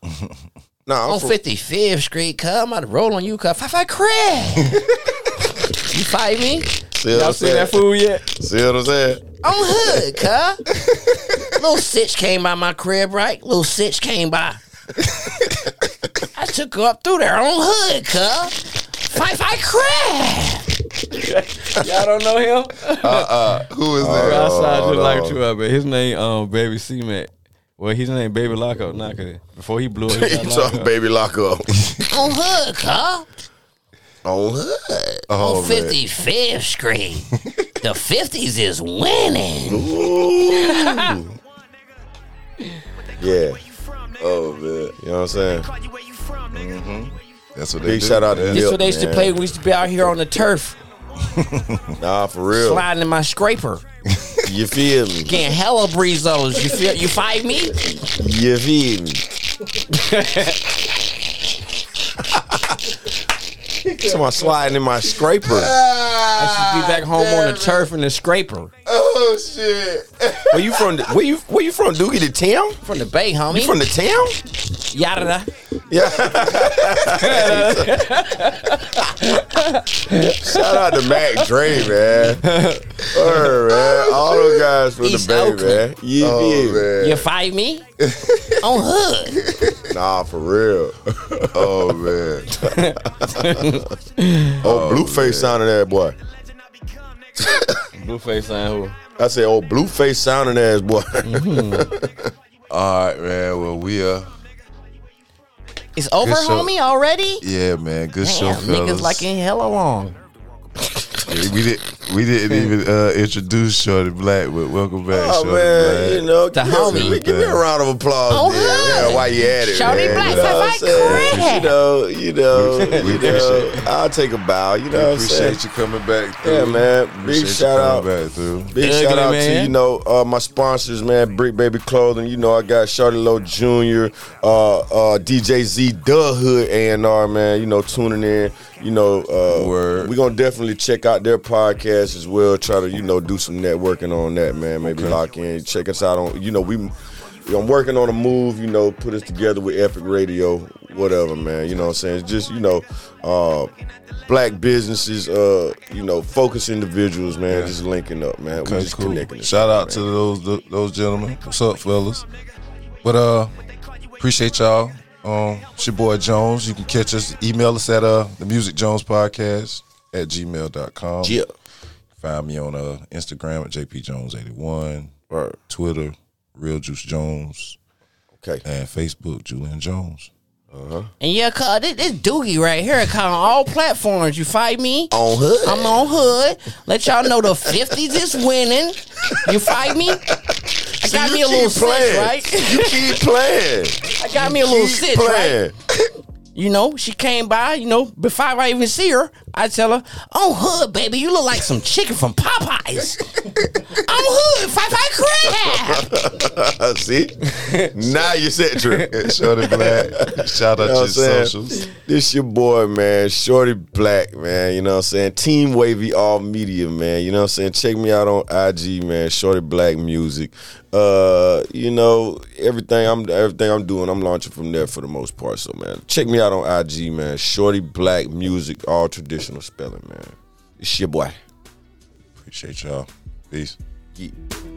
Speaker 5: nah, I'm
Speaker 11: on
Speaker 5: from-
Speaker 11: 55th Oh, Street, cuz. I'm about to roll on you, cuz. Five, five, crack. you fight me?
Speaker 5: See what
Speaker 11: Y'all
Speaker 5: I'm
Speaker 11: seen that
Speaker 5: saying?
Speaker 6: fool yet?
Speaker 5: See what I'm saying?
Speaker 11: I'm hood, cuz. Little Sitch came by my crib, right? Little Sitch came by. I took her up through there. I'm hood, cuz. Five, five, crack.
Speaker 6: Y'all don't know him? Uh-uh.
Speaker 4: Who is
Speaker 6: that? Outside
Speaker 4: Hold on,
Speaker 6: your life
Speaker 5: Oh,
Speaker 4: hold
Speaker 6: too, man. His name, um, Baby C Mac. Well, his name Baby Lockup. Nah, cause before he blew it,
Speaker 5: You talking Baby Lockup?
Speaker 11: I'm hood, cuz.
Speaker 5: On hood. Oh,
Speaker 11: on 55th Street. the 50s is winning.
Speaker 5: Yeah. Oh man. You know what I'm saying? Mm-hmm.
Speaker 4: That's what
Speaker 5: Big
Speaker 4: they do,
Speaker 5: shout out to
Speaker 4: man.
Speaker 11: This
Speaker 5: Yep,
Speaker 11: what they used to
Speaker 5: man.
Speaker 11: play. when We used to be out here on the turf,
Speaker 5: Nah, for real.
Speaker 11: sliding in my scraper,
Speaker 5: You feel me?
Speaker 11: getting hella breezos. You feel? You fight me?
Speaker 5: You feel me? Someone sliding in my scraper.
Speaker 6: I should be back home on the turf in the scraper.
Speaker 5: Oh shit. Where you from? Where you Where you from? Doogie the town?
Speaker 11: From the Bay, homie.
Speaker 5: You from the town?
Speaker 11: Yada.
Speaker 5: Shout out to Mac Dre, man. Word, man. All those guys from
Speaker 11: East
Speaker 5: the Bay, man.
Speaker 11: Oakland.
Speaker 5: You
Speaker 11: Oh,
Speaker 5: feel me?
Speaker 11: You fight me? on hood.
Speaker 5: Nah, for real. Oh man. oh, Blueface sounded that boy.
Speaker 6: Blueface sign
Speaker 5: I said, oh, Blueface sounding ass boy. Mm-hmm.
Speaker 4: All right, man. Well, we uh,
Speaker 11: It's over,
Speaker 4: Good show.
Speaker 11: homie. Already?
Speaker 4: yeah, man. Good show,
Speaker 11: Damn, niggas
Speaker 4: fellas.
Speaker 11: like in hella long.
Speaker 4: Yeah, we did. We didn't even uh, introduce Shorty Black, but welcome back,
Speaker 5: Oh
Speaker 4: Shorty
Speaker 5: man,
Speaker 4: Black.
Speaker 5: you know,
Speaker 11: The
Speaker 5: give, me-
Speaker 11: homie.
Speaker 5: give me a round of applause.
Speaker 11: Oh,
Speaker 5: yeah,
Speaker 11: huh.
Speaker 5: yeah, why you at it,
Speaker 11: Shorty
Speaker 5: man,
Speaker 11: Black,
Speaker 5: you know
Speaker 11: bye-bye,
Speaker 5: what I'm saying?
Speaker 11: crack.
Speaker 5: You know, you know,
Speaker 4: We
Speaker 5: you
Speaker 4: appreciate
Speaker 5: know. I'll take a bow. You know,
Speaker 4: we
Speaker 5: what I'm saying?
Speaker 4: appreciate you coming back. Through.
Speaker 5: Yeah, man. Big
Speaker 4: Appreciate you
Speaker 5: shout out.
Speaker 4: coming back through.
Speaker 5: Big
Speaker 6: Ugly,
Speaker 5: shout out to
Speaker 6: man.
Speaker 5: you know uh, my sponsors, man. Brick Baby Clothing. You know I got Shorty Low Jr., uh, uh, DJ Z, The Hood A and R, man. You know tuning in. You know uh, we're gonna definitely check out their podcast as well. Try to you know do some networking on that, man. Maybe lock in. Check us out on. You know we. I'm working on a move, you know, put us together with Epic Radio, whatever, man. You know what I'm saying? It's just, you know, uh, black businesses, uh, you know, focus individuals, man, just linking up, man.
Speaker 4: Okay,
Speaker 5: we just
Speaker 4: cool.
Speaker 5: connecting.
Speaker 4: Shout out to those th- those gentlemen. What's up, fellas? But uh, appreciate y'all. Um, it's your boy Jones. You can catch us. Email us at uh the Music Jones Podcast at gmail.com.
Speaker 5: Yeah.
Speaker 4: Find me on uh Instagram at JP Jones eighty one. Right. Twitter, Real Juice Jones.
Speaker 5: Okay.
Speaker 4: And Facebook, Julian Jones. Uh huh.
Speaker 11: And yeah, cuz this, this doogie right here, cuz on all platforms. You fight me?
Speaker 5: On hood.
Speaker 11: I'm on hood. Let y'all know the 50s is winning. You fight me?
Speaker 6: I got
Speaker 5: you
Speaker 6: me a little
Speaker 5: keep
Speaker 6: sitch,
Speaker 5: playing.
Speaker 6: right?
Speaker 5: You keep playing.
Speaker 6: I got me a
Speaker 5: You
Speaker 6: little
Speaker 5: keep
Speaker 6: sitch,
Speaker 5: playing.
Speaker 6: right? You know, she came by, you know, before I even see her, I tell her, Oh, hood, baby, you look like some chicken from Popeyes. I'm hood, Five Five Crab.
Speaker 5: See? now you said trip.
Speaker 4: Shorty Black. Shout out your socials.
Speaker 5: This your boy, man. Shorty Black, man. You know what I'm saying? Team Wavy All Media, man. You know what I'm saying? Check me out on IG, man. Shorty Black Music. Uh, you know, everything I'm everything I'm doing, I'm launching from there for the most part. So man, check me out on IG, man. Shorty Black Music, all traditional spelling, man. It's your boy.
Speaker 4: Appreciate y'all. Peace.
Speaker 5: Yeah.